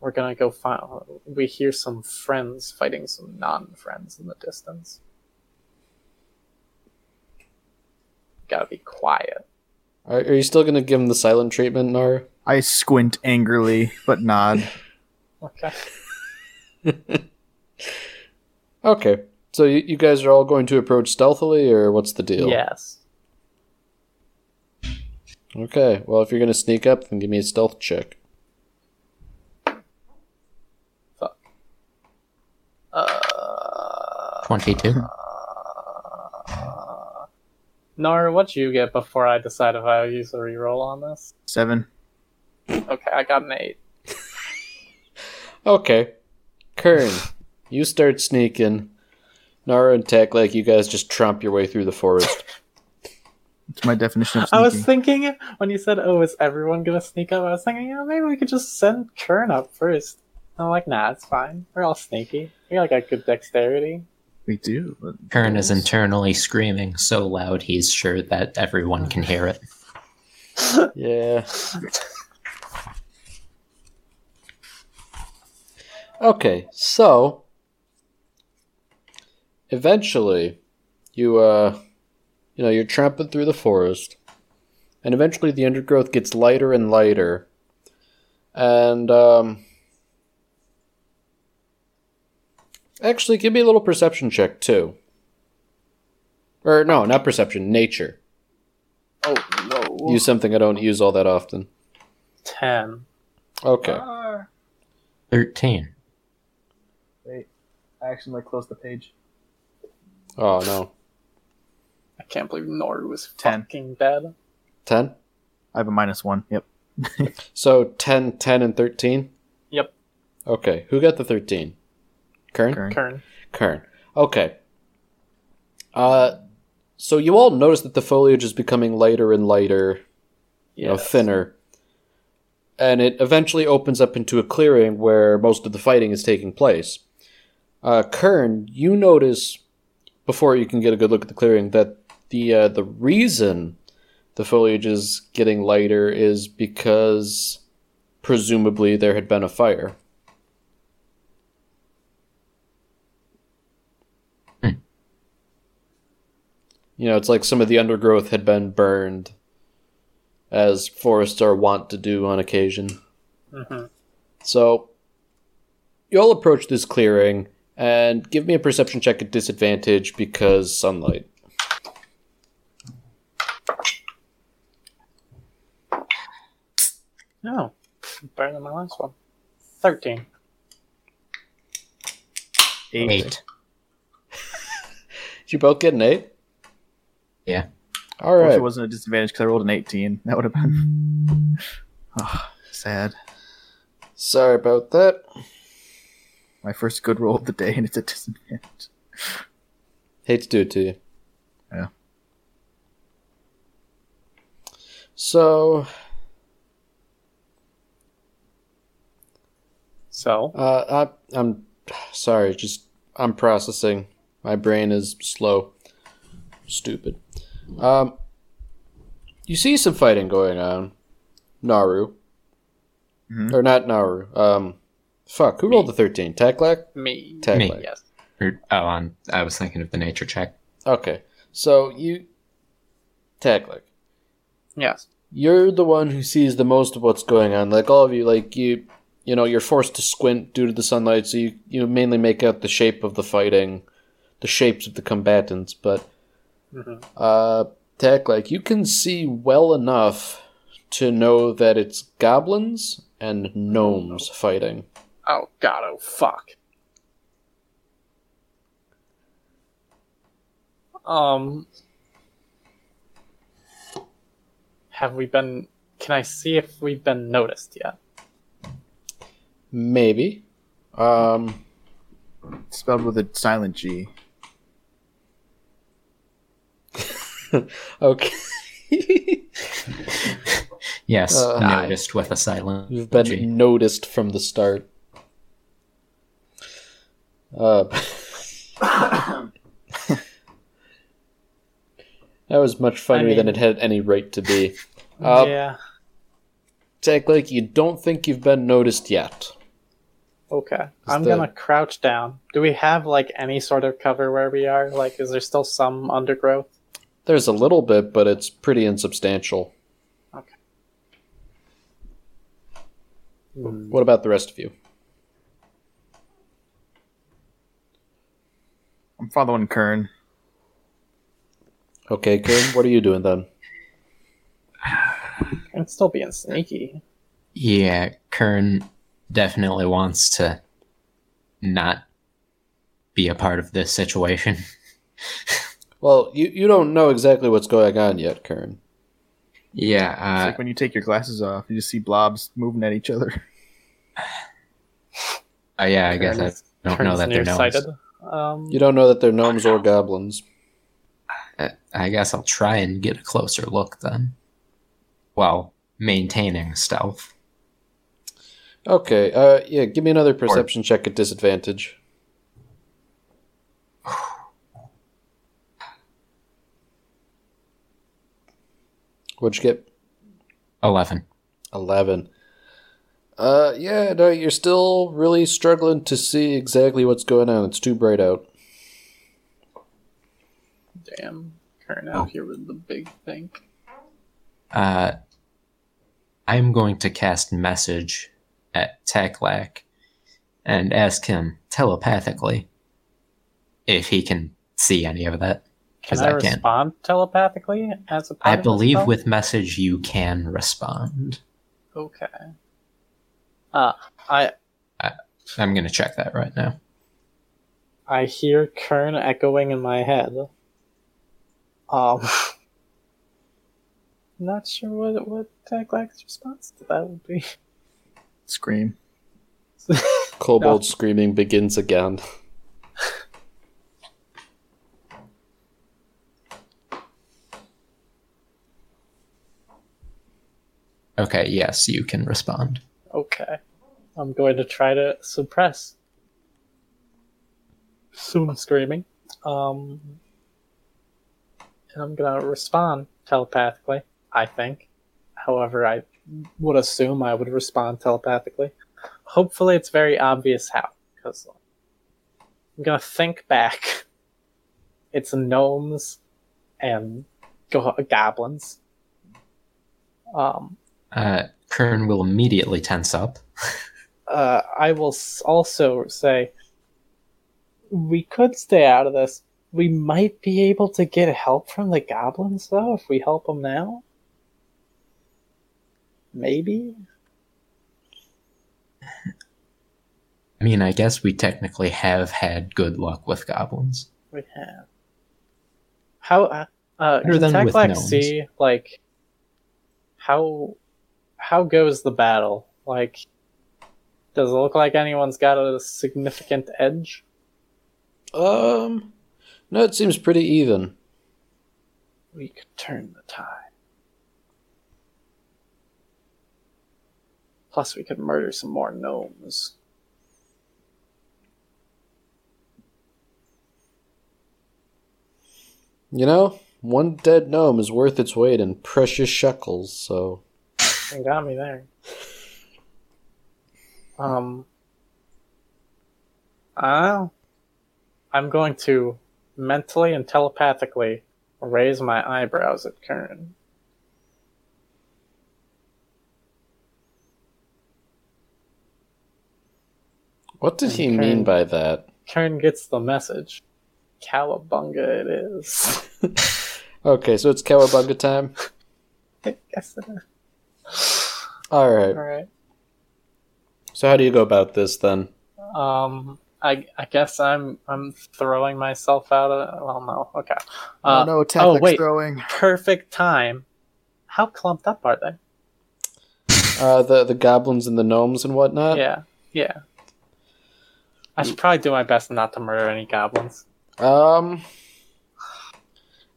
[SPEAKER 4] we're gonna go find. We hear some friends fighting some non-friends in the distance. Gotta be quiet.
[SPEAKER 1] are, are you still gonna give him the silent treatment, Nara?
[SPEAKER 2] I squint angrily, but nod.
[SPEAKER 4] Okay.
[SPEAKER 1] Okay, so you, you guys are all going to approach stealthily, or what's the deal?
[SPEAKER 4] Yes.
[SPEAKER 1] Okay, well, if you're gonna sneak up, then give me a stealth check.
[SPEAKER 4] Uh,
[SPEAKER 3] twenty-two.
[SPEAKER 4] Noru, what'd you get before I decide if I use a reroll on this?
[SPEAKER 2] Seven.
[SPEAKER 4] Okay, I got an eight.
[SPEAKER 1] Okay, Kern, you start sneaking. Nara and Tech, like you guys, just tromp your way through the forest.
[SPEAKER 2] It's my definition of sneaking.
[SPEAKER 4] I was thinking when you said, "Oh, is everyone gonna sneak up?" I was thinking, "Yeah, maybe we could just send Kern up first. And I'm like, "Nah, it's fine. We're all sneaky. We all got good dexterity."
[SPEAKER 2] we do. but-
[SPEAKER 3] Kern is internally screaming so loud he's sure that everyone can hear it.
[SPEAKER 1] yeah. Okay, so eventually you uh you know, you're tramping through the forest and eventually the undergrowth gets lighter and lighter. And um Actually, give me a little perception check too. Or no, not perception, nature.
[SPEAKER 4] Oh no.
[SPEAKER 1] Use something I don't use all that often.
[SPEAKER 4] ten.
[SPEAKER 1] Okay.
[SPEAKER 2] Ah.
[SPEAKER 3] 13.
[SPEAKER 2] Wait, I actually like close the page.
[SPEAKER 1] Oh no.
[SPEAKER 4] I can't believe Noru was
[SPEAKER 2] Ten.
[SPEAKER 4] fucking dead.
[SPEAKER 1] 10?
[SPEAKER 2] I have a minus one. Yep.
[SPEAKER 1] So 10, 10 and 13?
[SPEAKER 4] Yep.
[SPEAKER 1] Okay. Who got the 13? Kern?
[SPEAKER 2] Kern.
[SPEAKER 4] Kern.
[SPEAKER 1] Kern. Okay. Uh, so you all notice that the foliage is becoming lighter and lighter, you know,
[SPEAKER 4] Yes.
[SPEAKER 1] thinner, and it eventually opens up into a clearing where most of the fighting is taking place. Uh, Kern, you notice before you can get a good look at the clearing that the uh, the reason the foliage is getting lighter is because presumably there had been a fire. You know, it's like some of the undergrowth had been burned, as forests are wont to do on occasion.
[SPEAKER 4] Mhm.
[SPEAKER 1] So, you all approach this clearing and give me a perception check at disadvantage because sunlight.
[SPEAKER 4] No. Better than my last one. Thirteen.
[SPEAKER 2] Eight.
[SPEAKER 3] 8.
[SPEAKER 1] Did you both get an eight?
[SPEAKER 3] Yeah.
[SPEAKER 1] All
[SPEAKER 2] I wish
[SPEAKER 1] right.
[SPEAKER 2] it wasn't a disadvantage because I rolled an 18. That would have been Ah, sad.
[SPEAKER 1] Sorry about that.
[SPEAKER 2] My first good roll of the day, and it's a disadvantage.
[SPEAKER 1] Hate to do it to you.
[SPEAKER 2] Yeah.
[SPEAKER 1] So,
[SPEAKER 4] So
[SPEAKER 1] Uh, I, I'm sorry. Just I'm processing. My brain is slow. Stupid. Um, you see some fighting going on. Naru,
[SPEAKER 2] Mhm.
[SPEAKER 1] or not Naru. Um, fuck. Who rolled the thirteen? Taklak.
[SPEAKER 4] me.
[SPEAKER 1] Taglite.
[SPEAKER 3] Me.
[SPEAKER 4] Yes.
[SPEAKER 3] Or- Oh, on, I was thinking of the nature check.
[SPEAKER 1] Okay. So you, Taklak.
[SPEAKER 4] Yes.
[SPEAKER 1] you're the one who sees the most of what's going on. Like all of you, like you, you know, you're forced to squint due to the sunlight, so you you mainly make out the shape of the fighting, the shapes of the combatants. But
[SPEAKER 4] Mhm.
[SPEAKER 1] uh, Tech, like you can see well enough to know that it's goblins and gnomes fighting.
[SPEAKER 4] Oh god, oh fuck. Um Have we been can I see if we've been noticed yet?
[SPEAKER 1] Maybe. Um,
[SPEAKER 2] Spelled with a silent G.
[SPEAKER 1] okay.
[SPEAKER 3] Yes,
[SPEAKER 1] Uh,
[SPEAKER 3] noticed with a silent.
[SPEAKER 1] You've been
[SPEAKER 3] G.
[SPEAKER 1] noticed from the start. Uh, that was much funnier than
[SPEAKER 4] mean-
[SPEAKER 1] it had any right to be. Uh,
[SPEAKER 4] yeah.
[SPEAKER 1] Tech Lake, you don't think you've been noticed yet.
[SPEAKER 4] Okay. I'm
[SPEAKER 1] the-
[SPEAKER 4] gonna crouch down. Do we have like any sort of cover where we are? Like is there still some undergrowth?
[SPEAKER 1] There's a little bit, but it's pretty insubstantial. What about the rest of you?
[SPEAKER 2] I'm following Kern.
[SPEAKER 1] Okay, Kern, what are you doing then?
[SPEAKER 4] I'm still being sneaky.
[SPEAKER 3] Yeah, Kern definitely wants to not be a part of this situation.
[SPEAKER 1] Well, you, you don't know exactly what's going on yet, Kern.
[SPEAKER 2] It's
[SPEAKER 3] Yeah,
[SPEAKER 2] like when you take your glasses off, you just see blobs moving at each other.
[SPEAKER 3] uh, yeah, I guess I
[SPEAKER 4] Kern's-
[SPEAKER 3] don't know
[SPEAKER 4] Kern's
[SPEAKER 3] that they're
[SPEAKER 4] nearsighted.
[SPEAKER 3] gnomes.
[SPEAKER 4] Um,
[SPEAKER 1] You don't know that they're gnomes or goblins.
[SPEAKER 3] I- I guess I'll try and get a closer look then, while maintaining stealth.
[SPEAKER 1] Okay, uh, yeah, give me another perception check at disadvantage. What'd you get?
[SPEAKER 3] Eleven.
[SPEAKER 1] 11. Uh, yeah, no, you're still really struggling to see exactly what's going on. It's too bright out.
[SPEAKER 4] Damn, Kern
[SPEAKER 3] Oh.
[SPEAKER 4] out here with the big thing.
[SPEAKER 3] Uh, I'm going to cast message at Taklac and ask him telepathically if he can see any of that.
[SPEAKER 4] Can
[SPEAKER 3] 'Cause
[SPEAKER 4] I,
[SPEAKER 3] I can't.
[SPEAKER 4] respond telepathically as a part
[SPEAKER 3] I
[SPEAKER 4] of
[SPEAKER 3] believe
[SPEAKER 4] myself?
[SPEAKER 3] with message you can respond.
[SPEAKER 4] Okay. Uh, I
[SPEAKER 3] I'm going to check that right now.
[SPEAKER 4] I hear Kern echoing in my head. Um, not sure what what Taglak's response to that would be.
[SPEAKER 2] Scream.
[SPEAKER 1] Kobold screaming begins again.
[SPEAKER 3] Okay, yes, you can respond.
[SPEAKER 4] Okay, I'm going to try to suppress soon screaming. Um, and I'm gonna respond telepathically. I think. However, I would assume I would respond telepathically. Hopefully, it's very obvious how, because I'm gonna think back. It's gnomes and go- goblins. Um,
[SPEAKER 3] Uh, Kern will immediately tense up.
[SPEAKER 4] uh, I will s- also say we could stay out of this. We might be able to get help from the goblins, though, if we help them now. Maybe.
[SPEAKER 3] I mean, I guess we technically have had good luck with goblins.
[SPEAKER 4] We have. How uh, uh
[SPEAKER 3] Better
[SPEAKER 4] can
[SPEAKER 3] than with
[SPEAKER 4] Teclac
[SPEAKER 3] gnomes.
[SPEAKER 4] see like how how goes the battle? Like does it look like anyone's got a significant edge?
[SPEAKER 1] Um, no, it seems pretty even.
[SPEAKER 4] We could turn the tide. Plus we could murder some more gnomes.
[SPEAKER 1] You know, one dead gnome is worth its weight in precious shekels, so.
[SPEAKER 4] You got me there. Um, I I'm going to mentally and telepathically raise my eyebrows at Kern.
[SPEAKER 1] What did he
[SPEAKER 4] Okay.
[SPEAKER 1] mean by that?
[SPEAKER 4] Kern gets the message. Calabunga it is.
[SPEAKER 1] Okay, so it's Cowabunga time?
[SPEAKER 4] I guess it is.
[SPEAKER 1] Alright.
[SPEAKER 4] Alright.
[SPEAKER 1] So, how do you go about this then?
[SPEAKER 4] Um, I, I guess I'm I'm throwing myself out of. Well, no. Okay. Uh,
[SPEAKER 2] oh no, tactics
[SPEAKER 4] wait.
[SPEAKER 2] throwing.
[SPEAKER 4] Perfect time. How clumped up are they?
[SPEAKER 1] Uh, the, the goblins and the gnomes and
[SPEAKER 2] Uh,
[SPEAKER 1] whatnot?
[SPEAKER 4] yeah, yeah. I should probably do my best not to murder any goblins.
[SPEAKER 1] Um,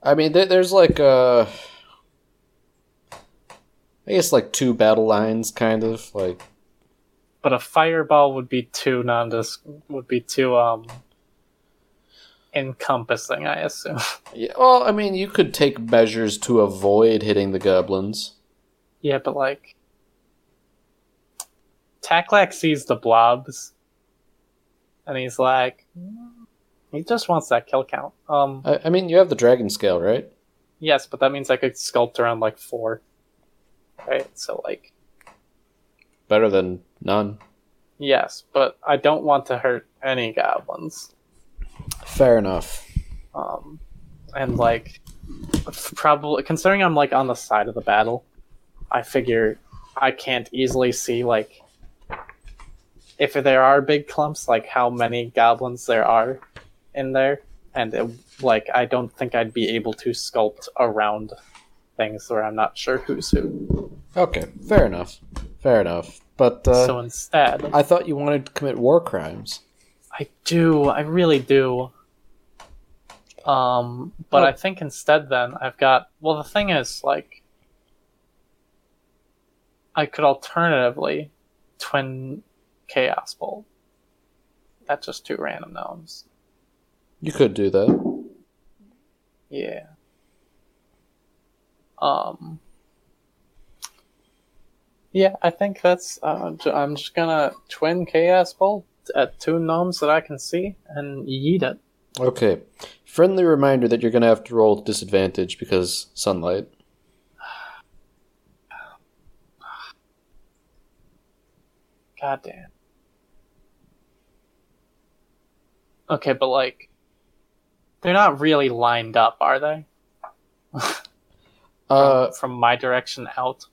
[SPEAKER 1] I mean, there, there's like uh, I guess like two battle lines, kind of like
[SPEAKER 4] But a fireball would be too non dis would be too um encompassing, I assume.
[SPEAKER 1] yeah. Well, I mean, you could take measures to avoid hitting the goblins.
[SPEAKER 4] yeah, but like Taklak sees the blobs and he's like "Mm, he just wants that kill count. Um
[SPEAKER 1] I, I mean, you have the dragon scale, right?
[SPEAKER 4] yes, but that means I could sculpt around like four. Right? So like
[SPEAKER 1] Better than none.
[SPEAKER 4] yes, but I don't want to hurt any goblins.
[SPEAKER 1] Fair enough.
[SPEAKER 4] um, and like probably considering I'm like on the side of the battle, I figure I can't easily see like if there are big clumps, like how many goblins there are in there, and it, like I don't think I'd be able to sculpt around things where I'm not sure who's who.
[SPEAKER 1] Okay, fair enough. Fair enough. But uh,
[SPEAKER 4] so instead,
[SPEAKER 1] I thought you wanted to commit war crimes.
[SPEAKER 4] I do. I really do. Um, but
[SPEAKER 1] Oh.
[SPEAKER 4] I think instead, then I've got. Well, the thing is, like, I could alternatively twin chaos bolt. That's just two random gnomes.
[SPEAKER 1] You could do that.
[SPEAKER 4] Yeah. Um. Yeah, I think that's. Uh, ju- I'm just gonna twin Chaos Bolt at two gnomes that I can see and yeet it.
[SPEAKER 1] Okay. Friendly reminder that you're going to have to roll disadvantage because sunlight.
[SPEAKER 4] God damn. Okay, but like, they're not really lined up, are they?
[SPEAKER 1] Uh,
[SPEAKER 4] from my direction out.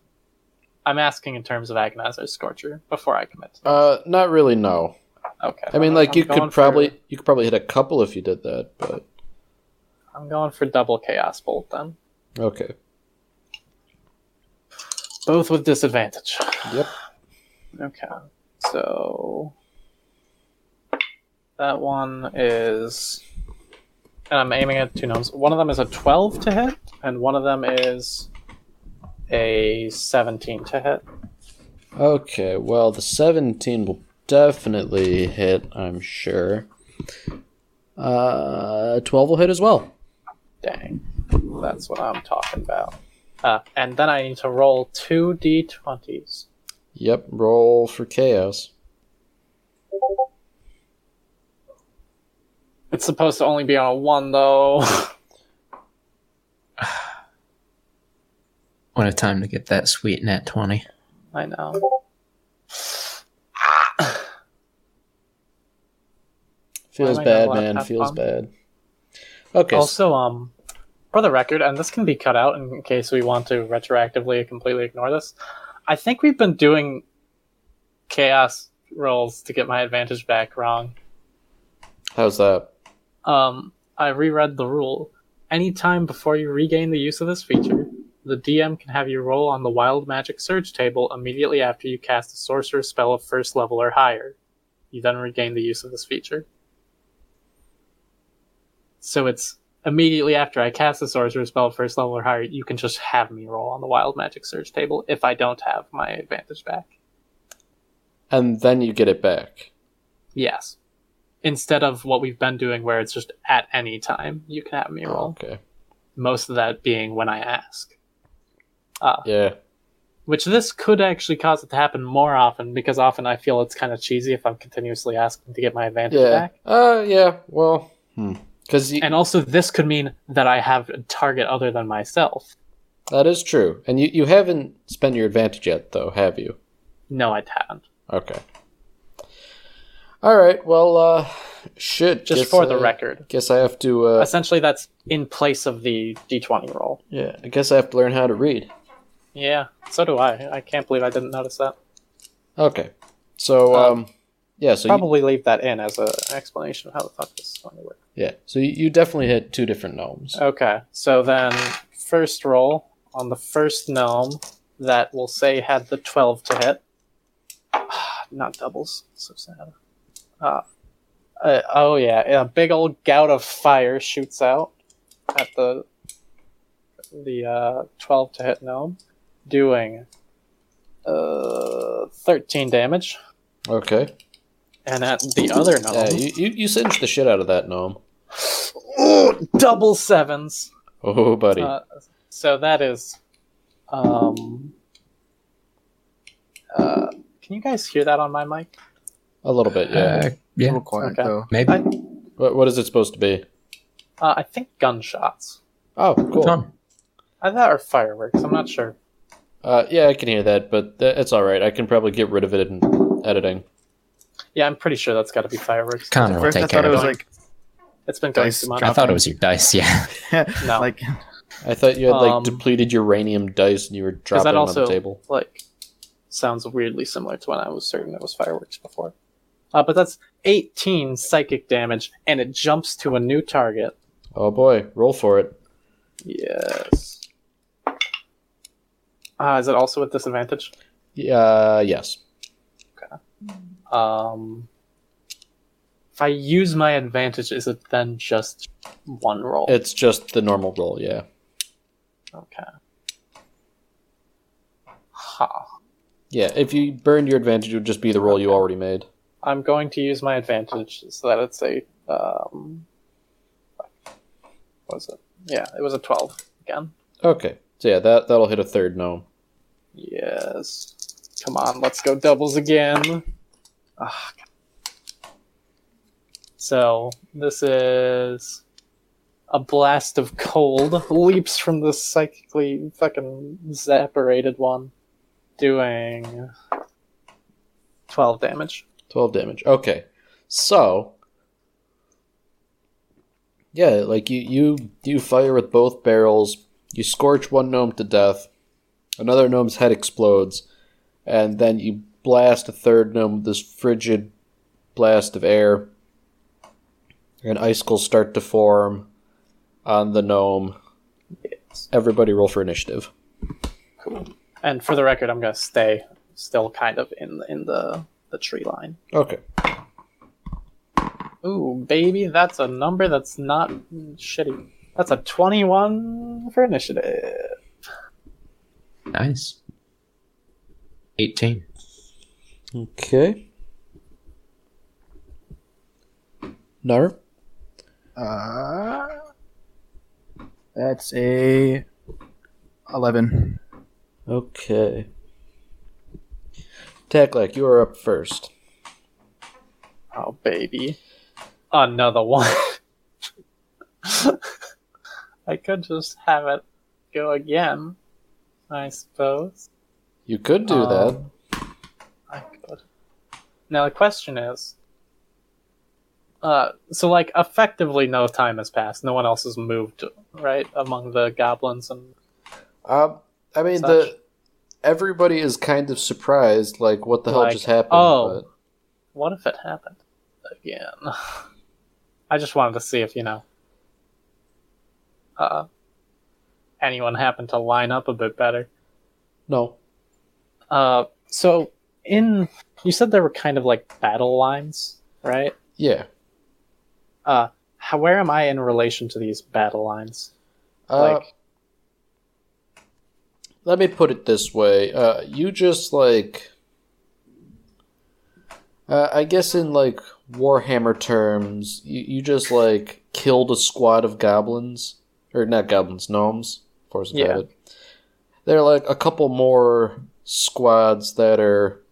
[SPEAKER 4] I'm asking in terms of Agonizer Scorcher before I commit.
[SPEAKER 1] uh, not really. No.
[SPEAKER 4] Okay.
[SPEAKER 1] I mean,
[SPEAKER 4] I'm-
[SPEAKER 1] like
[SPEAKER 4] I'm
[SPEAKER 1] you could
[SPEAKER 4] going
[SPEAKER 1] probably
[SPEAKER 4] For,
[SPEAKER 1] you could probably hit a couple if you did that, but
[SPEAKER 4] I'm going for double Chaos Bolt then,
[SPEAKER 1] okay.
[SPEAKER 4] both with disadvantage.
[SPEAKER 1] Yep.
[SPEAKER 4] Okay. So that one is and I'm aiming at two gnomes. One of them is a 12 to hit and one of them is a 17 to hit.
[SPEAKER 1] Okay. Well, the 17 will definitely hit, I'm sure. Uh, 12 will hit as well.
[SPEAKER 4] Dang. That's what I'm talking about. Uh, and then I need to roll two d20s.
[SPEAKER 1] Yep. Roll for chaos.
[SPEAKER 4] It's supposed to only be on a 1 though.
[SPEAKER 3] What a time to get that sweet net 20.
[SPEAKER 4] I know.
[SPEAKER 1] Feels
[SPEAKER 4] am I
[SPEAKER 1] bad,
[SPEAKER 4] not allowed to
[SPEAKER 1] man.
[SPEAKER 4] have
[SPEAKER 1] Feels
[SPEAKER 4] fun?
[SPEAKER 1] bad. Okay. s-
[SPEAKER 4] Also, um, for the record, and this can be cut out in case we want to retroactively completely ignore this. I think we've been doing chaos rolls to get my advantage back wrong.
[SPEAKER 1] how's that?
[SPEAKER 4] Um, I reread the rule. Anytime before you regain the use of this feature, the DM can have you roll on the wild magic surge table immediately after you cast a sorcerer spell of first level or higher. You then regain the use of this feature. So it's immediately after I cast a sorcerer spell of first level or higher, you can just have me roll on the wild magic surge table if I don't have my advantage back.
[SPEAKER 1] And then you get it back.
[SPEAKER 4] Yes. Instead of what we've been doing where it's just at any time you can have me roll.
[SPEAKER 1] Okay.
[SPEAKER 4] most of that being when I ask.
[SPEAKER 1] Yeah.
[SPEAKER 4] Which this could actually cause it to happen more often because often I feel it's kind of cheesy if I'm continuously asking to get my advantage
[SPEAKER 1] Yeah.
[SPEAKER 4] back.
[SPEAKER 1] Uh. Yeah. Well. Because you
[SPEAKER 4] And also, this could mean that I have a target other than myself.
[SPEAKER 1] That is true. And you, you haven't spent your advantage yet, though, have you?
[SPEAKER 4] No, I haven't.
[SPEAKER 1] Okay. All right. Well, uh, shit.
[SPEAKER 4] Just
[SPEAKER 1] guess
[SPEAKER 4] for the
[SPEAKER 1] I-
[SPEAKER 4] record.
[SPEAKER 1] Guess I have to. Uh,
[SPEAKER 4] Essentially, that's in place of the d20 roll.
[SPEAKER 1] yeah. I guess I have to learn how to read.
[SPEAKER 4] Yeah, so do I. I can't believe I didn't notice that.
[SPEAKER 1] Okay. So, um,
[SPEAKER 4] Um,
[SPEAKER 1] yeah. So you,
[SPEAKER 4] Probably leave that in as a- an explanation of how the fuck this is going to work.
[SPEAKER 1] yeah. So you, you definitely hit two different gnomes.
[SPEAKER 4] Okay, so then first roll on the first gnome that we'll say had the 12 to hit. Not doubles, so sad. Uh, uh, oh, yeah, a big old gout of fire shoots out at the the uh, 12 to hit gnome, doing uh, 13 damage.
[SPEAKER 1] Okay.
[SPEAKER 4] And at the other
[SPEAKER 1] Yeah.
[SPEAKER 4] gnome,
[SPEAKER 1] You, you you singed the shit out of that gnome.
[SPEAKER 4] double sevens.
[SPEAKER 1] Oh, buddy.
[SPEAKER 4] Uh, so that is. Um, uh, can you guys hear that on my mic?
[SPEAKER 1] a little bit. Yeah.
[SPEAKER 3] Uh, yeah,
[SPEAKER 2] little quiet
[SPEAKER 4] Okay.
[SPEAKER 2] though.
[SPEAKER 3] maybe.
[SPEAKER 4] I-
[SPEAKER 1] what, what is it supposed to be?
[SPEAKER 4] Uh, I think gunshots.
[SPEAKER 1] Oh, cool.
[SPEAKER 3] Done.
[SPEAKER 4] I thought are fireworks. I'm not sure.
[SPEAKER 1] Uh, yeah, I can hear that, but th- it's all right. I can probably get rid of it in editing.
[SPEAKER 4] Yeah, I'm pretty sure that's got to be fireworks.
[SPEAKER 3] Connor will
[SPEAKER 2] First, I
[SPEAKER 3] take care
[SPEAKER 2] thought it
[SPEAKER 3] of
[SPEAKER 2] was
[SPEAKER 3] it.
[SPEAKER 2] like
[SPEAKER 4] It's been going
[SPEAKER 2] Dice
[SPEAKER 4] too
[SPEAKER 3] I
[SPEAKER 4] much.
[SPEAKER 3] thought it was your dice, yeah.
[SPEAKER 4] No, like,
[SPEAKER 2] like
[SPEAKER 1] I thought you had like
[SPEAKER 4] Um,
[SPEAKER 1] depleted uranium dice and you were dropping
[SPEAKER 4] that
[SPEAKER 1] it on
[SPEAKER 4] also-
[SPEAKER 1] the table.
[SPEAKER 4] sounds weirdly similar to when I was certain it was fireworks before. Uh, but that's 18 psychic damage, and it jumps to a new target.
[SPEAKER 1] Oh boy, roll for it.
[SPEAKER 4] Yes. Uh, is it also with disadvantage?
[SPEAKER 1] Uh, yes.
[SPEAKER 4] Um, if I use my advantage, is it then just one roll?
[SPEAKER 1] It's just the normal roll, yeah.
[SPEAKER 4] okay. Ha.
[SPEAKER 1] Yeah, if you burned your advantage, it would just be the roll you already made.
[SPEAKER 4] I'm going to use my advantage so that it's a um. What was it? Yeah, it was a twelve again.
[SPEAKER 1] Okay. So yeah, that, that'll hit a third gnome.
[SPEAKER 4] Yes. Come on, let's go doubles again. Ah, God. So this is a blast of cold leaps from the psychically fucking separated one, doing twelve damage.
[SPEAKER 1] 12 damage. Okay. So Yeah, like you you you fire with both barrels, you scorch one gnome to death, another gnome's head explodes, and then you blast a third gnome with this frigid blast of air. And icicles start to form on the gnome. Everybody roll for initiative.
[SPEAKER 4] And for the record, I'm gonna stay still kind of in in the the tree line.
[SPEAKER 1] Okay.
[SPEAKER 4] Ooh, baby, that's a number that's not shitty. That's a 21 for initiative.
[SPEAKER 3] Nice. 18.
[SPEAKER 1] Okay. Nar?
[SPEAKER 2] Uh, that's a eleven.
[SPEAKER 1] Okay. Tacklack, you are up first.
[SPEAKER 4] Oh, baby. Another one. I could just have it go again, I suppose.
[SPEAKER 1] You could do
[SPEAKER 4] Um,
[SPEAKER 1] that.
[SPEAKER 4] I could. Now the question is, uh, so like effectively no time has passed. No one else has moved, right, among the goblins and
[SPEAKER 1] Um, I mean,
[SPEAKER 4] Such.
[SPEAKER 1] the everybody is kind of surprised, like what the hell
[SPEAKER 4] Like,
[SPEAKER 1] just happened.
[SPEAKER 4] oh. What if it happened again? I just wanted to see if you know, uh, anyone happened to line up a bit better.
[SPEAKER 1] but no,
[SPEAKER 4] Uh, so in you said there were kind of like battle lines, right?
[SPEAKER 1] yeah.
[SPEAKER 4] Uh, how, where am I in relation to these battle lines?
[SPEAKER 1] Uh,
[SPEAKER 4] Like-
[SPEAKER 1] let me put it this way: uh, you just like, uh, I guess in like Warhammer terms, you, you just like killed a squad of goblins or not goblins, gnomes. Of course,
[SPEAKER 4] Yeah.
[SPEAKER 1] yeah. it. They're like a couple more squads that are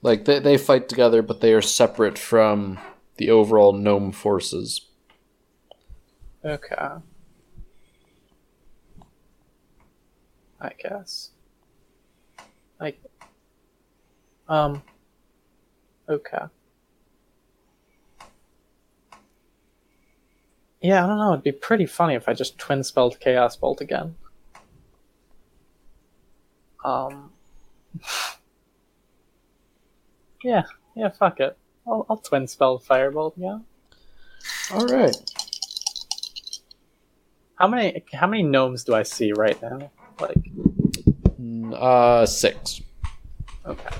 [SPEAKER 1] like they they fight together, but they are separate from the overall gnome forces.
[SPEAKER 4] Okay. I guess. Like. Um. Okay. Yeah, I don't know. It'd be pretty funny if I just twin spelled Chaos Bolt again. Um. Yeah, yeah, fuck it. I'll, I'll twin spell Firebolt, yeah.
[SPEAKER 1] All right.
[SPEAKER 4] How many how many gnomes do I see right now? Like
[SPEAKER 1] Mm, Uh, six.
[SPEAKER 4] okay. Oh,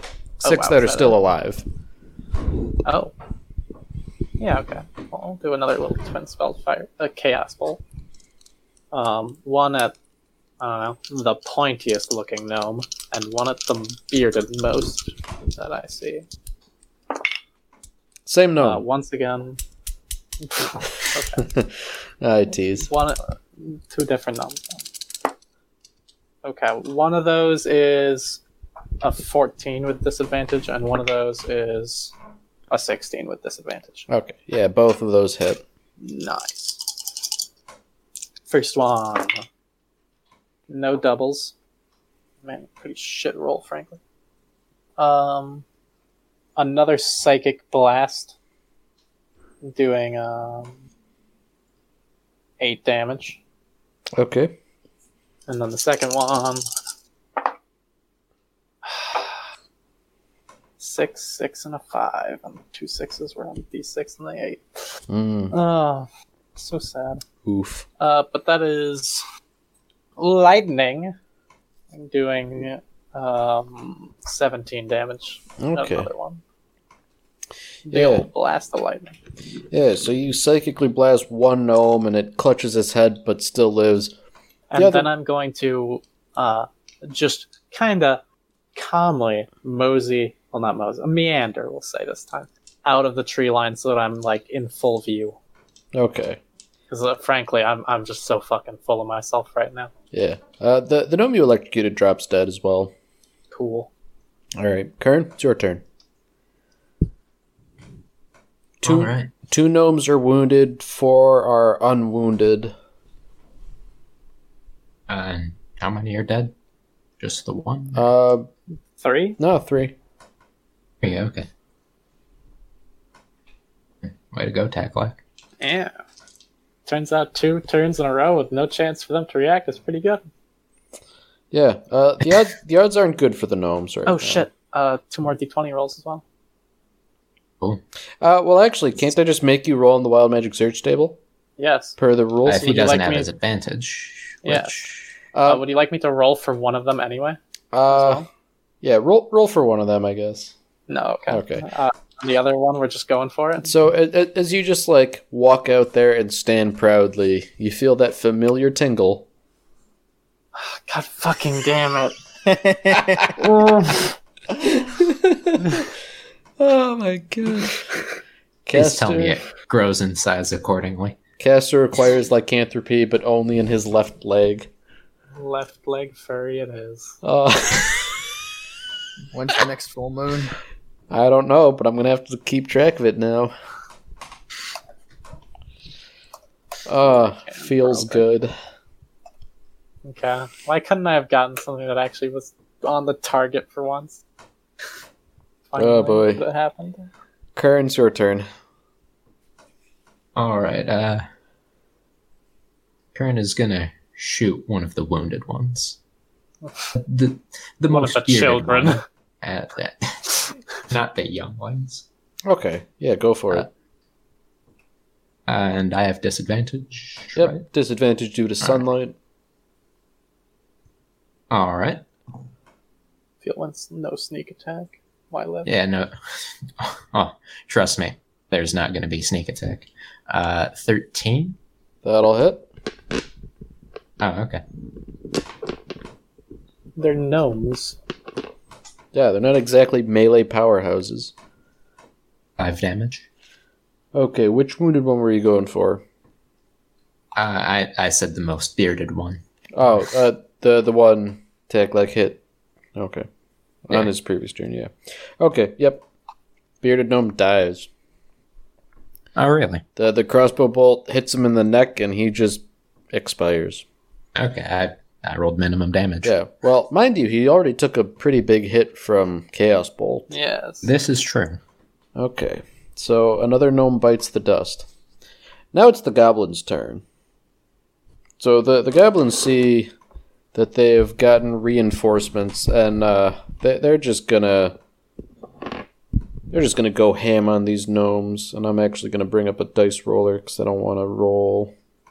[SPEAKER 1] Six
[SPEAKER 4] wow,
[SPEAKER 1] that
[SPEAKER 4] is
[SPEAKER 1] are
[SPEAKER 4] that
[SPEAKER 1] still
[SPEAKER 4] it?
[SPEAKER 1] alive.
[SPEAKER 4] Oh. Yeah, okay. Well, I'll do another little twin spell fire a chaos bolt. Um one at I don't know, the pointiest looking gnome, and one at the bearded most that I see.
[SPEAKER 1] Same
[SPEAKER 4] Uh,
[SPEAKER 1] gnome.
[SPEAKER 4] once again okay.
[SPEAKER 1] I tease.
[SPEAKER 4] One two different gnomes. Okay, one of those is a 14 with disadvantage, and one of those is a 16 with disadvantage.
[SPEAKER 1] Okay. Yeah, both of those hit.
[SPEAKER 4] Nice. First one. No doubles. Man, pretty shit roll, frankly. Um, another psychic blast. Doing um, eight damage.
[SPEAKER 1] Okay.
[SPEAKER 4] And then the second one. Six, six, and a five. And the two sixes were on the d6 and the eight.
[SPEAKER 1] Mm,
[SPEAKER 4] Oh, so sad.
[SPEAKER 1] oof.
[SPEAKER 4] Uh, but that is lightning. I'm doing um, 17 damage.
[SPEAKER 1] Okay.
[SPEAKER 4] Another one.
[SPEAKER 1] Yeah.
[SPEAKER 4] Big old blast of lightning.
[SPEAKER 1] Yeah, so you psychically blast one gnome and it clutches its head but still lives.
[SPEAKER 4] And
[SPEAKER 1] Yeah, the-
[SPEAKER 4] then I'm going to uh, just kind of calmly mosey, well, not mosey, meander, we'll say this time, out of the tree line so that I'm like in full view.
[SPEAKER 1] Okay.
[SPEAKER 4] Because uh, frankly, I'm, I'm just so fucking full of myself right now.
[SPEAKER 1] Yeah. Uh, the, the gnome you electrocuted drops dead as well.
[SPEAKER 4] Cool.
[SPEAKER 1] All right, Kern, it's your turn. Two
[SPEAKER 3] All right.
[SPEAKER 1] two gnomes are wounded. Four are unwounded.
[SPEAKER 3] And how many are dead? Just the one.
[SPEAKER 1] Uh,
[SPEAKER 4] Three?
[SPEAKER 1] no, three.
[SPEAKER 3] yeah. Okay. Way to go, Taklac.
[SPEAKER 4] Yeah. Turns out two turns in a row with no chance for them to react is pretty good.
[SPEAKER 1] Yeah. Uh, the odds the odds aren't good for the gnomes right
[SPEAKER 4] Oh
[SPEAKER 1] now.
[SPEAKER 4] shit. Uh, two more d20 rolls as well.
[SPEAKER 3] Cool.
[SPEAKER 1] Uh, well, actually, can't I just make you roll in the wild magic search table
[SPEAKER 4] Yes.
[SPEAKER 1] per the rules?
[SPEAKER 3] Uh, if he
[SPEAKER 4] would you
[SPEAKER 3] doesn't
[SPEAKER 4] like
[SPEAKER 3] have
[SPEAKER 4] me-
[SPEAKER 3] his advantage,
[SPEAKER 4] Yeah.
[SPEAKER 3] which
[SPEAKER 4] Uh,
[SPEAKER 1] Uh,
[SPEAKER 4] would you like me to roll for one of them anyway?
[SPEAKER 1] uh, yeah. Roll roll for one of them, I guess.
[SPEAKER 4] No. Okay.
[SPEAKER 1] Okay.
[SPEAKER 4] Uh, the other one, we're just going for it.
[SPEAKER 1] So a- a- as you just like walk out there and stand proudly, you feel that familiar tingle.
[SPEAKER 4] God fucking damn it.
[SPEAKER 1] Oh my god.
[SPEAKER 3] please tell
[SPEAKER 1] Caster,
[SPEAKER 3] me it grows in size accordingly.
[SPEAKER 1] Caster requires lycanthropy, but only in his left leg.
[SPEAKER 4] Left leg furry it is.
[SPEAKER 1] Uh,
[SPEAKER 2] When's the next full moon?
[SPEAKER 1] I don't know, but I'm gonna have to keep track of it now. Uh, feels good.
[SPEAKER 4] Okay. Why couldn't I have gotten something that actually was on the target for once?
[SPEAKER 1] Oh, boy.
[SPEAKER 4] That happened.
[SPEAKER 1] Kern's your turn.
[SPEAKER 3] All right. Uh, Karen is gonna shoot one of the wounded ones. The the
[SPEAKER 4] One of
[SPEAKER 3] most
[SPEAKER 4] the
[SPEAKER 3] bearded
[SPEAKER 4] children.
[SPEAKER 3] one. Uh, that- not the young ones.
[SPEAKER 1] Okay, yeah, go for it.
[SPEAKER 3] and I have disadvantage.
[SPEAKER 1] Yep,
[SPEAKER 3] right?
[SPEAKER 1] disadvantage due to sunlight.
[SPEAKER 3] All right.
[SPEAKER 4] Feel once no sneak attack. Why live?
[SPEAKER 3] Yeah. No. oh, trust me. There's not going to be sneak attack. Uh, thirteen.
[SPEAKER 1] That'll hit.
[SPEAKER 3] Oh, okay.
[SPEAKER 4] They're gnomes.
[SPEAKER 1] Yeah, they're not exactly melee powerhouses.
[SPEAKER 3] Five damage.
[SPEAKER 1] Okay, which wounded one were you going for?
[SPEAKER 3] Uh, I I said the most bearded one.
[SPEAKER 1] Oh, uh, the the one tech like hit. Okay,
[SPEAKER 3] Yeah.
[SPEAKER 1] on his previous turn. Yeah. Okay. Yep. Bearded gnome dies.
[SPEAKER 3] Oh, really?
[SPEAKER 1] the The crossbow bolt hits him in the neck, and he just expires.
[SPEAKER 3] Okay. I I rolled minimum damage.
[SPEAKER 1] Yeah. Well, mind you, he already took a pretty big hit from chaos bolt.
[SPEAKER 4] Yes.
[SPEAKER 3] This is true.
[SPEAKER 1] Okay. So another gnome bites the dust. Now it's the goblin's turn. So the, the goblins see that they have gotten reinforcements and uh, they, they're just gonna they're just gonna go ham on these gnomes and I'm actually gonna bring up a dice roller because I don't want to roll a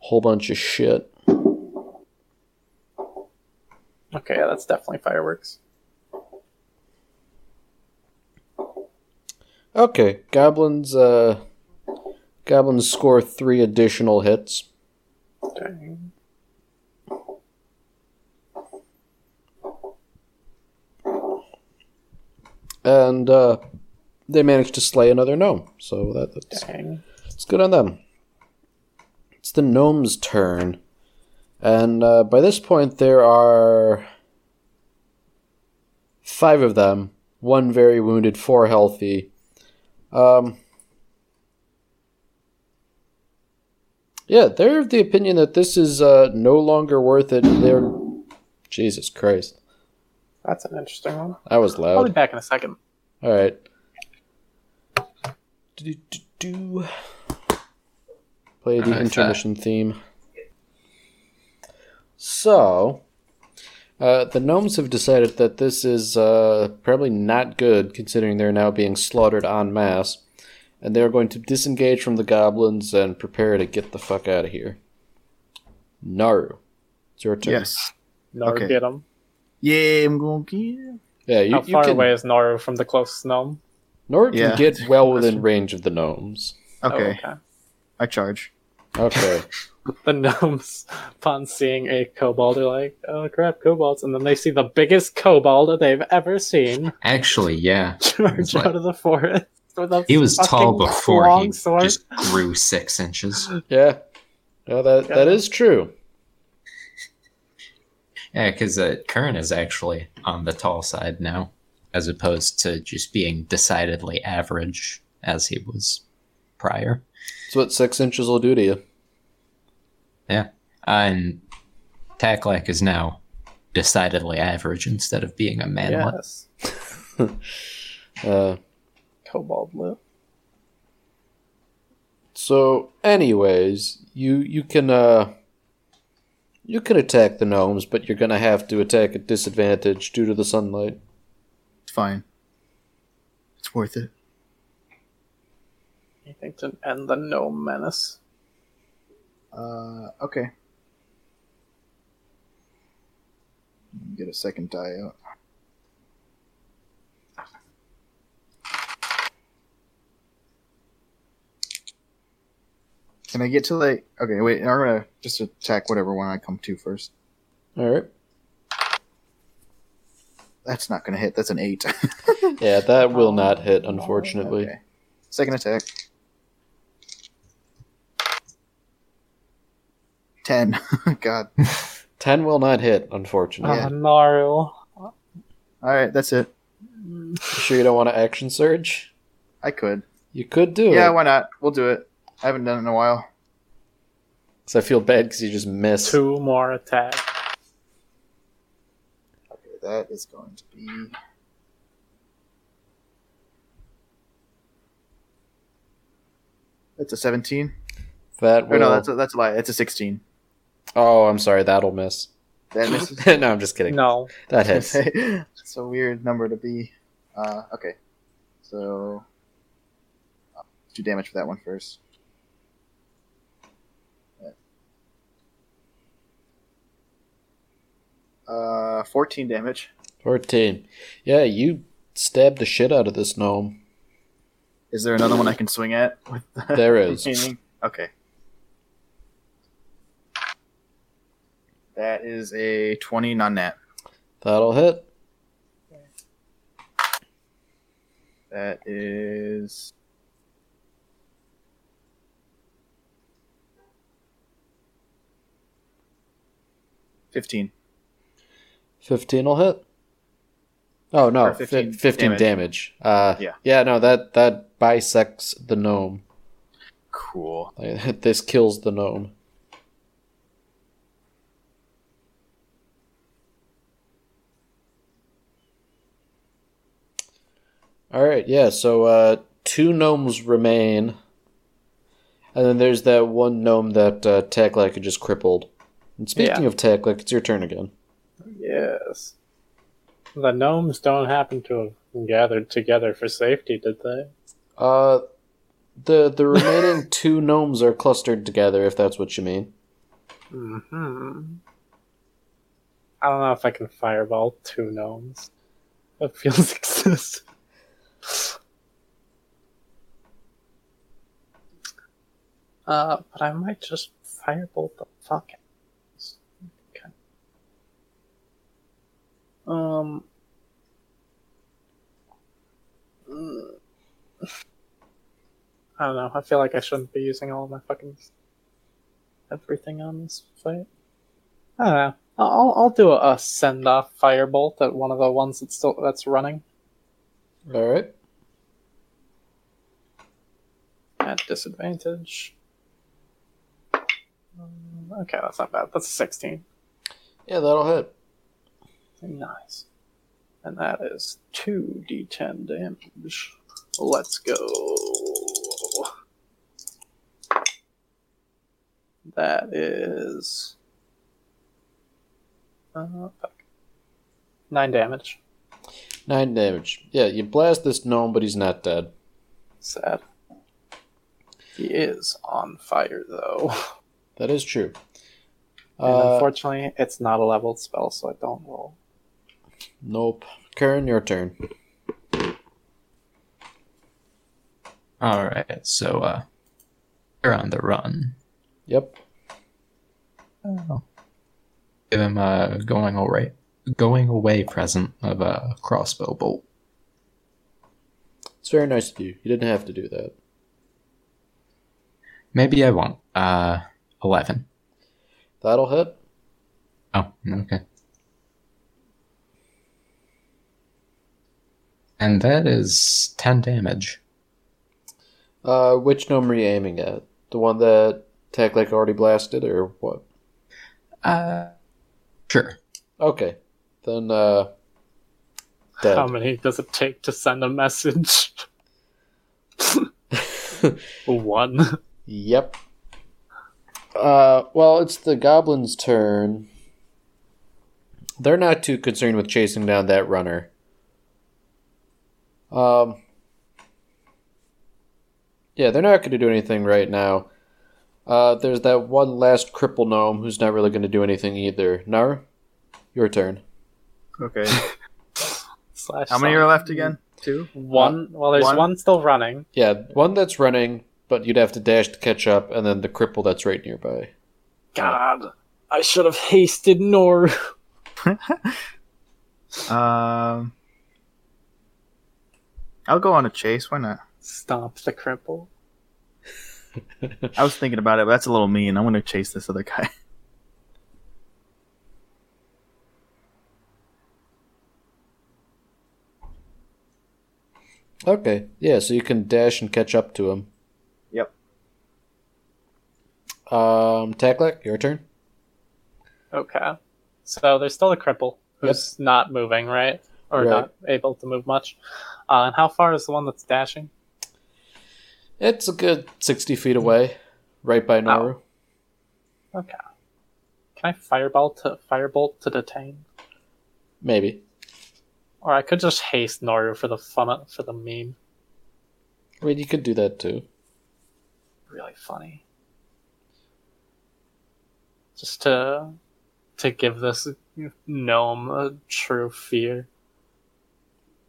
[SPEAKER 1] whole bunch of shit.
[SPEAKER 4] okay, yeah, that's definitely fireworks.
[SPEAKER 1] Okay, goblins uh, goblins score three additional hits.
[SPEAKER 4] Dang.
[SPEAKER 1] and uh, they managed to slay another gnome. So that, that's,
[SPEAKER 4] Dang.
[SPEAKER 1] that's good on them. It's the gnome's turn, and uh, by this point there are five of them. One very wounded, four healthy. Um, yeah, they're of the opinion that this is uh, no longer worth it. They're Jesus Christ,
[SPEAKER 4] That's an interesting one.
[SPEAKER 1] that was loud.
[SPEAKER 4] I'll be back in a second.
[SPEAKER 1] All right. Do-do-do-do. Play the
[SPEAKER 3] like that.
[SPEAKER 1] intermission theme. So, uh, the gnomes have decided that this is uh, probably not good, considering they're now being slaughtered en masse, and they're going to disengage from the goblins and prepare to get the fuck out of here. Naru, it's your turn.
[SPEAKER 2] Yes.
[SPEAKER 4] Noru
[SPEAKER 2] Okay.
[SPEAKER 4] get him.
[SPEAKER 2] Yeah, I'm going to get.
[SPEAKER 1] Yeah, you,
[SPEAKER 4] How
[SPEAKER 1] you
[SPEAKER 4] far
[SPEAKER 1] can.
[SPEAKER 4] away is Noru from the closest gnome?
[SPEAKER 1] Naru
[SPEAKER 2] Yeah.
[SPEAKER 1] can get well within range of the gnomes.
[SPEAKER 4] Oh,
[SPEAKER 2] Okay, I charge.
[SPEAKER 1] Okay.
[SPEAKER 4] The gnomes, upon seeing a kobold, are like, oh crap, kobolds. And then they see the biggest kobold they've ever seen
[SPEAKER 3] Actually, yeah.
[SPEAKER 4] charge
[SPEAKER 3] like-
[SPEAKER 4] out of the forest. with a
[SPEAKER 3] He was tall
[SPEAKER 4] fucking
[SPEAKER 3] before
[SPEAKER 4] long
[SPEAKER 3] he
[SPEAKER 4] sword.
[SPEAKER 3] just grew six inches.
[SPEAKER 1] Yeah. No, that that is true.
[SPEAKER 3] Yeah, because uh, Kern is actually on the tall side now. as opposed to just being decidedly average as he was prior.
[SPEAKER 1] That's what six inches will do to you.
[SPEAKER 3] Yeah. Uh, And Taklak is now decidedly average instead of being a manlet.
[SPEAKER 4] Yes.
[SPEAKER 1] Uh,
[SPEAKER 4] Cobalt blue.
[SPEAKER 1] so, anyways, you you can uh, you can attack the gnomes, but you're gonna have to attack at disadvantage due to the sunlight.
[SPEAKER 2] It's fine. It's worth it.
[SPEAKER 4] Anything to end the no menace.
[SPEAKER 2] Uh, okay. Get a second die out. Can I get to like? Okay, wait. I'm gonna just attack whatever one I come to first.
[SPEAKER 1] All right.
[SPEAKER 2] That's not gonna hit. That's an eight.
[SPEAKER 1] Yeah, that will not hit, unfortunately.
[SPEAKER 2] Okay. Second attack. Ten. God.
[SPEAKER 1] Ten will not hit, unfortunately.
[SPEAKER 2] Yeah.
[SPEAKER 4] Oh, Naru.
[SPEAKER 2] All right, that's it.
[SPEAKER 1] You sure you don't want to action surge?
[SPEAKER 2] I could.
[SPEAKER 1] You could do
[SPEAKER 2] Yeah,
[SPEAKER 1] it.
[SPEAKER 2] why not? We'll do it. I haven't done it in a while.
[SPEAKER 1] 'Cause I feel bad because you just missed.
[SPEAKER 4] Two more attacks.
[SPEAKER 2] Okay, that is going to be. That's a 17.
[SPEAKER 1] That
[SPEAKER 2] Or
[SPEAKER 1] will.
[SPEAKER 2] Oh, no, that's a, that's a lie. That's a 16.
[SPEAKER 1] Oh, I'm sorry. That'll miss.
[SPEAKER 2] That misses.
[SPEAKER 1] no, I'm just kidding.
[SPEAKER 4] No.
[SPEAKER 1] That hits.
[SPEAKER 2] it's a weird number to be. Uh, okay. So. I'll do damage for that one first. Uh, 14 damage.
[SPEAKER 1] 14. Yeah, you stabbed the shit out of this gnome.
[SPEAKER 2] Is there another one I can swing at? With the
[SPEAKER 1] There is.
[SPEAKER 2] remaining- Okay. That is a 20 non nat.
[SPEAKER 1] That'll hit.
[SPEAKER 2] That is. Fifteen.
[SPEAKER 1] 15 will hit. Oh, no.
[SPEAKER 2] Or
[SPEAKER 1] fif-
[SPEAKER 2] 15
[SPEAKER 1] 15, damage. Uh,
[SPEAKER 2] Yeah.
[SPEAKER 1] Yeah, no, that, that bisects the gnome.
[SPEAKER 2] Cool.
[SPEAKER 1] Like, this kills the gnome. All right, yeah. So uh, two gnomes remain, and then there's that one gnome that uh, Taklak had just crippled. And speaking
[SPEAKER 4] Yeah.
[SPEAKER 1] of Taklak, it's your turn again.
[SPEAKER 4] Yes. The gnomes don't happen to have gathered together for safety, did they?
[SPEAKER 1] Uh, the the remaining two gnomes are clustered together, if that's what you mean.
[SPEAKER 4] hmm I don't know if I can fireball two gnomes. That feels excessive. Uh, but I might just firebolt the fuck out. Okay. Um. mm. I don't know. I feel like I shouldn't be using all of my fucking everything on this fight. I don't know. I'll- I'll I'll do a, send off firebolt at one of the ones that's still that's running
[SPEAKER 1] All right.
[SPEAKER 4] at disadvantage. Um, okay, that's not bad. That's a sixteen.
[SPEAKER 1] Yeah, that'll hit.
[SPEAKER 4] Nice. And that is two d10 damage. Let's go. That is. Uh, fuck. Nine damage.
[SPEAKER 1] Nine damage. Yeah, you blast this gnome, but he's not dead.
[SPEAKER 4] Sad. He is on fire, though.
[SPEAKER 1] That is true.
[SPEAKER 4] and
[SPEAKER 1] Uh,
[SPEAKER 4] unfortunately, it's not a leveled spell, so I don't roll.
[SPEAKER 1] nope. Karen, your turn.
[SPEAKER 3] All right, so uh, they're on the run.
[SPEAKER 1] Yep.
[SPEAKER 3] Oh. Give him a going away, going away present of a crossbow bolt.
[SPEAKER 1] It's very nice of you. You didn't have to do that.
[SPEAKER 3] Maybe I won't. Uh, eleven.
[SPEAKER 1] That'll hit.
[SPEAKER 3] Oh, okay. And that is 10 damage.
[SPEAKER 1] Uh, which gnome are you aiming at? The one that Tacklek already blasted, or what?
[SPEAKER 3] Uh, sure.
[SPEAKER 1] Okay, then uh,
[SPEAKER 4] How
[SPEAKER 1] dead.
[SPEAKER 4] many does it take to send a message? One.
[SPEAKER 1] Yep. Uh, well, it's the goblin's turn. They're not too concerned with chasing down that runner. Um. Yeah, they're not going to do anything right now. Uh, there's that one last cripple gnome who's not really going to do anything either. Nara, your turn.
[SPEAKER 2] Okay.
[SPEAKER 4] Slash
[SPEAKER 2] How many
[SPEAKER 4] some-
[SPEAKER 2] are left again? Two.
[SPEAKER 4] One. Well, there's
[SPEAKER 2] One.
[SPEAKER 4] one, still running.
[SPEAKER 1] Yeah, one that's running, but you'd have to dash to catch up, and then the cripple that's right nearby.
[SPEAKER 4] God, I should have hasted Noru.
[SPEAKER 2] Um. I'll go on a chase. Why not?
[SPEAKER 4] Stomp the cripple.
[SPEAKER 2] I was thinking about it, but that's a little mean. I'm gonna chase this other guy.
[SPEAKER 1] Okay, yeah, so you can dash and catch up to him.
[SPEAKER 2] Yep.
[SPEAKER 1] Um, Taklak, your turn.
[SPEAKER 4] Okay. So there's still a cripple who's not moving, right? Or
[SPEAKER 1] Right.
[SPEAKER 4] not able to move much. Uh, and how far is the one that's dashing?
[SPEAKER 1] It's a good 60 feet away, right by Naru.
[SPEAKER 4] Okay. Can I fireball to firebolt to detain?
[SPEAKER 1] Maybe.
[SPEAKER 4] Or I could just haste Noru for the fun of, for the meme.
[SPEAKER 1] I mean, you could do that too.
[SPEAKER 4] Really funny. Just to to give this gnome a true fear.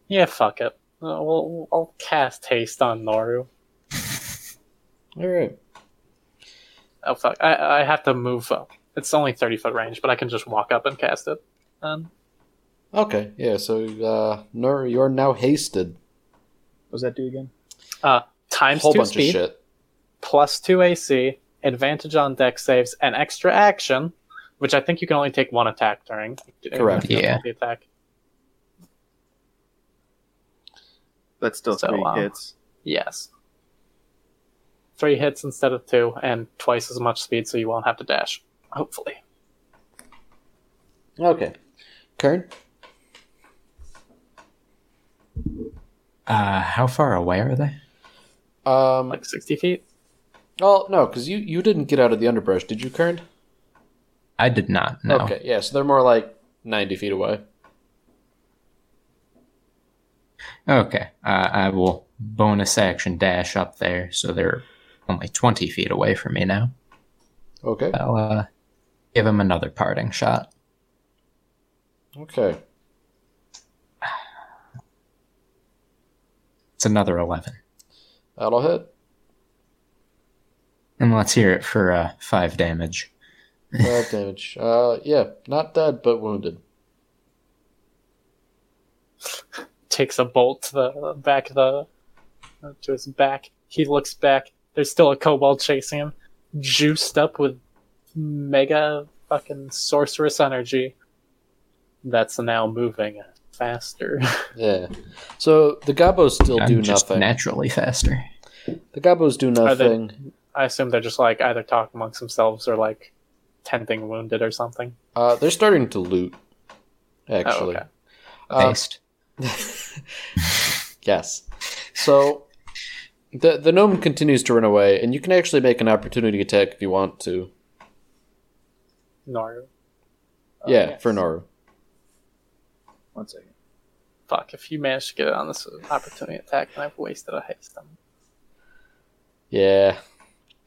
[SPEAKER 4] Yeah, fuck it. Uh, We'll, I'll cast haste on Noru.
[SPEAKER 1] All right.
[SPEAKER 4] Oh fuck! I I have to move up. It's only thirty foot range, but I can just walk up and cast it. Um,
[SPEAKER 1] Okay, yeah, so, uh, Naru, you're now hasted.
[SPEAKER 2] What does that do again?
[SPEAKER 4] uh, times
[SPEAKER 1] Whole
[SPEAKER 4] two
[SPEAKER 1] bunch of
[SPEAKER 4] speed,
[SPEAKER 1] shit.
[SPEAKER 4] plus two AC, advantage on deck saves, and extra action, which I think you can only take one attack during.
[SPEAKER 1] Correct.
[SPEAKER 3] Yeah.
[SPEAKER 4] The attack.
[SPEAKER 2] That's still
[SPEAKER 4] So,
[SPEAKER 2] three
[SPEAKER 4] uh,
[SPEAKER 2] hits.
[SPEAKER 4] Yes. Three hits instead of two, and twice as much speed, so you won't have to dash. Hopefully.
[SPEAKER 1] Okay. Kern?
[SPEAKER 3] Uh, how far away are they?
[SPEAKER 1] Um,
[SPEAKER 4] Like 60 feet?
[SPEAKER 1] oh, no, because you, you didn't get out of the underbrush, did you, Kern?
[SPEAKER 3] I did not know.
[SPEAKER 1] Okay, yeah, so they're more like 90 feet away.
[SPEAKER 3] Okay. Uh, I will bonus action dash up there, so they're only 20 feet away from me now.
[SPEAKER 1] Okay.
[SPEAKER 3] I'll uh, give him another parting shot.
[SPEAKER 1] Okay.
[SPEAKER 3] It's another 11.
[SPEAKER 1] That'll hit.
[SPEAKER 3] And let's hear it for uh, 5 damage.
[SPEAKER 1] Five damage. Uh, yeah, not dead, but wounded.
[SPEAKER 4] Takes a bolt to the back of the. to his back. He looks back. There's still a kobold chasing him, juiced up with mega fucking sorceress energy. That's now moving faster.
[SPEAKER 1] Yeah. So the gobos still
[SPEAKER 3] I'm
[SPEAKER 1] do
[SPEAKER 3] just
[SPEAKER 1] nothing.
[SPEAKER 3] naturally faster.
[SPEAKER 1] the gobos do
[SPEAKER 4] Are they-
[SPEAKER 1] nothing.
[SPEAKER 4] I assume they're just like either talking amongst themselves or like tending wounded or something.
[SPEAKER 1] Uh, they're starting to loot. Actually,
[SPEAKER 4] Oh, okay.
[SPEAKER 1] Uh,
[SPEAKER 3] Based.
[SPEAKER 1] yes. So the the gnome continues to run away, and you can actually make an opportunity attack if you want to.
[SPEAKER 4] Noru. Uh,
[SPEAKER 1] yeah,
[SPEAKER 4] yes.
[SPEAKER 1] for Noru.
[SPEAKER 2] One second.
[SPEAKER 4] Fuck, if you manage to get it on this opportunity attack, then I've wasted a haste. on-
[SPEAKER 1] Yeah,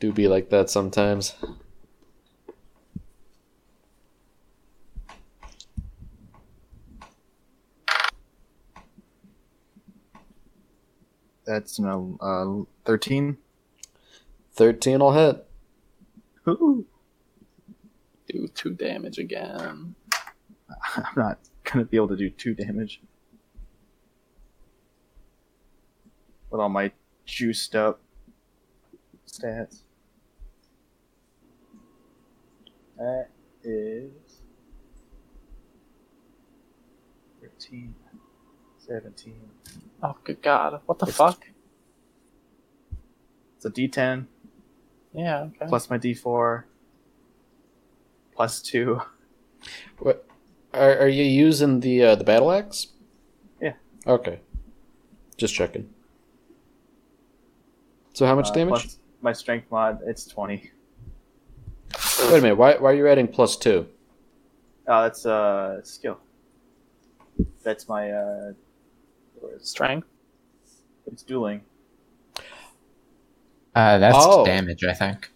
[SPEAKER 1] do be like that sometimes.
[SPEAKER 2] That's an uh, thirteen.
[SPEAKER 1] Thirteen will hit.
[SPEAKER 2] Ooh.
[SPEAKER 4] Do two damage again.
[SPEAKER 2] I'm not gonna be able to do two damage with all my juiced up stats. That is thirteen. Seventeen.
[SPEAKER 4] Oh, good God. What the
[SPEAKER 2] It's-
[SPEAKER 4] fuck?
[SPEAKER 2] It's a D10
[SPEAKER 4] Yeah, okay.
[SPEAKER 2] plus my D4 plus two.
[SPEAKER 1] What, are, are you using the uh, the battle axe?
[SPEAKER 2] Yeah.
[SPEAKER 1] Okay. Just checking. So how much
[SPEAKER 2] uh,
[SPEAKER 1] damage?
[SPEAKER 2] plus my strength mod. It's twenty.
[SPEAKER 1] Wait a minute. Why, why are you adding plus two?
[SPEAKER 2] Oh, that's uh skill. That's my uh. or It's,
[SPEAKER 4] Strength.
[SPEAKER 2] it's dueling.
[SPEAKER 3] Uh, that's
[SPEAKER 1] Oh.
[SPEAKER 3] damage, I think.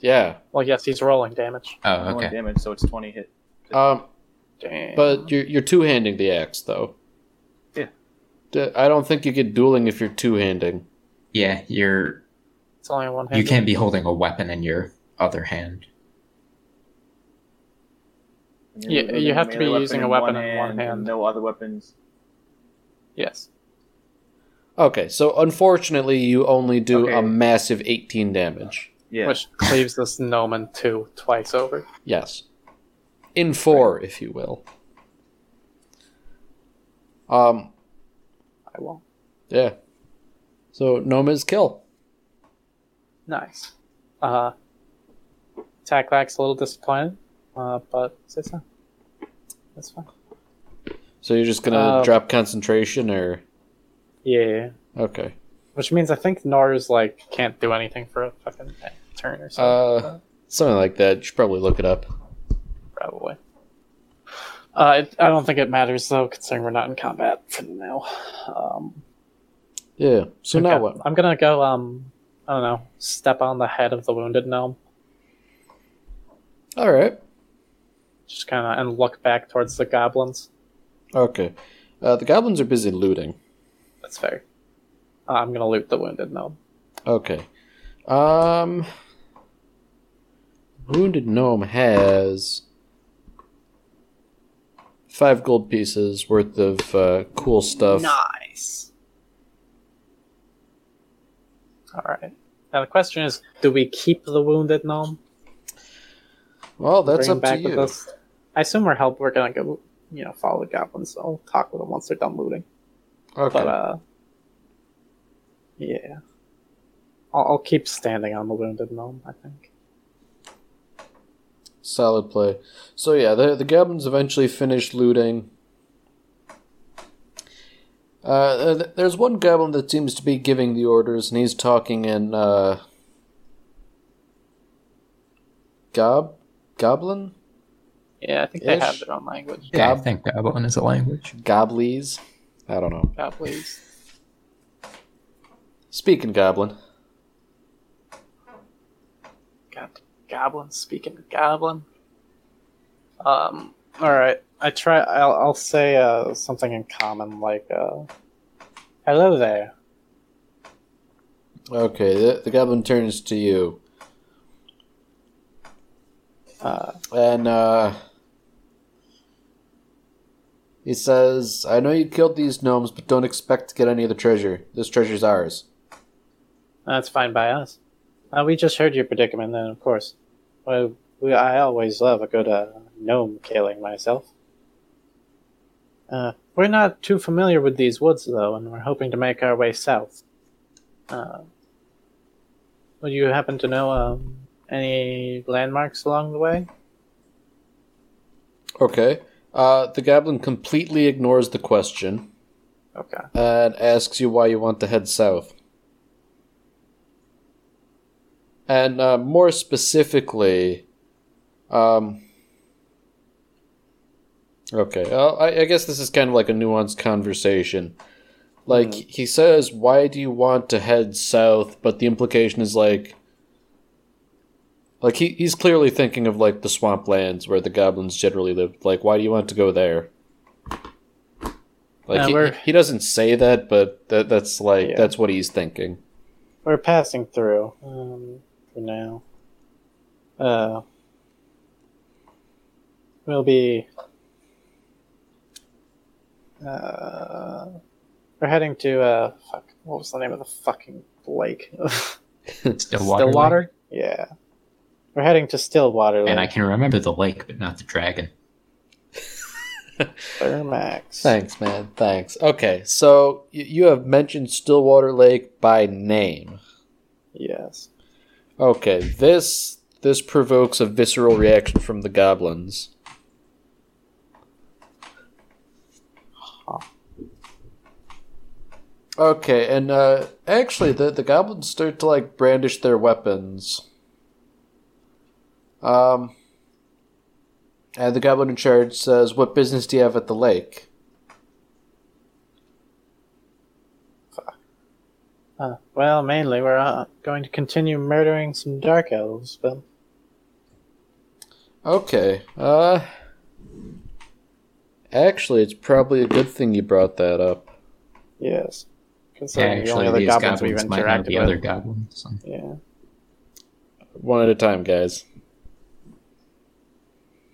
[SPEAKER 1] Yeah.
[SPEAKER 4] Well, yes, he's rolling damage.
[SPEAKER 3] Oh,
[SPEAKER 2] Only
[SPEAKER 3] okay.
[SPEAKER 2] damage, so it's twenty hit.
[SPEAKER 1] Um,
[SPEAKER 4] Damn.
[SPEAKER 1] but you're you're two handing the axe though.
[SPEAKER 2] Yeah.
[SPEAKER 1] D- I don't think you get dueling if you're two handing.
[SPEAKER 3] Yeah, you're
[SPEAKER 4] it's only one hand.
[SPEAKER 3] you can't be holding a weapon in your other hand.
[SPEAKER 2] And
[SPEAKER 4] Yeah,
[SPEAKER 2] you're
[SPEAKER 4] you
[SPEAKER 2] wielding
[SPEAKER 4] have to be
[SPEAKER 2] melee
[SPEAKER 4] using a weapon in one
[SPEAKER 2] and
[SPEAKER 4] hand.
[SPEAKER 2] No other weapons.
[SPEAKER 4] Yes.
[SPEAKER 1] Okay, so unfortunately you only do a
[SPEAKER 2] Okay.
[SPEAKER 1] massive 18 damage.
[SPEAKER 2] Yeah.
[SPEAKER 4] Which leaves this gnome in two twice over.
[SPEAKER 1] Yes. In four, if you will. Um,
[SPEAKER 4] I won't.
[SPEAKER 1] yeah. So Noma's kill.
[SPEAKER 4] Nice. Uh, Tacklak's a little disappointed, uh, but it's fine. That's fine.
[SPEAKER 1] So you're just gonna
[SPEAKER 4] Uh,
[SPEAKER 1] drop concentration or
[SPEAKER 4] Yeah.
[SPEAKER 1] okay.
[SPEAKER 4] Which means I think Nars like can't do anything for a fucking turn or something.
[SPEAKER 1] Uh something like that. You should probably look it up.
[SPEAKER 4] probably. Uh, it, I don't think it matters though, considering we're not in combat for now. Um,
[SPEAKER 1] Yeah. So now
[SPEAKER 4] okay.
[SPEAKER 1] what?
[SPEAKER 4] I'm gonna go. Um, I don't know. Step on the head of the wounded gnome,
[SPEAKER 1] Alright.
[SPEAKER 4] just kind of, and look back towards the goblins.
[SPEAKER 1] Okay. Uh, the goblins are busy looting.
[SPEAKER 4] That's fair. Uh, I'm gonna loot the wounded gnome.
[SPEAKER 1] Okay. Um Wounded Gnome has five gold pieces worth of uh, cool stuff.
[SPEAKER 4] Nice. All right. Now the question is, do we keep the wounded gnome?
[SPEAKER 1] Well, that's
[SPEAKER 4] Bring him
[SPEAKER 1] up to you.
[SPEAKER 4] us? I assume we're help. We're gonna go, you know, follow the goblins. I'll talk with them once they're done looting.
[SPEAKER 1] Okay.
[SPEAKER 4] But uh, yeah, I'll, I'll keep standing on the wounded gnome. I think.
[SPEAKER 1] Solid play. So yeah, the the goblins eventually finish looting. Uh, th- th- there's one goblin that seems to be giving the orders, and he's talking in uh, gob goblin
[SPEAKER 4] Yeah, I think they have
[SPEAKER 1] Ish.
[SPEAKER 4] their own language.
[SPEAKER 3] Yeah, I
[SPEAKER 1] Gob-
[SPEAKER 3] think goblin is a language.
[SPEAKER 1] goblies. I don't know.
[SPEAKER 4] Yeah, please.
[SPEAKER 1] Speaking goblin.
[SPEAKER 4] God, goblin speaking of goblin. Um. All right. I try. I'll, I'll say uh, something in common, like, uh, "Hello there."
[SPEAKER 1] Okay, the, the goblin turns to you,
[SPEAKER 4] Uh,
[SPEAKER 1] and uh, he says, "I know you killed these gnomes, but don't expect to get any of the treasure. This treasure's ours."
[SPEAKER 4] that's fine by us. Uh, we just heard your predicament, and of course, well, we, I always love a good uh, gnome killing myself. Uh, we're not too familiar with these woods, though, and we're hoping to make our way south. Uh, would you happen to know um, any landmarks along the way?
[SPEAKER 1] Okay. Uh, the goblin completely ignores the question
[SPEAKER 4] Okay.
[SPEAKER 1] and asks you why you want to head south. And uh, more specifically, um, okay, well, I, I guess this is kind of like a nuanced conversation. Like, he says, Why do you want to head south? But the implication is like, like he, he's clearly thinking of like the swamplands where the goblins generally lived. Like, why do you want to go there? Like
[SPEAKER 4] Uh,
[SPEAKER 1] he-
[SPEAKER 4] we're-
[SPEAKER 1] he, doesn't say that, but that that's like
[SPEAKER 4] Yeah.
[SPEAKER 1] that's what he's thinking.
[SPEAKER 4] We're passing through um, for now. Uh, we'll be. Uh, we're heading to uh, fuck. What was the name of the fucking lake?
[SPEAKER 3] Stillwater. Lake.
[SPEAKER 4] Stillwater. Yeah, we're heading to Stillwater.
[SPEAKER 3] And I
[SPEAKER 4] Lake.
[SPEAKER 3] can remember the lake, but not the dragon.
[SPEAKER 4] Thermax.
[SPEAKER 1] Thanks, man. Thanks. Okay, so y- you have mentioned Stillwater Lake by name.
[SPEAKER 4] Yes.
[SPEAKER 1] Okay, this this provokes a visceral reaction from the goblins. Okay, and uh, actually, the the goblins start to like brandish their weapons. Um, and the goblin in charge says, "What business do you have at the lake?"
[SPEAKER 4] Uh, well, mainly we're uh, going to continue murdering some dark elves, but
[SPEAKER 1] Okay. Uh Actually, it's probably a good thing you brought that up.
[SPEAKER 4] yes, considering the only
[SPEAKER 3] Actually,
[SPEAKER 4] other
[SPEAKER 3] these
[SPEAKER 4] goblins,
[SPEAKER 3] goblins,
[SPEAKER 4] we've
[SPEAKER 3] might not
[SPEAKER 4] interacted
[SPEAKER 3] be
[SPEAKER 4] with.
[SPEAKER 3] other goblins. so.
[SPEAKER 4] Yeah,
[SPEAKER 1] One at a time, guys.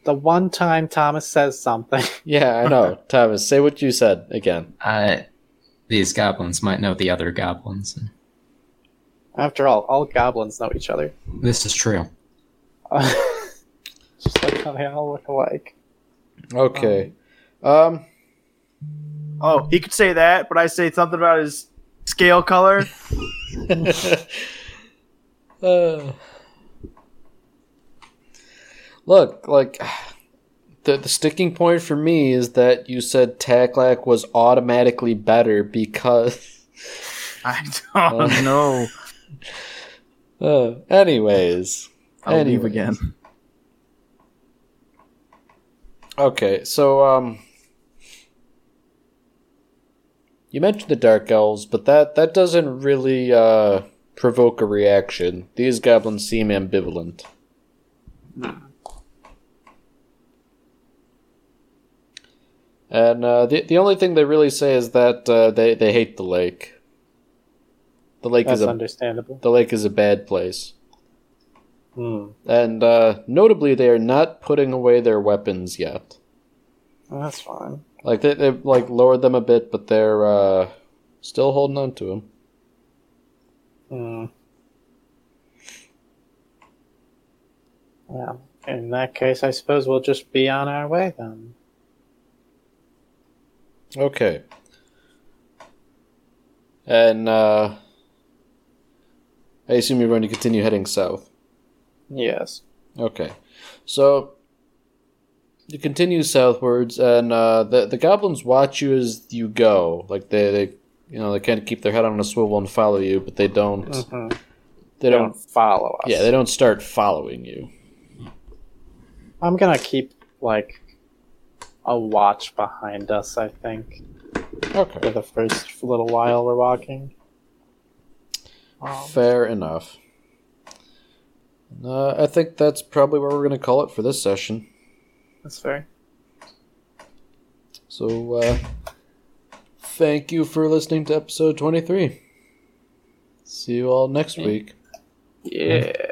[SPEAKER 4] the one time Thomas says something.
[SPEAKER 1] Yeah, I know. Thomas, say what you said again.
[SPEAKER 3] Uh, these goblins might know the other goblins.
[SPEAKER 4] After all, all goblins know each other.
[SPEAKER 3] This is true.
[SPEAKER 4] Uh, just like how they all look alike.
[SPEAKER 1] Okay. Um,
[SPEAKER 2] Oh, he could say that, but I say something about his scale color.
[SPEAKER 1] Um, uh, Look, like the the sticking point for me is that you said Taclac was automatically better because
[SPEAKER 2] I don't
[SPEAKER 1] Uh.
[SPEAKER 2] know.
[SPEAKER 1] uh, anyways.
[SPEAKER 2] I'll leave
[SPEAKER 1] Anyways.
[SPEAKER 2] again.
[SPEAKER 1] Okay, so um you mentioned the dark elves, but that that doesn't really uh provoke a reaction. These goblins seem ambivalent. Hmm. And uh, the the only thing they really say is that uh, they they hate the lake. The lake
[SPEAKER 4] That's
[SPEAKER 1] is a
[SPEAKER 4] understandable.
[SPEAKER 1] the lake is a bad place,
[SPEAKER 4] Hmm.
[SPEAKER 1] and uh, notably they are not putting away their weapons yet.
[SPEAKER 4] Well, that's fine.
[SPEAKER 1] Like they they've like lowered them a bit, but they're uh, still holding on to them.
[SPEAKER 4] Hmm. Well, in that case, I suppose we'll just be on our way then.
[SPEAKER 1] Okay. And uh, I assume you're going to continue heading south.
[SPEAKER 4] Yes.
[SPEAKER 1] Okay, so you continue southwards, and uh, the the goblins watch you as you go. Like they they you know they kind of keep their head on a swivel and follow you, but they don't
[SPEAKER 4] Mm-hmm.
[SPEAKER 1] they
[SPEAKER 4] Don't
[SPEAKER 1] don't
[SPEAKER 4] follow us.
[SPEAKER 1] yeah they don't start following you.
[SPEAKER 4] I'm gonna keep like a watch behind us. I think
[SPEAKER 1] Okay.
[SPEAKER 4] for the first little while we're walking. Um,
[SPEAKER 1] Fair enough. Uh, I think that's probably where we're going to call it for this session.
[SPEAKER 4] that's fair.
[SPEAKER 1] So, uh, thank you for listening to episode 23. See you all next week.
[SPEAKER 4] Yeah.